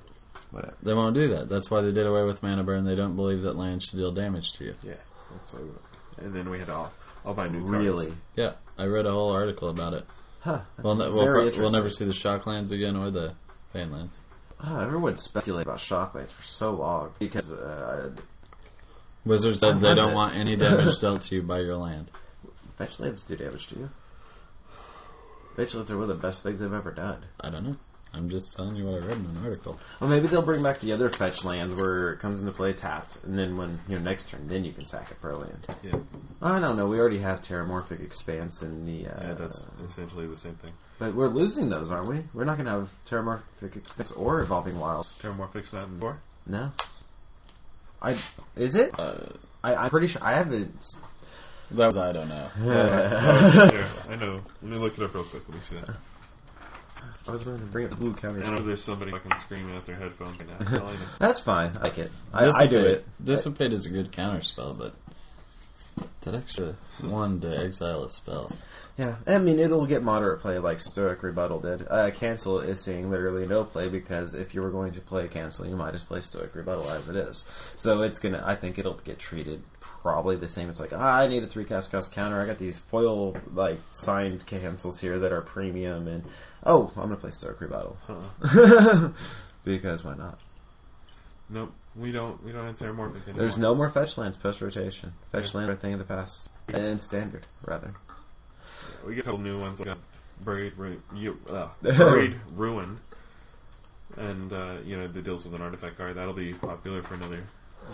[SPEAKER 2] whatever.
[SPEAKER 3] They won't do that. That's why they did away with mana burn. They don't believe that land should deal damage to you.
[SPEAKER 1] yeah, that's what. I- And then we had all all buy new cards.
[SPEAKER 2] Really?
[SPEAKER 3] Yeah, I read a whole article about it.
[SPEAKER 2] Huh. That's
[SPEAKER 3] We'll, ne- we'll,
[SPEAKER 2] very
[SPEAKER 3] pro-
[SPEAKER 2] interesting.
[SPEAKER 3] we'll never see the shock lands again or the pain lands.
[SPEAKER 2] Ah, everyone speculated about Shocklands for so long because uh,
[SPEAKER 3] Wizards said they
[SPEAKER 2] Unless
[SPEAKER 3] don't
[SPEAKER 2] it-
[SPEAKER 3] want any damage dealt to you by your land.
[SPEAKER 2] fetch lands do damage to you. Fetch lands are one of the best things they've ever done.
[SPEAKER 3] I don't know. I'm just telling you what I read in an article.
[SPEAKER 2] Well, maybe they'll bring back the other fetch lands where it comes into play tapped, and then when you know next turn, then you can sack it for a land.
[SPEAKER 1] Yeah,
[SPEAKER 2] I don't know. We already have Terramorphic Expanse and the. Uh,
[SPEAKER 1] yeah, that's essentially the same thing.
[SPEAKER 2] But we're losing those, aren't we? We're not going to have Terramorphic Expanse or Evolving Wilds.
[SPEAKER 1] Terramorphic's not in four.
[SPEAKER 2] No. I is it?
[SPEAKER 1] Uh,
[SPEAKER 2] I, I'm pretty sure I haven't. s-
[SPEAKER 3] That was I don't know.
[SPEAKER 1] There, I know. Let me look it up real quick. Let me see that.
[SPEAKER 2] I was going to bring up Blue County.
[SPEAKER 1] I know there's somebody fucking screaming at their headphones right now. telling us.
[SPEAKER 2] That's fine. I like it. I, I do
[SPEAKER 3] Dissipate-
[SPEAKER 2] it.
[SPEAKER 3] Dissipate is a good counter spell, but that extra one to exile a spell.
[SPEAKER 2] Yeah, I mean it'll get moderate play like Stoic Rebuttal did. Uh, cancel is seeing literally no play because if you were going to play cancel, you might as play Stoic Rebuttal as it is. So it's gonna. I think it'll get treated probably the same. It's like ah, I need a three cast cost counter. I got these foil like signed cancels here that are premium, and oh, I'm gonna play Stoic Rebuttal because why not?
[SPEAKER 1] Nope, we don't. We don't have Terramorphic anymore.
[SPEAKER 2] There's no more fetch lands post rotation. Fetch lands are a thing of the past. And standard, rather.
[SPEAKER 1] We get a couple new ones like uh, Buried, Ru- you, uh, Buried Ruin, and uh, you know that deals with an artifact card that'll be popular for another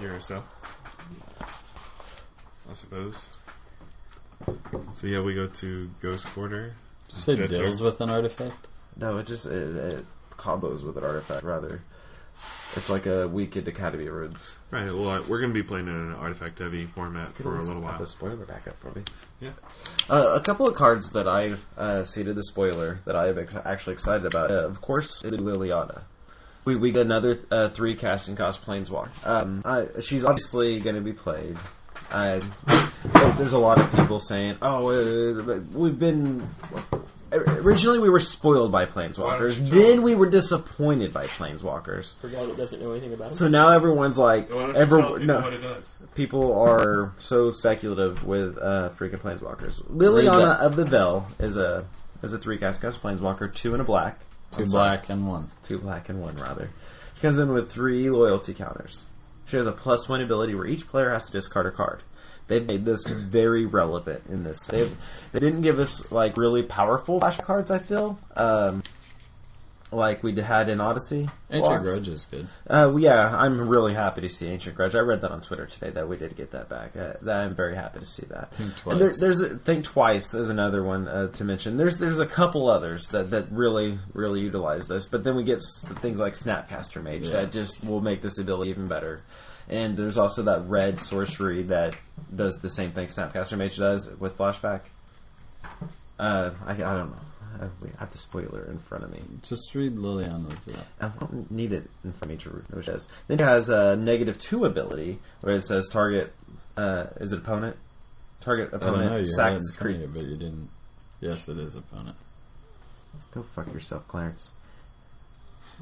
[SPEAKER 1] year or so, I suppose. So yeah, we go to Ghost Quarter.
[SPEAKER 3] Just say
[SPEAKER 1] That's
[SPEAKER 3] deals
[SPEAKER 1] it.
[SPEAKER 3] with an artifact.
[SPEAKER 2] No, it just it, it combos with an artifact rather. It's like a weekend Academy Awards.
[SPEAKER 1] Right. Well, uh, we're going to be playing in an artifact heavy format
[SPEAKER 2] Could
[SPEAKER 1] for a
[SPEAKER 2] always
[SPEAKER 1] little
[SPEAKER 2] pop
[SPEAKER 1] while.
[SPEAKER 2] The spoiler back up for me.
[SPEAKER 1] Yeah.
[SPEAKER 2] Uh, a couple of cards that I uh, see to the spoiler that I am ex- actually excited about. Uh, of course, is Liliana. We we get another uh, three casting cost planeswalk. Um, I, she's obviously going to be played. I, there's a lot of people saying, "Oh, uh, but we've been." Originally, we were spoiled by
[SPEAKER 1] Why don't
[SPEAKER 2] planeswalkers.
[SPEAKER 1] you tell
[SPEAKER 2] Then we were disappointed by planeswalkers.
[SPEAKER 4] For a guy that doesn't know anything about it.
[SPEAKER 2] So now everyone's like,
[SPEAKER 1] Why don't you tell
[SPEAKER 2] everyone,
[SPEAKER 1] people
[SPEAKER 2] no,
[SPEAKER 1] what it does?
[SPEAKER 2] people are so speculative with uh, freaking planeswalkers.
[SPEAKER 3] Read
[SPEAKER 2] Liliana
[SPEAKER 3] that.
[SPEAKER 2] of the Bell is a is a three cast cast planeswalker, two and a black,
[SPEAKER 3] 2
[SPEAKER 2] I'm sorry,
[SPEAKER 3] black and one.
[SPEAKER 2] two black and one rather. She comes in with three loyalty counters. She has a plus one ability where each player has to discard a card. They've made this very relevant in this. They've, they didn't give us like really powerful flash cards. I feel um, like we had in Odyssey.
[SPEAKER 3] Ancient
[SPEAKER 2] Well,
[SPEAKER 3] Grudge is good.
[SPEAKER 2] uh, well, yeah, I'm really happy to see Ancient Grudge. I read that on Twitter today that we did get that back. Uh, that I'm very happy to see that.
[SPEAKER 3] Think
[SPEAKER 2] And there,
[SPEAKER 3] Twice.
[SPEAKER 2] there's a, think twice is another one uh, to mention. There's there's a couple others that, that really really utilize this, but then we get s- things like Snapcaster Mage
[SPEAKER 3] Yeah.
[SPEAKER 2] that just will make this ability even better. And there's also that red sorcery that does the same thing Snapcaster Mage does with flashback. Uh, I, I don't know. I we have the spoiler in front of me.
[SPEAKER 3] Just read Liliana for that.
[SPEAKER 2] I don't need it in front of me to read what it says. Then it has a negative two ability where it says target uh, is it opponent? Target
[SPEAKER 3] I don't know. You
[SPEAKER 2] opponent
[SPEAKER 3] had it
[SPEAKER 2] sacks
[SPEAKER 3] in front
[SPEAKER 2] creature.
[SPEAKER 3] of you, but you didn't. Yes, it is opponent.
[SPEAKER 2] Go fuck yourself, Clarence.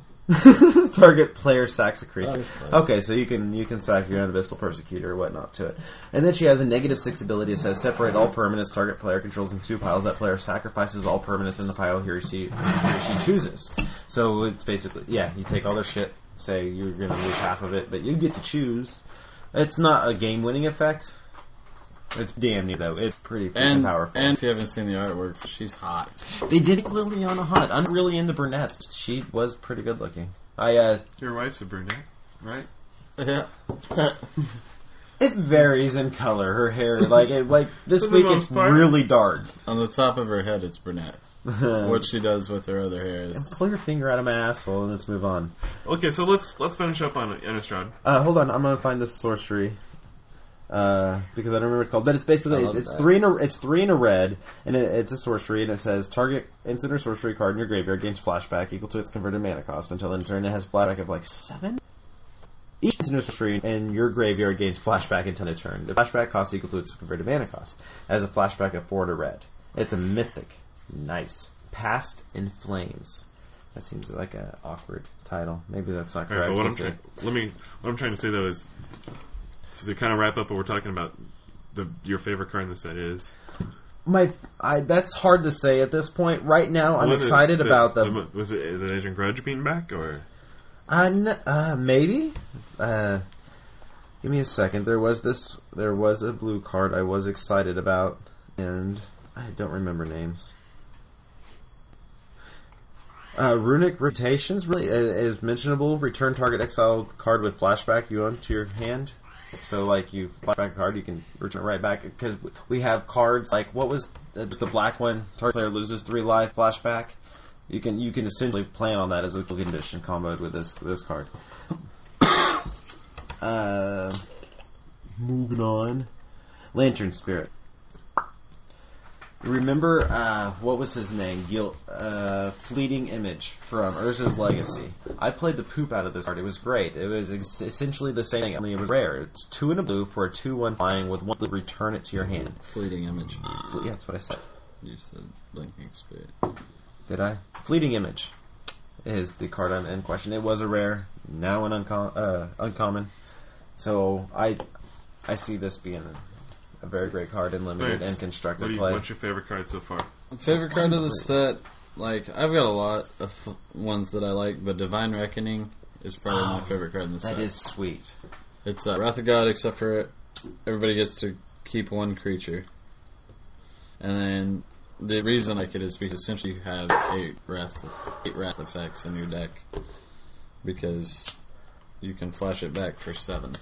[SPEAKER 2] target player sacks a
[SPEAKER 3] Oh,
[SPEAKER 2] creature.
[SPEAKER 3] it's fine.
[SPEAKER 2] Okay, so you can you can sack your own abyssal persecutor or whatnot to it. And then she has a negative six ability that says separate all permanents target player controls in two piles. That player sacrifices all permanents in the pile he or she, he or she chooses. So it's basically yeah, you take all their shit, say you're gonna lose half of it, but you get to choose. It's not a game winning effect. It's damn neat though. It's pretty freaking
[SPEAKER 3] And
[SPEAKER 2] powerful.
[SPEAKER 3] and if you haven't seen the artwork, she's hot.
[SPEAKER 2] they did Liliana Hunt. I'm really into brunettes. She was pretty good looking. I uh
[SPEAKER 1] Your wife's a brunette, right?
[SPEAKER 3] Yeah.
[SPEAKER 2] It varies in color. Her hair, like it, like this
[SPEAKER 1] For the
[SPEAKER 2] week, it's
[SPEAKER 1] most part.
[SPEAKER 2] really dark.
[SPEAKER 3] On the top of her head, it's brunette. what she does with her other hair is
[SPEAKER 2] Pull your finger out of my asshole and let's move on.
[SPEAKER 1] Okay, so let's let's finish up on Innistrad.
[SPEAKER 2] Uh, hold on, I'm gonna find this sorcery uh, because I don't remember what it's called. But it's
[SPEAKER 3] I
[SPEAKER 2] basically
[SPEAKER 3] love
[SPEAKER 2] it's, it's
[SPEAKER 3] that.
[SPEAKER 2] three in a it's three in a red, and it, it's a sorcery, and it says target instant or sorcery card in your graveyard gains flashback equal to its converted mana cost until end of turn. It has flashback of like seven. Each instant or sorcery in your graveyard gains flashback until end of turn. The flashback cost equal to its converted mana cost. It has a flashback of four to red. It's a mythic. Nice. Past in flames. That seems like an awkward title. Maybe that's not
[SPEAKER 1] All right,
[SPEAKER 2] correct.
[SPEAKER 1] but what
[SPEAKER 2] We'll
[SPEAKER 1] I'm
[SPEAKER 2] see.
[SPEAKER 1] trying, let me what I'm trying to say though is to kind of wrap up what we're talking about. The your favorite card in the set is
[SPEAKER 2] my I, that's hard to say at this point. Right now, I'm
[SPEAKER 1] One of the-
[SPEAKER 2] excited
[SPEAKER 1] the-
[SPEAKER 2] about them.
[SPEAKER 1] the- Was it is it Agent Grudge being back or
[SPEAKER 2] Uh, n- uh, maybe. Uh, give me a second. There was this. There was a blue card I was excited about, and I don't remember names. Uh, runic rotations really uh, is mentionable. Return target exiled card with flashback you own to your hand. So like you flashback a card, you can return it right back because we have cards like what was uh, the black one? Target player loses three life. Flashback. You can you can essentially plan on that as a condition comboed with this this card. uh, moving on, Lantern Spirit. Remember uh, what was his name? Gil, uh, Fleeting Image from Urza's Legacy. I played the poop out of this card. It was great. It was ex- essentially the same thing, only it was rare. It's two and a blue for a two-one flying with one blue. Return it to your hand.
[SPEAKER 3] fleeting image.
[SPEAKER 2] Fle- yeah, that's what I said.
[SPEAKER 3] You said blinking spirit.
[SPEAKER 2] Did I? Fleeting Image is the card I'm in question. It was a rare, now an uncom- uh, uncommon. So I I see this being a, a very great card in limited
[SPEAKER 1] Lance,
[SPEAKER 2] and constructed
[SPEAKER 1] what do you-
[SPEAKER 2] play.
[SPEAKER 1] what's your favorite card so far?
[SPEAKER 3] Favorite card of the set? Like I've got a lot of f- ones that I like, but Divine Reckoning is probably my favorite card in the set.
[SPEAKER 2] that is sweet.
[SPEAKER 3] It's uh, Wrath of God, except for everybody gets to keep one creature. And then the reason I like it is because essentially you have eight wrath, eight wrath effects in your deck because you can flash it back for seven.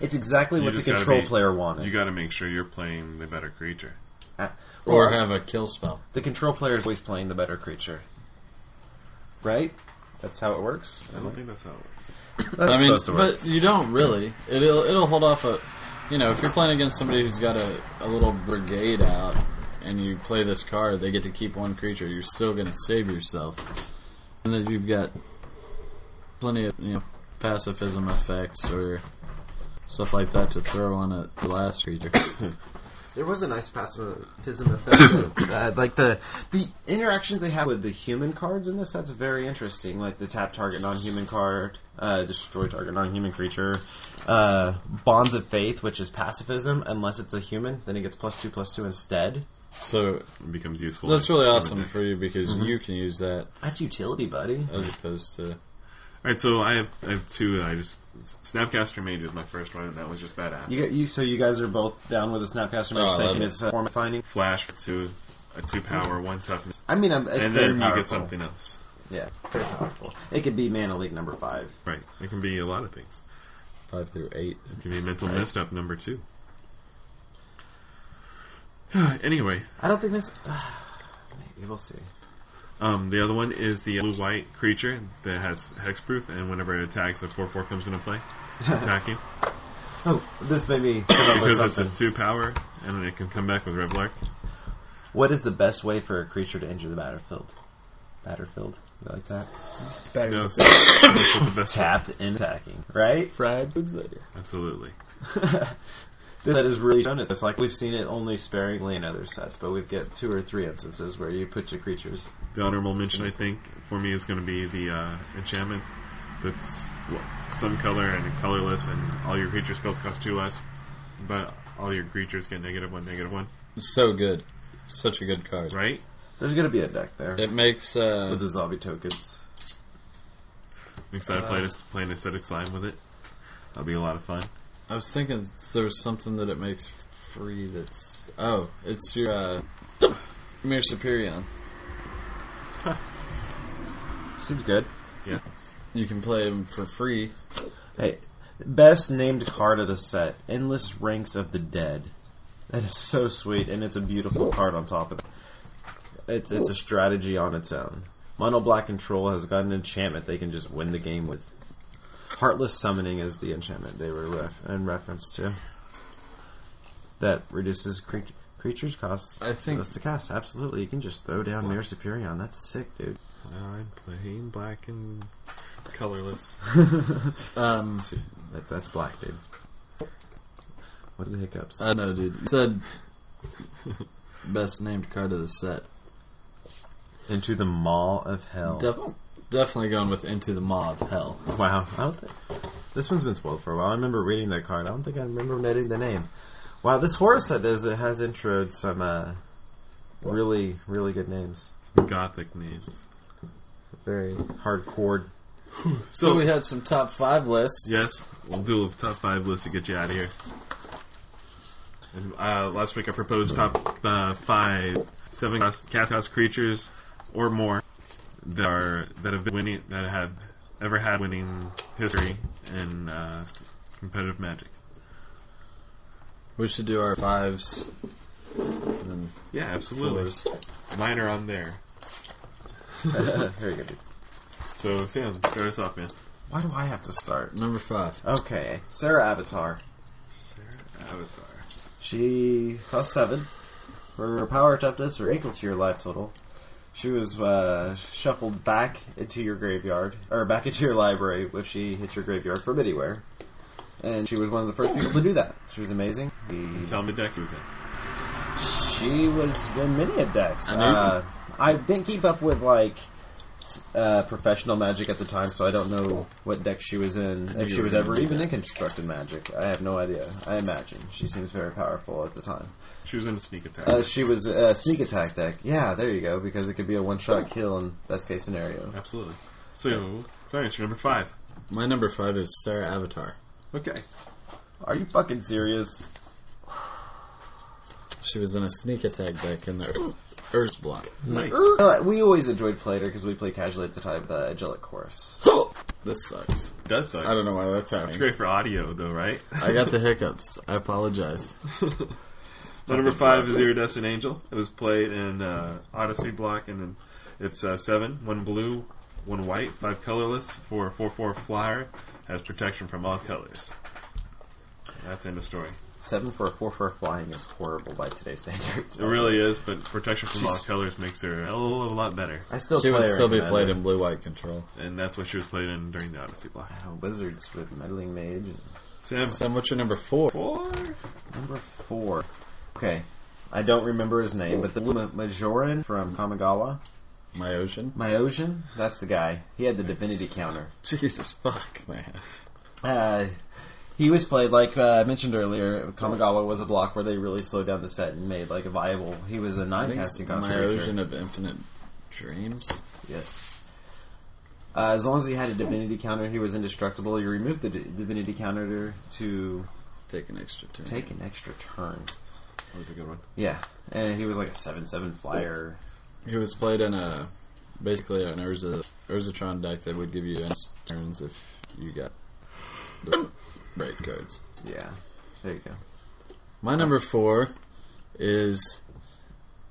[SPEAKER 2] It's exactly
[SPEAKER 1] You
[SPEAKER 2] what the
[SPEAKER 1] just gotta
[SPEAKER 2] control
[SPEAKER 1] be-
[SPEAKER 2] player wanted.
[SPEAKER 1] You got to make sure you're playing the better creature.
[SPEAKER 2] Uh,
[SPEAKER 3] Or
[SPEAKER 2] well,
[SPEAKER 3] have a kill spell.
[SPEAKER 2] the control player is always playing the better creature, right? That's how it works.
[SPEAKER 1] I don't think that's how it works.
[SPEAKER 2] That's
[SPEAKER 3] I mean,
[SPEAKER 2] supposed to work.
[SPEAKER 3] but you don't really. It'll it'll hold off a, you know, if you're playing against somebody who's got a, a little brigade out, and you play this card, they get to keep one creature. You're still going to save yourself, and then you've got plenty of you know pacifism effects or stuff like that to throw on at the last creature.
[SPEAKER 2] There was a nice pacifism effect. uh, like the the interactions they have with the human cards in this, that's very interesting. Like the tap target non-human card, uh, destroy target non-human creature, uh, bonds of faith, which is pacifism. Unless it's a human, then it gets plus two plus two instead.
[SPEAKER 3] so
[SPEAKER 1] It becomes useful.
[SPEAKER 3] that's really
[SPEAKER 1] in a
[SPEAKER 3] awesome
[SPEAKER 1] deck.
[SPEAKER 3] for you because
[SPEAKER 2] Mm-hmm.
[SPEAKER 3] you can use that
[SPEAKER 2] That's utility, buddy.
[SPEAKER 3] as opposed to
[SPEAKER 1] All right, so I have I have two. I just Snapcaster Mage is my first one, and that was just badass.
[SPEAKER 2] You, got- you so you guys are both down with the Snapcaster
[SPEAKER 3] Oh, I
[SPEAKER 2] Mage,
[SPEAKER 3] love
[SPEAKER 2] thinking
[SPEAKER 3] it.
[SPEAKER 2] it's a form of finding.
[SPEAKER 1] Flash for two, a two power, one toughness,
[SPEAKER 2] I mean, I'm, it's
[SPEAKER 1] and
[SPEAKER 2] very
[SPEAKER 1] then
[SPEAKER 2] powerful.
[SPEAKER 1] you get something else.
[SPEAKER 2] Yeah, very powerful. It could be Mana League number five.
[SPEAKER 1] Right, it can be a lot of things.
[SPEAKER 3] five through eight.
[SPEAKER 1] It can be mental mess up number two. anyway,
[SPEAKER 2] I don't think this. maybe we'll see.
[SPEAKER 1] Um, the other one is the blue white creature that has hexproof, and whenever it attacks, a 4 4 comes into play. Attacking.
[SPEAKER 2] Oh, this may be remember
[SPEAKER 1] because it's
[SPEAKER 2] something.
[SPEAKER 1] a 2 power, and it can come back with Revlark.
[SPEAKER 2] What is the best way for a creature to enter the battlefield? Battlefield, you like that?
[SPEAKER 1] No, it's- it's the best one.
[SPEAKER 2] Tapped and attacking, right?
[SPEAKER 4] Fried foods later.
[SPEAKER 1] Absolutely.
[SPEAKER 2] This set is really shown at this. Like we've seen it only sparingly in other sets, but we've got two or three instances where you put your creatures.
[SPEAKER 1] The honorable mention, I think, for me is going to be the uh, enchantment that's well, some color and colorless, and all your creature spells cost 2 less, but all your creatures get negative 1, negative 1,
[SPEAKER 3] So good, such a good card.
[SPEAKER 1] right?
[SPEAKER 2] There's gonna be a deck there
[SPEAKER 3] It makes uh,
[SPEAKER 2] with the zombie tokens.
[SPEAKER 1] I'm excited to play this, playing aesthetic slime with it. That'll be a lot of fun.
[SPEAKER 3] I was thinking there was something that it makes free that's. Oh, it's your. Uh, Mere Superior.
[SPEAKER 2] Seems good.
[SPEAKER 1] Yeah.
[SPEAKER 3] You can play them for free.
[SPEAKER 2] Hey, best named card of the set: Endless Ranks of the Dead. That is so sweet, and it's a beautiful card on top of it. It's it's a strategy on its own. Mono Black Control has got an enchantment they can just win the game with. Heartless Summoning is the enchantment they were ref- in reference to. That reduces cre- creatures' costs.
[SPEAKER 3] I think-
[SPEAKER 2] to cast. Absolutely, you can just throw down Mirror Superior on. That's sick, dude.
[SPEAKER 1] I'm playing black and colorless.
[SPEAKER 3] Um,
[SPEAKER 2] That's that's black, dude. What are the hiccups?
[SPEAKER 3] I know, dude. It said best named card of the set.
[SPEAKER 2] Into the Maw of Hell.
[SPEAKER 3] Def- definitely going with Into the Maw of Hell.
[SPEAKER 2] Wow, I don't think this one's been spoiled for a while. I remember reading that card. I don't think I remember noting the name. Wow, this horror set is it has introed some uh, really really good names.
[SPEAKER 1] Gothic names.
[SPEAKER 2] Very hardcore.
[SPEAKER 3] So, we had some top five lists.
[SPEAKER 1] Yes, we'll do a top five list to get you out of here. And, uh, last week I proposed top uh, five seven house- cast house creatures or more that are that have been winning that have ever had winning history in uh, competitive Magic.
[SPEAKER 3] We should do our fives and then
[SPEAKER 1] Yeah, absolutely.
[SPEAKER 3] fours.
[SPEAKER 1] Mine are on there.
[SPEAKER 2] Uh, Here you go. Dude.
[SPEAKER 1] So Sam, start us off, man.
[SPEAKER 2] Why do I have to start?
[SPEAKER 3] Number five.
[SPEAKER 2] Okay, Sarah Avatar.
[SPEAKER 1] Avatar.
[SPEAKER 2] She cost seven. Her power toughness are equal to your life total. She was uh, shuffled back into your graveyard, or back into your library if she hit your graveyard from anywhere. And she was one of the first people to do that. She was amazing.
[SPEAKER 1] Tell me the deck it was in.
[SPEAKER 2] She was in many of decks.
[SPEAKER 3] I knew-
[SPEAKER 2] Uh, I didn't keep up with like s- uh, professional magic at the time, so I don't know what deck she was in. If
[SPEAKER 3] you
[SPEAKER 2] she
[SPEAKER 3] were
[SPEAKER 2] was
[SPEAKER 3] gonna
[SPEAKER 2] ever
[SPEAKER 3] do
[SPEAKER 2] even
[SPEAKER 3] that.
[SPEAKER 2] in constructed magic, I have no idea. I imagine she seems very powerful at the time.
[SPEAKER 1] She was in a sneak attack.
[SPEAKER 2] Uh, she was a sneak attack deck. Yeah, there you go, because it could be a one shot kill in best case scenario.
[SPEAKER 1] absolutely. So Clarence, you're number five.
[SPEAKER 3] My number five is Sarah Avatar.
[SPEAKER 2] Okay. Are you fucking serious?
[SPEAKER 3] She was in a sneak attack deck in the Urs block.
[SPEAKER 1] Nice.
[SPEAKER 2] Uh, We always enjoyed Plater because we play casually at the time of the Angelic Chorus.
[SPEAKER 3] This sucks.
[SPEAKER 1] Does suck.
[SPEAKER 3] I don't know why that's happening.
[SPEAKER 1] It's great for audio, though, right?
[SPEAKER 3] I got the hiccups. I apologize.
[SPEAKER 1] Number five is Iridescent Angel. It was played in uh, Odyssey block, and then it's uh, seven, one blue, one white, five colorless for a four-four flyer. Has protection from all colors. That's end of story.
[SPEAKER 2] Seven for a four for a flying is horrible by today's standards.
[SPEAKER 1] It really is, but protection from all colors makes her a hell of a lot better,
[SPEAKER 2] I still
[SPEAKER 3] she
[SPEAKER 2] play
[SPEAKER 3] would
[SPEAKER 2] her
[SPEAKER 3] still be
[SPEAKER 2] Meta.
[SPEAKER 3] played in blue white control.
[SPEAKER 1] and that's what she was played in during the Odyssey block.
[SPEAKER 2] Uh, Wizards with meddling mage. and-
[SPEAKER 1] Sam
[SPEAKER 3] Sam, what's your number four?
[SPEAKER 1] four.
[SPEAKER 2] Number four. Okay, I don't remember his name, but the blue Ma- Majoran from Kamigawa,
[SPEAKER 3] My ocean.
[SPEAKER 2] Myosian. That's the guy. He had the divinity counter.
[SPEAKER 3] Jesus fuck, man.
[SPEAKER 2] Uh, he was played like uh, I mentioned earlier. Kamigawa was a block where they really slowed down the set and made like a viable. He was a
[SPEAKER 3] I
[SPEAKER 2] nine
[SPEAKER 3] think
[SPEAKER 2] casting
[SPEAKER 3] it's my
[SPEAKER 2] concentration.
[SPEAKER 3] ocean of infinite dreams.
[SPEAKER 2] Yes. Uh, as long as he had a divinity counter, he was indestructible. He removed the d- divinity counter to
[SPEAKER 3] Take an extra turn.
[SPEAKER 2] take an extra turn.
[SPEAKER 1] That was a good one.
[SPEAKER 2] Yeah, and he was like a seven-seven flyer.
[SPEAKER 3] He was played in a basically an Urza Urzatron deck that would give you end turns if you got the right cards.
[SPEAKER 2] Yeah, there you go.
[SPEAKER 3] My number four is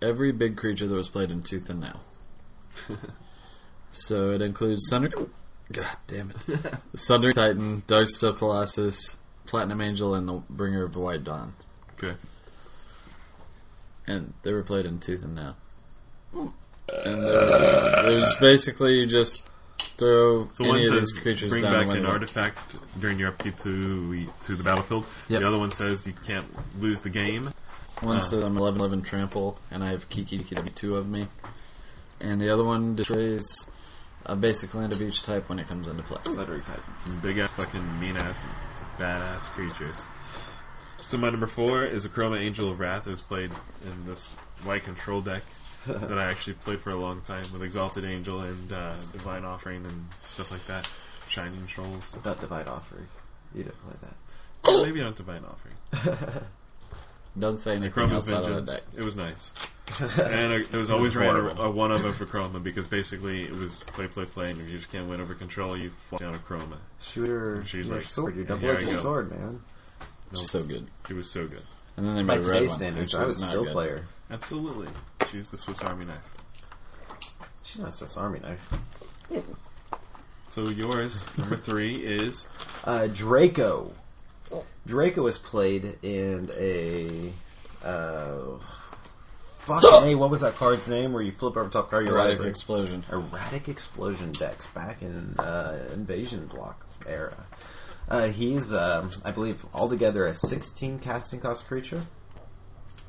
[SPEAKER 3] every big creature that was played in Tooth and Nail. so it includes Sunder. God damn it. Sunder Titan, Darksteel Colossus, Platinum Angel, and the Bringer of the White Dawn.
[SPEAKER 1] Okay.
[SPEAKER 3] And they were played in Tooth and Nail. And uh, there's basically you just throw
[SPEAKER 1] So one
[SPEAKER 3] any of
[SPEAKER 1] says
[SPEAKER 3] these creatures
[SPEAKER 1] bring
[SPEAKER 3] down
[SPEAKER 1] back
[SPEAKER 3] the
[SPEAKER 1] an
[SPEAKER 3] window.
[SPEAKER 1] artifact during your upkeep to to the battlefield.
[SPEAKER 3] Yep.
[SPEAKER 1] The other one says you can't lose the game.
[SPEAKER 3] One says I'm 11 11 trample, and I have Kiki Kiki W two of me. And the other one destroys a basic land of each type when it comes into play.
[SPEAKER 2] Slittering type.
[SPEAKER 1] Some big ass fucking mean ass badass creatures. So my number four is a Chroma Angel of Wrath. It was played in this white control deck that I actually played for a long time with Exalted Angel and uh, Divine Offering and stuff like that. Shining Trolls.
[SPEAKER 2] Not divide offering. You didn't play that.
[SPEAKER 1] Maybe not Divine Offering.
[SPEAKER 3] Doesn't say
[SPEAKER 1] And
[SPEAKER 3] anything
[SPEAKER 1] Chroma's
[SPEAKER 3] outside of
[SPEAKER 1] Vengeance.
[SPEAKER 3] that deck.
[SPEAKER 1] It was nice. and it was always ran a,
[SPEAKER 2] horrible.
[SPEAKER 1] a one of over Chroma because basically it was play, play, play, and if you just can't win over control, you fall down a Chroma.
[SPEAKER 2] Shoot your,
[SPEAKER 1] She's
[SPEAKER 2] your
[SPEAKER 1] like,
[SPEAKER 2] sword, your
[SPEAKER 1] "Yeah,
[SPEAKER 2] double-edged
[SPEAKER 1] here I go."
[SPEAKER 2] sword, man.
[SPEAKER 3] So good.
[SPEAKER 1] It was so good.
[SPEAKER 3] And then they
[SPEAKER 2] By
[SPEAKER 3] made red
[SPEAKER 2] today's
[SPEAKER 3] one,
[SPEAKER 2] standards,
[SPEAKER 3] which
[SPEAKER 2] I
[SPEAKER 3] was
[SPEAKER 2] would
[SPEAKER 3] not
[SPEAKER 2] still
[SPEAKER 3] good.
[SPEAKER 2] play her.
[SPEAKER 1] Absolutely. She's the Swiss Army knife.
[SPEAKER 2] She's not a Swiss Army knife.
[SPEAKER 1] So yours, number three, is
[SPEAKER 2] Uh, Draco. Draco was played in a. Uh, fucking hey, what was that card's name where you flip over top card of your
[SPEAKER 3] Erratic
[SPEAKER 2] library?
[SPEAKER 3] explosion.
[SPEAKER 2] erratic explosion decks back in uh, invasion block era. Uh, he's, um, I believe, altogether a 16 casting cost creature,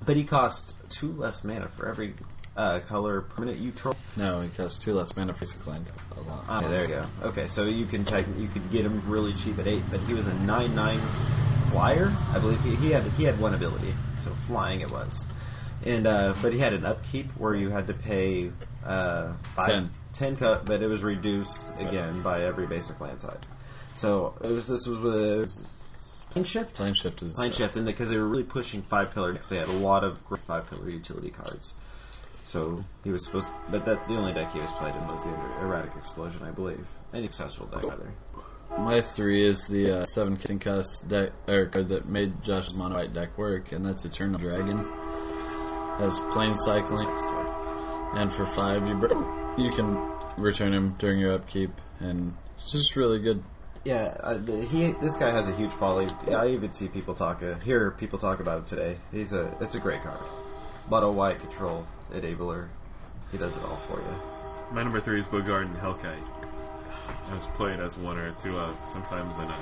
[SPEAKER 2] but he costs two less mana for every uh, color permanent you troll.
[SPEAKER 3] No, it costs two less mana for its land. A lot.
[SPEAKER 2] Ah, there you go. Okay, so you can tech, you could get him really cheap at eight, but he was a nine nine flyer. I believe he, he had he had one ability, so flying it was, and uh, but he had an upkeep where you had to pay uh, five,
[SPEAKER 3] Ten.
[SPEAKER 2] ten cut, but it was reduced again by every basic land type. So it was this was with it was plane shift.
[SPEAKER 3] Plane shift is.
[SPEAKER 2] Pine Shift, and because they were really pushing five color, decks, they had a lot of great five color utility cards. So he was supposed, but that the only deck he was played in was the Erratic Explosion, I believe. Any successful deck either.
[SPEAKER 3] My three is the uh, seven kissing cuss deck er, card that made Josh's mono white deck work, and that's Eternal Dragon. Has plane cycling.
[SPEAKER 2] Next one.
[SPEAKER 3] And for five, you br- you can return him during your upkeep, and it's just really good.
[SPEAKER 2] Yeah, uh, the, he this guy has a huge folly. Yeah, I even see people talk, uh, hear people talk about him today. He's a, it's a great card. Bottle white control enabler. He does it all for you.
[SPEAKER 1] my number three is Bogard and Hellkite. I was played as one or two of, sometimes in a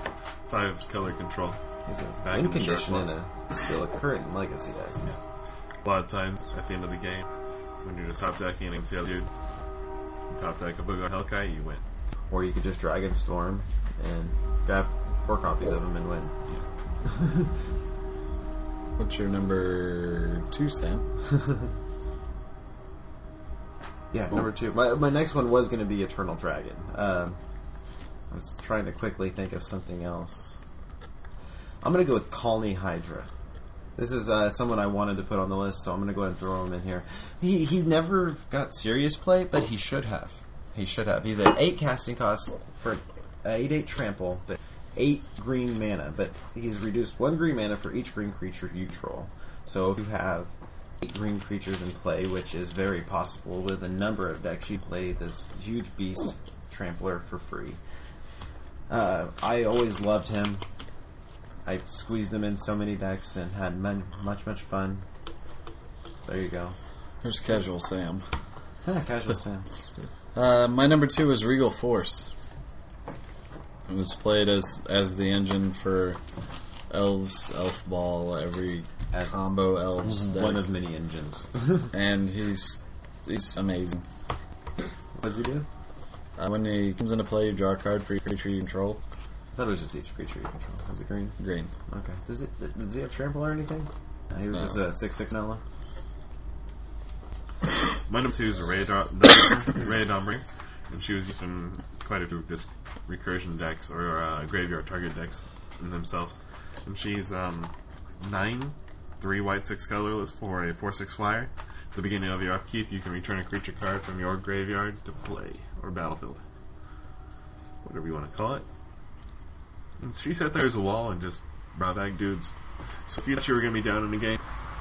[SPEAKER 1] five color control.
[SPEAKER 2] He's a
[SPEAKER 1] Back
[SPEAKER 2] win
[SPEAKER 1] in the
[SPEAKER 2] condition
[SPEAKER 1] short
[SPEAKER 2] in a still a current legacy deck.
[SPEAKER 1] A lot of times at the end of the game, when you're just top decking against the other dude, top deck a Bogard Hellkite, you win.
[SPEAKER 2] Or you could just Dragon Storm and grab four copies of them and win.
[SPEAKER 3] What's your number two, Sam?
[SPEAKER 2] Yeah, number two. My, my next one was going to be Eternal Dragon. Um, I was trying to quickly think of something else. I'm going to go with Colony Hydra. This is uh, someone I wanted to put on the list, so I'm going to go ahead and throw him in here. He he never got serious play, but he should have. He should have. He's at eight casting costs for eight eight trample, but eight green mana. But he's reduced one green mana for each green creature you troll. So if you have eight green creatures in play, which is very possible with a number of decks, you play this huge beast trampler for free. Uh, I always loved him. I squeezed them in so many decks and had mon- much, much fun. There you go.
[SPEAKER 3] There's casual Sam.
[SPEAKER 2] Ah, casual Sam.
[SPEAKER 3] Uh, my number two is Regal Force. It was played as as the engine for elves, elf ball, every
[SPEAKER 2] As Mhm.
[SPEAKER 3] combo elves deck,
[SPEAKER 2] one of many engines.
[SPEAKER 3] and he's he's amazing.
[SPEAKER 2] what does he do?
[SPEAKER 3] Uh, when he comes into play, you draw a card for each creature you control.
[SPEAKER 2] I thought it was just each creature you control. Was it green?
[SPEAKER 3] Green.
[SPEAKER 2] Okay. Does it? th- Does he have trample or anything? No, he was
[SPEAKER 3] No.
[SPEAKER 2] just a six six Nella.
[SPEAKER 1] My number two is Ray Domri, and she was used in quite a few just recursion decks or uh, graveyard target decks in themselves. And she's um, nine, three white, six colorless for a four six flyer. At the beginning of your upkeep, you can return a creature card from your graveyard to play or battlefield, whatever you want to call it. And she sat there as a wall and just brought back dudes. So if you thought you were going to be down in the game,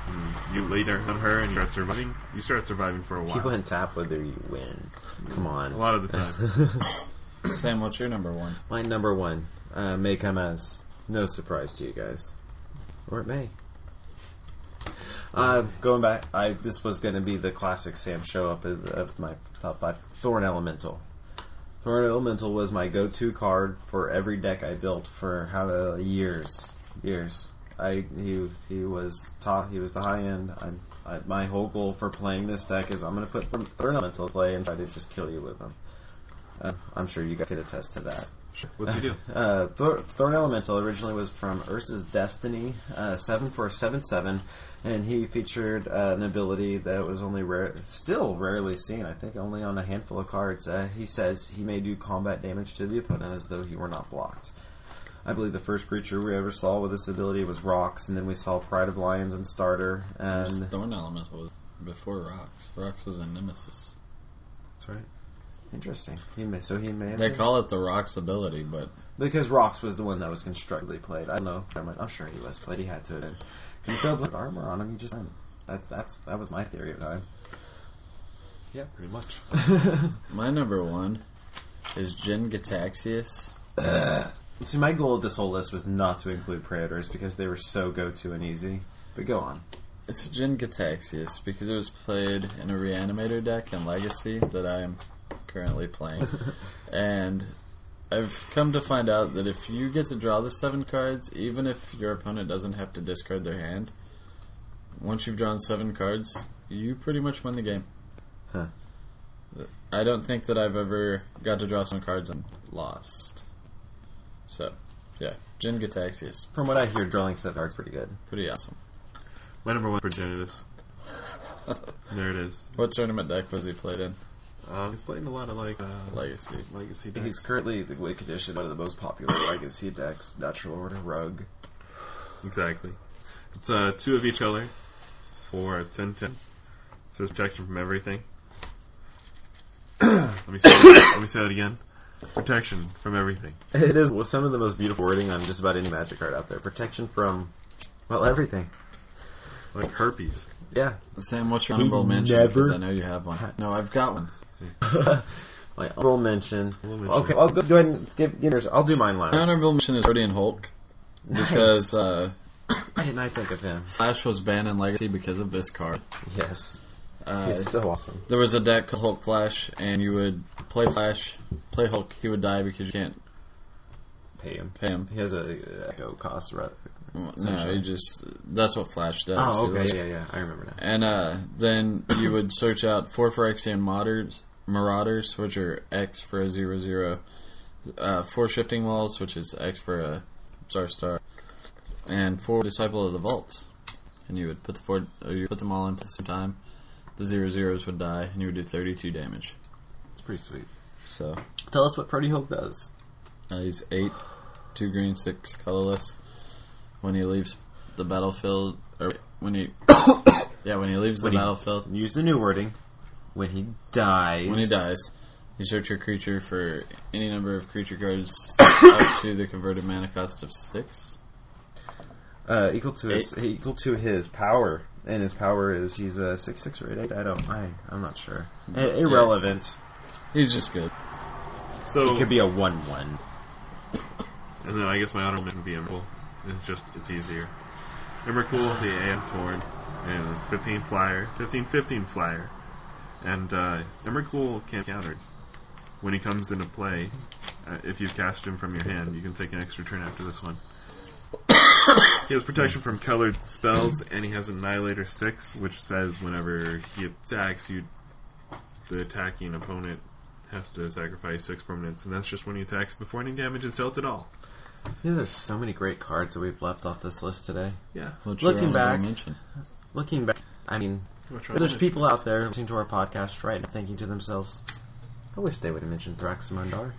[SPEAKER 1] and you lay down on her and you start surviving. You start surviving for a while.
[SPEAKER 2] People in tap whether you win. Come
[SPEAKER 1] A
[SPEAKER 2] on.
[SPEAKER 1] lot of the time.
[SPEAKER 3] Sam, what's your number one?
[SPEAKER 2] My number one uh, may come as no surprise to you guys, or it may. Uh, going back, I this was going to be the classic Sam show up of, of my top five. Thorn Elemental. Thorn Elemental was my go-to card for every deck I built for how uh, years, years. I he he was top. He was the high end. I'm. I, my whole goal for playing this deck is I'm going to put Thorn Thorn Elemental to play and try to just kill you with them. Uh, I'm sure you guys could attest to that.
[SPEAKER 1] What's he do?
[SPEAKER 2] Uh, Thor- Thorn Elemental originally was from Ursa's Destiny, uh, seven four seven seven, and he featured uh, an ability that was only rare, still rarely seen. I think only on a handful of cards. Uh, he says he may do combat damage to the opponent as though he were not blocked. I believe the first creature we ever saw with this ability was Rocks, and then we saw Pride of Lions and Starter, and
[SPEAKER 3] Thorn Elemental was before Rocks. Rocks was a nemesis.
[SPEAKER 1] That's right.
[SPEAKER 2] interesting. He may, so he may have
[SPEAKER 3] They call it the Rocks ability, but
[SPEAKER 2] Because Rocks was the one that was constructively played. I don't know. Never mind. I'm sure he was played. He had to have been. Can you build like armor on him? You just that's that's that was my theory of time.
[SPEAKER 1] Yeah, pretty much.
[SPEAKER 3] my number one is Jin Gataxius.
[SPEAKER 2] See, my goal of this whole list was not to include Praetors because they were so go to and easy. But go on.
[SPEAKER 3] It's Jin Gataxius because it was played in a reanimator deck in Legacy that I am currently playing. and I've come to find out that if you get to draw the seven cards, even if your opponent doesn't have to discard their hand, once you've drawn seven cards, you pretty much win the game.
[SPEAKER 2] Huh.
[SPEAKER 3] I don't think that I've ever got to draw some cards and lost. So, yeah, Jin Gataxius,
[SPEAKER 2] From what I hear, drawing set art's pretty good.
[SPEAKER 3] pretty awesome.
[SPEAKER 1] My number one progenitus. there it is.
[SPEAKER 3] What tournament deck was he played in?
[SPEAKER 1] Um, he's playing a lot of like uh,
[SPEAKER 3] Legacy.
[SPEAKER 1] legacy decks.
[SPEAKER 2] He's currently the Wicked Edition, one of the most popular legacy decks, Natural Order Rug.
[SPEAKER 1] Exactly. It's uh, two of each color for 10 10. So it's protection from everything. let me say let me say that again. Protection from everything.
[SPEAKER 2] It is with some of the most beautiful wording on just about any magic card out there. Protection from well everything.
[SPEAKER 1] Like herpes.
[SPEAKER 2] Yeah.
[SPEAKER 3] Sam, what's your honorable mention?
[SPEAKER 2] never-
[SPEAKER 3] Because I know you have one. No, I've got one.
[SPEAKER 2] My honorable mention.
[SPEAKER 1] Honorable mention.
[SPEAKER 2] Okay, I'll go, go ahead and skip yours. I'll do mine last.
[SPEAKER 3] My honorable mention is Brody and Hulk
[SPEAKER 2] Nice.
[SPEAKER 3] because uh,
[SPEAKER 2] Why didn't I think of him?
[SPEAKER 3] Flash was banned in Legacy because of this card.
[SPEAKER 2] Yes.
[SPEAKER 3] Uh,
[SPEAKER 2] He's so awesome.
[SPEAKER 3] there was a deck called Hulk Flash, and you would play Flash, play Hulk. He would die because you can't
[SPEAKER 2] Pay him.
[SPEAKER 3] pay him.
[SPEAKER 2] He has a uh, echo cost, right?
[SPEAKER 3] No,
[SPEAKER 2] Essentially.
[SPEAKER 3] he just that's what Flash does.
[SPEAKER 2] Oh,
[SPEAKER 3] He
[SPEAKER 2] okay.
[SPEAKER 3] lets-
[SPEAKER 2] Yeah, yeah. I remember now.
[SPEAKER 3] And uh, then you would search out four Phyrexian Marauders, Marauders, which are X for a zero zero, uh, four Shifting Walls, which is X for a star star, and four Disciple of the Vaults. And you would put the four, or you put them all in at the same time. The zero zeros would die, and you would do thirty two damage.
[SPEAKER 2] It's pretty sweet.
[SPEAKER 3] So
[SPEAKER 2] Tell us what Pretty Hulk does.
[SPEAKER 3] uh, he's eight, two green, six colorless. When he leaves the battlefield, or when he, yeah, when he leaves
[SPEAKER 2] When
[SPEAKER 3] the
[SPEAKER 2] he-
[SPEAKER 3] battlefield,
[SPEAKER 2] Use the new wording. When he dies.
[SPEAKER 3] when he dies, you search your creature for any number of creature cards up to the converted mana cost of six.
[SPEAKER 2] Uh, equal to his equal to his power, and his power is he's a six six or eight eight. I don't. I I'm not sure. I- irrelevant.
[SPEAKER 3] He's just good.
[SPEAKER 1] So
[SPEAKER 2] It could be a one one.
[SPEAKER 1] And then I guess my honorable mention would be Emrakul. It's just it's easier. Emrakul, the AM Torn, and it's 15 flyer, 15 15 flyer, and uh, Emrakul can be countered when he comes into play. Uh, if you've cast him from your hand, you can take an extra turn after this one. he has protection from colored spells, and he has Annihilator six, which says whenever he attacks, you the attacking opponent has to sacrifice six permanents, and that's just when he attacks before any damage is dealt at all.
[SPEAKER 2] You know, there's so many great cards that we've left off this list today.
[SPEAKER 1] Yeah.
[SPEAKER 3] Which
[SPEAKER 2] Looking
[SPEAKER 3] honorable
[SPEAKER 2] back.
[SPEAKER 3] mention.
[SPEAKER 2] Looking back, I mean,
[SPEAKER 1] Which one?
[SPEAKER 2] there's people out there listening to our podcast right now thinking to themselves, "I wish they would have mentioned Thraxamundar.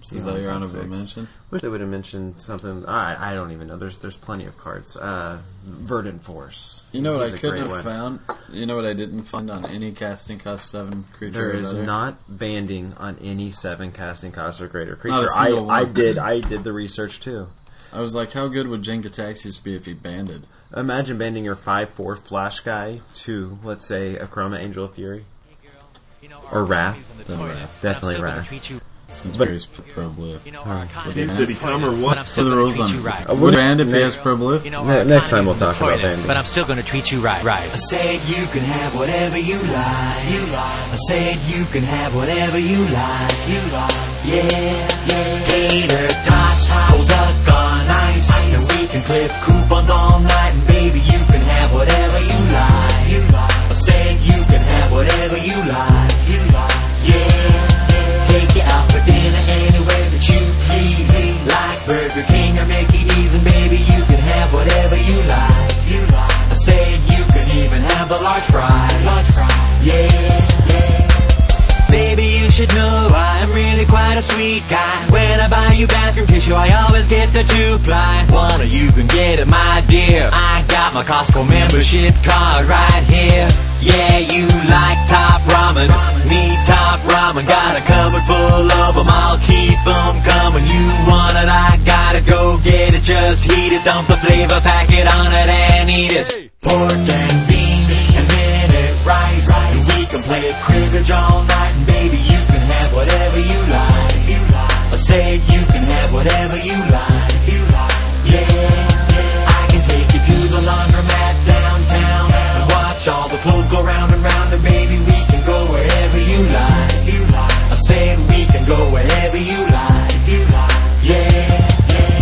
[SPEAKER 3] So is that your honorable
[SPEAKER 2] Six.
[SPEAKER 3] mention?
[SPEAKER 2] Wish they would have mentioned something. I I don't even know. There's there's plenty of cards. Uh, Verdant Force.
[SPEAKER 3] You know what
[SPEAKER 2] He's
[SPEAKER 3] I
[SPEAKER 2] a
[SPEAKER 3] couldn't
[SPEAKER 2] great
[SPEAKER 3] have
[SPEAKER 2] one.
[SPEAKER 3] found. You know what I didn't find on any casting cost seven creature.
[SPEAKER 2] There
[SPEAKER 3] or
[SPEAKER 2] is
[SPEAKER 3] better?
[SPEAKER 2] not banding on any seven casting cost or greater
[SPEAKER 3] Not a
[SPEAKER 2] creature. I,
[SPEAKER 3] single
[SPEAKER 2] I
[SPEAKER 3] one.
[SPEAKER 2] did I did the research too.
[SPEAKER 3] I was like, how good would Jenga Taxis be if he banded?
[SPEAKER 2] Imagine banding your five four flash guy to let's say a Chroma Angel of Fury. Or Wrath. Definitely Wrath.
[SPEAKER 3] Since
[SPEAKER 2] But-
[SPEAKER 3] Barry's p- pro blue.
[SPEAKER 1] Please, did he come or what?
[SPEAKER 3] For the rules on
[SPEAKER 2] Uh,
[SPEAKER 3] would
[SPEAKER 2] would-
[SPEAKER 3] band if he
[SPEAKER 2] ne-
[SPEAKER 3] has pro blue.
[SPEAKER 2] Ne- next time we'll talk about banding.
[SPEAKER 5] But I'm still gonna treat you right, right. I said you can have whatever you like. You like. I said you can have whatever you like. You like. Yeah, yeah. Gator tots, cold duck on ice, and we can clip coupons all night. And baby, you can have whatever you like. You like. I said you can have whatever you like. You like. Yeah. Take you out for dinner anywhere that you please. Like Burger King or Mickey D's, and baby, you can have whatever you like. You like. I said you can even have the large fries. Large Yeah, yeah. Baby, you should know I'm really quite a sweet guy. When I buy you bathroom tissue, I always get the two ply. One or you can get it, my dear. I got my Costco membership card right here. Yeah, you like top ramen, me top ramen. Got a cupboard full of 'em, I'll keep 'em coming. You want it, I gotta go get it. Just heat it, dump the flavor packet on it and eat it. Pork and beans and minute rice. And we can play cribbage all night, and baby, you can have whatever you like. I said you can have whatever you like. Yeah, I can take you to the laundromat downtown and watch all the clothes go round and round, and baby, we can go wherever you like. I said we can go wherever you like. Yeah, yeah.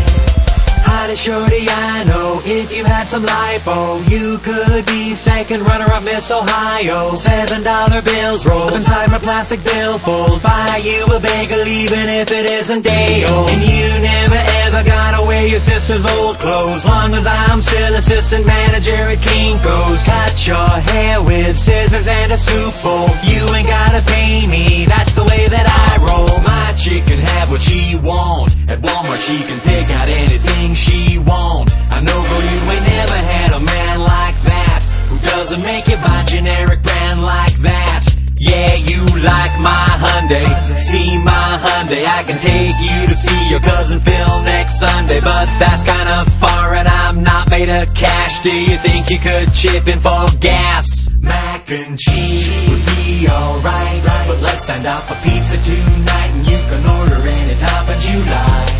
[SPEAKER 5] Honey, shorty, I know if you had some lipo, you could be second runner-up Miss Ohio. Seven dollar bills rolled up inside my plastic billfold. Buy you a bagel even if it isn't day old. And you never ever gotta wear your sister's old clothes. Long as I'm still assistant manager at Kinko's. Cut your hair with scissors and a soup bowl. You ain't gotta pay me, that's the way that I roll. My chick can have what she wants. At Walmart she can pick out anything she wants. I know girl you ain't never had a man like that. Who doesn't make you buy generic brand like that? Yeah, you like my Hyundai. See my Hyundai. I can take you to see your cousin Phil next Sunday, but that's kind of far, and I'm not made of cash. Do you think you could chip in for gas? Mac and cheese would be alright, but let's send out for pizza tonight, and you can order any toppings you like.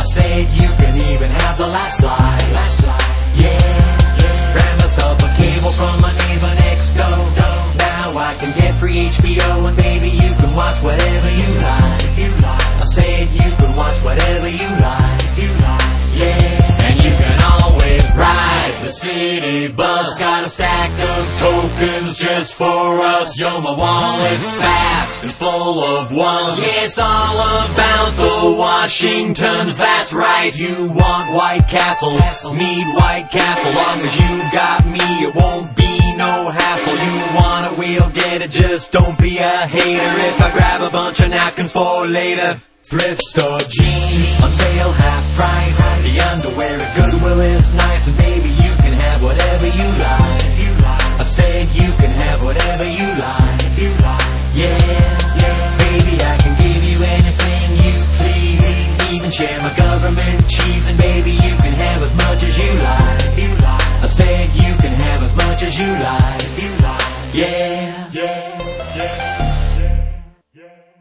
[SPEAKER 5] I said you can even have the last slide. Yeah, yeah. Grab myself a cable from my neighbor next door. Now I can get free HBO and baby you can watch whatever you like. I said you can watch whatever you like. Yeah, and you can always ride the city bus. Got a stack of tokens just for us. Yo, my wallet's fat and full of ones. Yeah, it's all about the Washingtons. That's right. You want White Castle, need White Castle. Long as you got me, it won't be no hassle. You want it, we'll get it. Just don't be a hater if I grab a bunch of napkins for later. Thrift store jeans on sale half price. The underwear at Goodwill is nice, and baby, you can have whatever you like. I said you can have whatever you like. Yeah, yeah, baby, I can give you anything you please. Even share my government cheese, and baby, you can have as much as you like. I said you can have as much as you like. Yeah, yeah, yeah.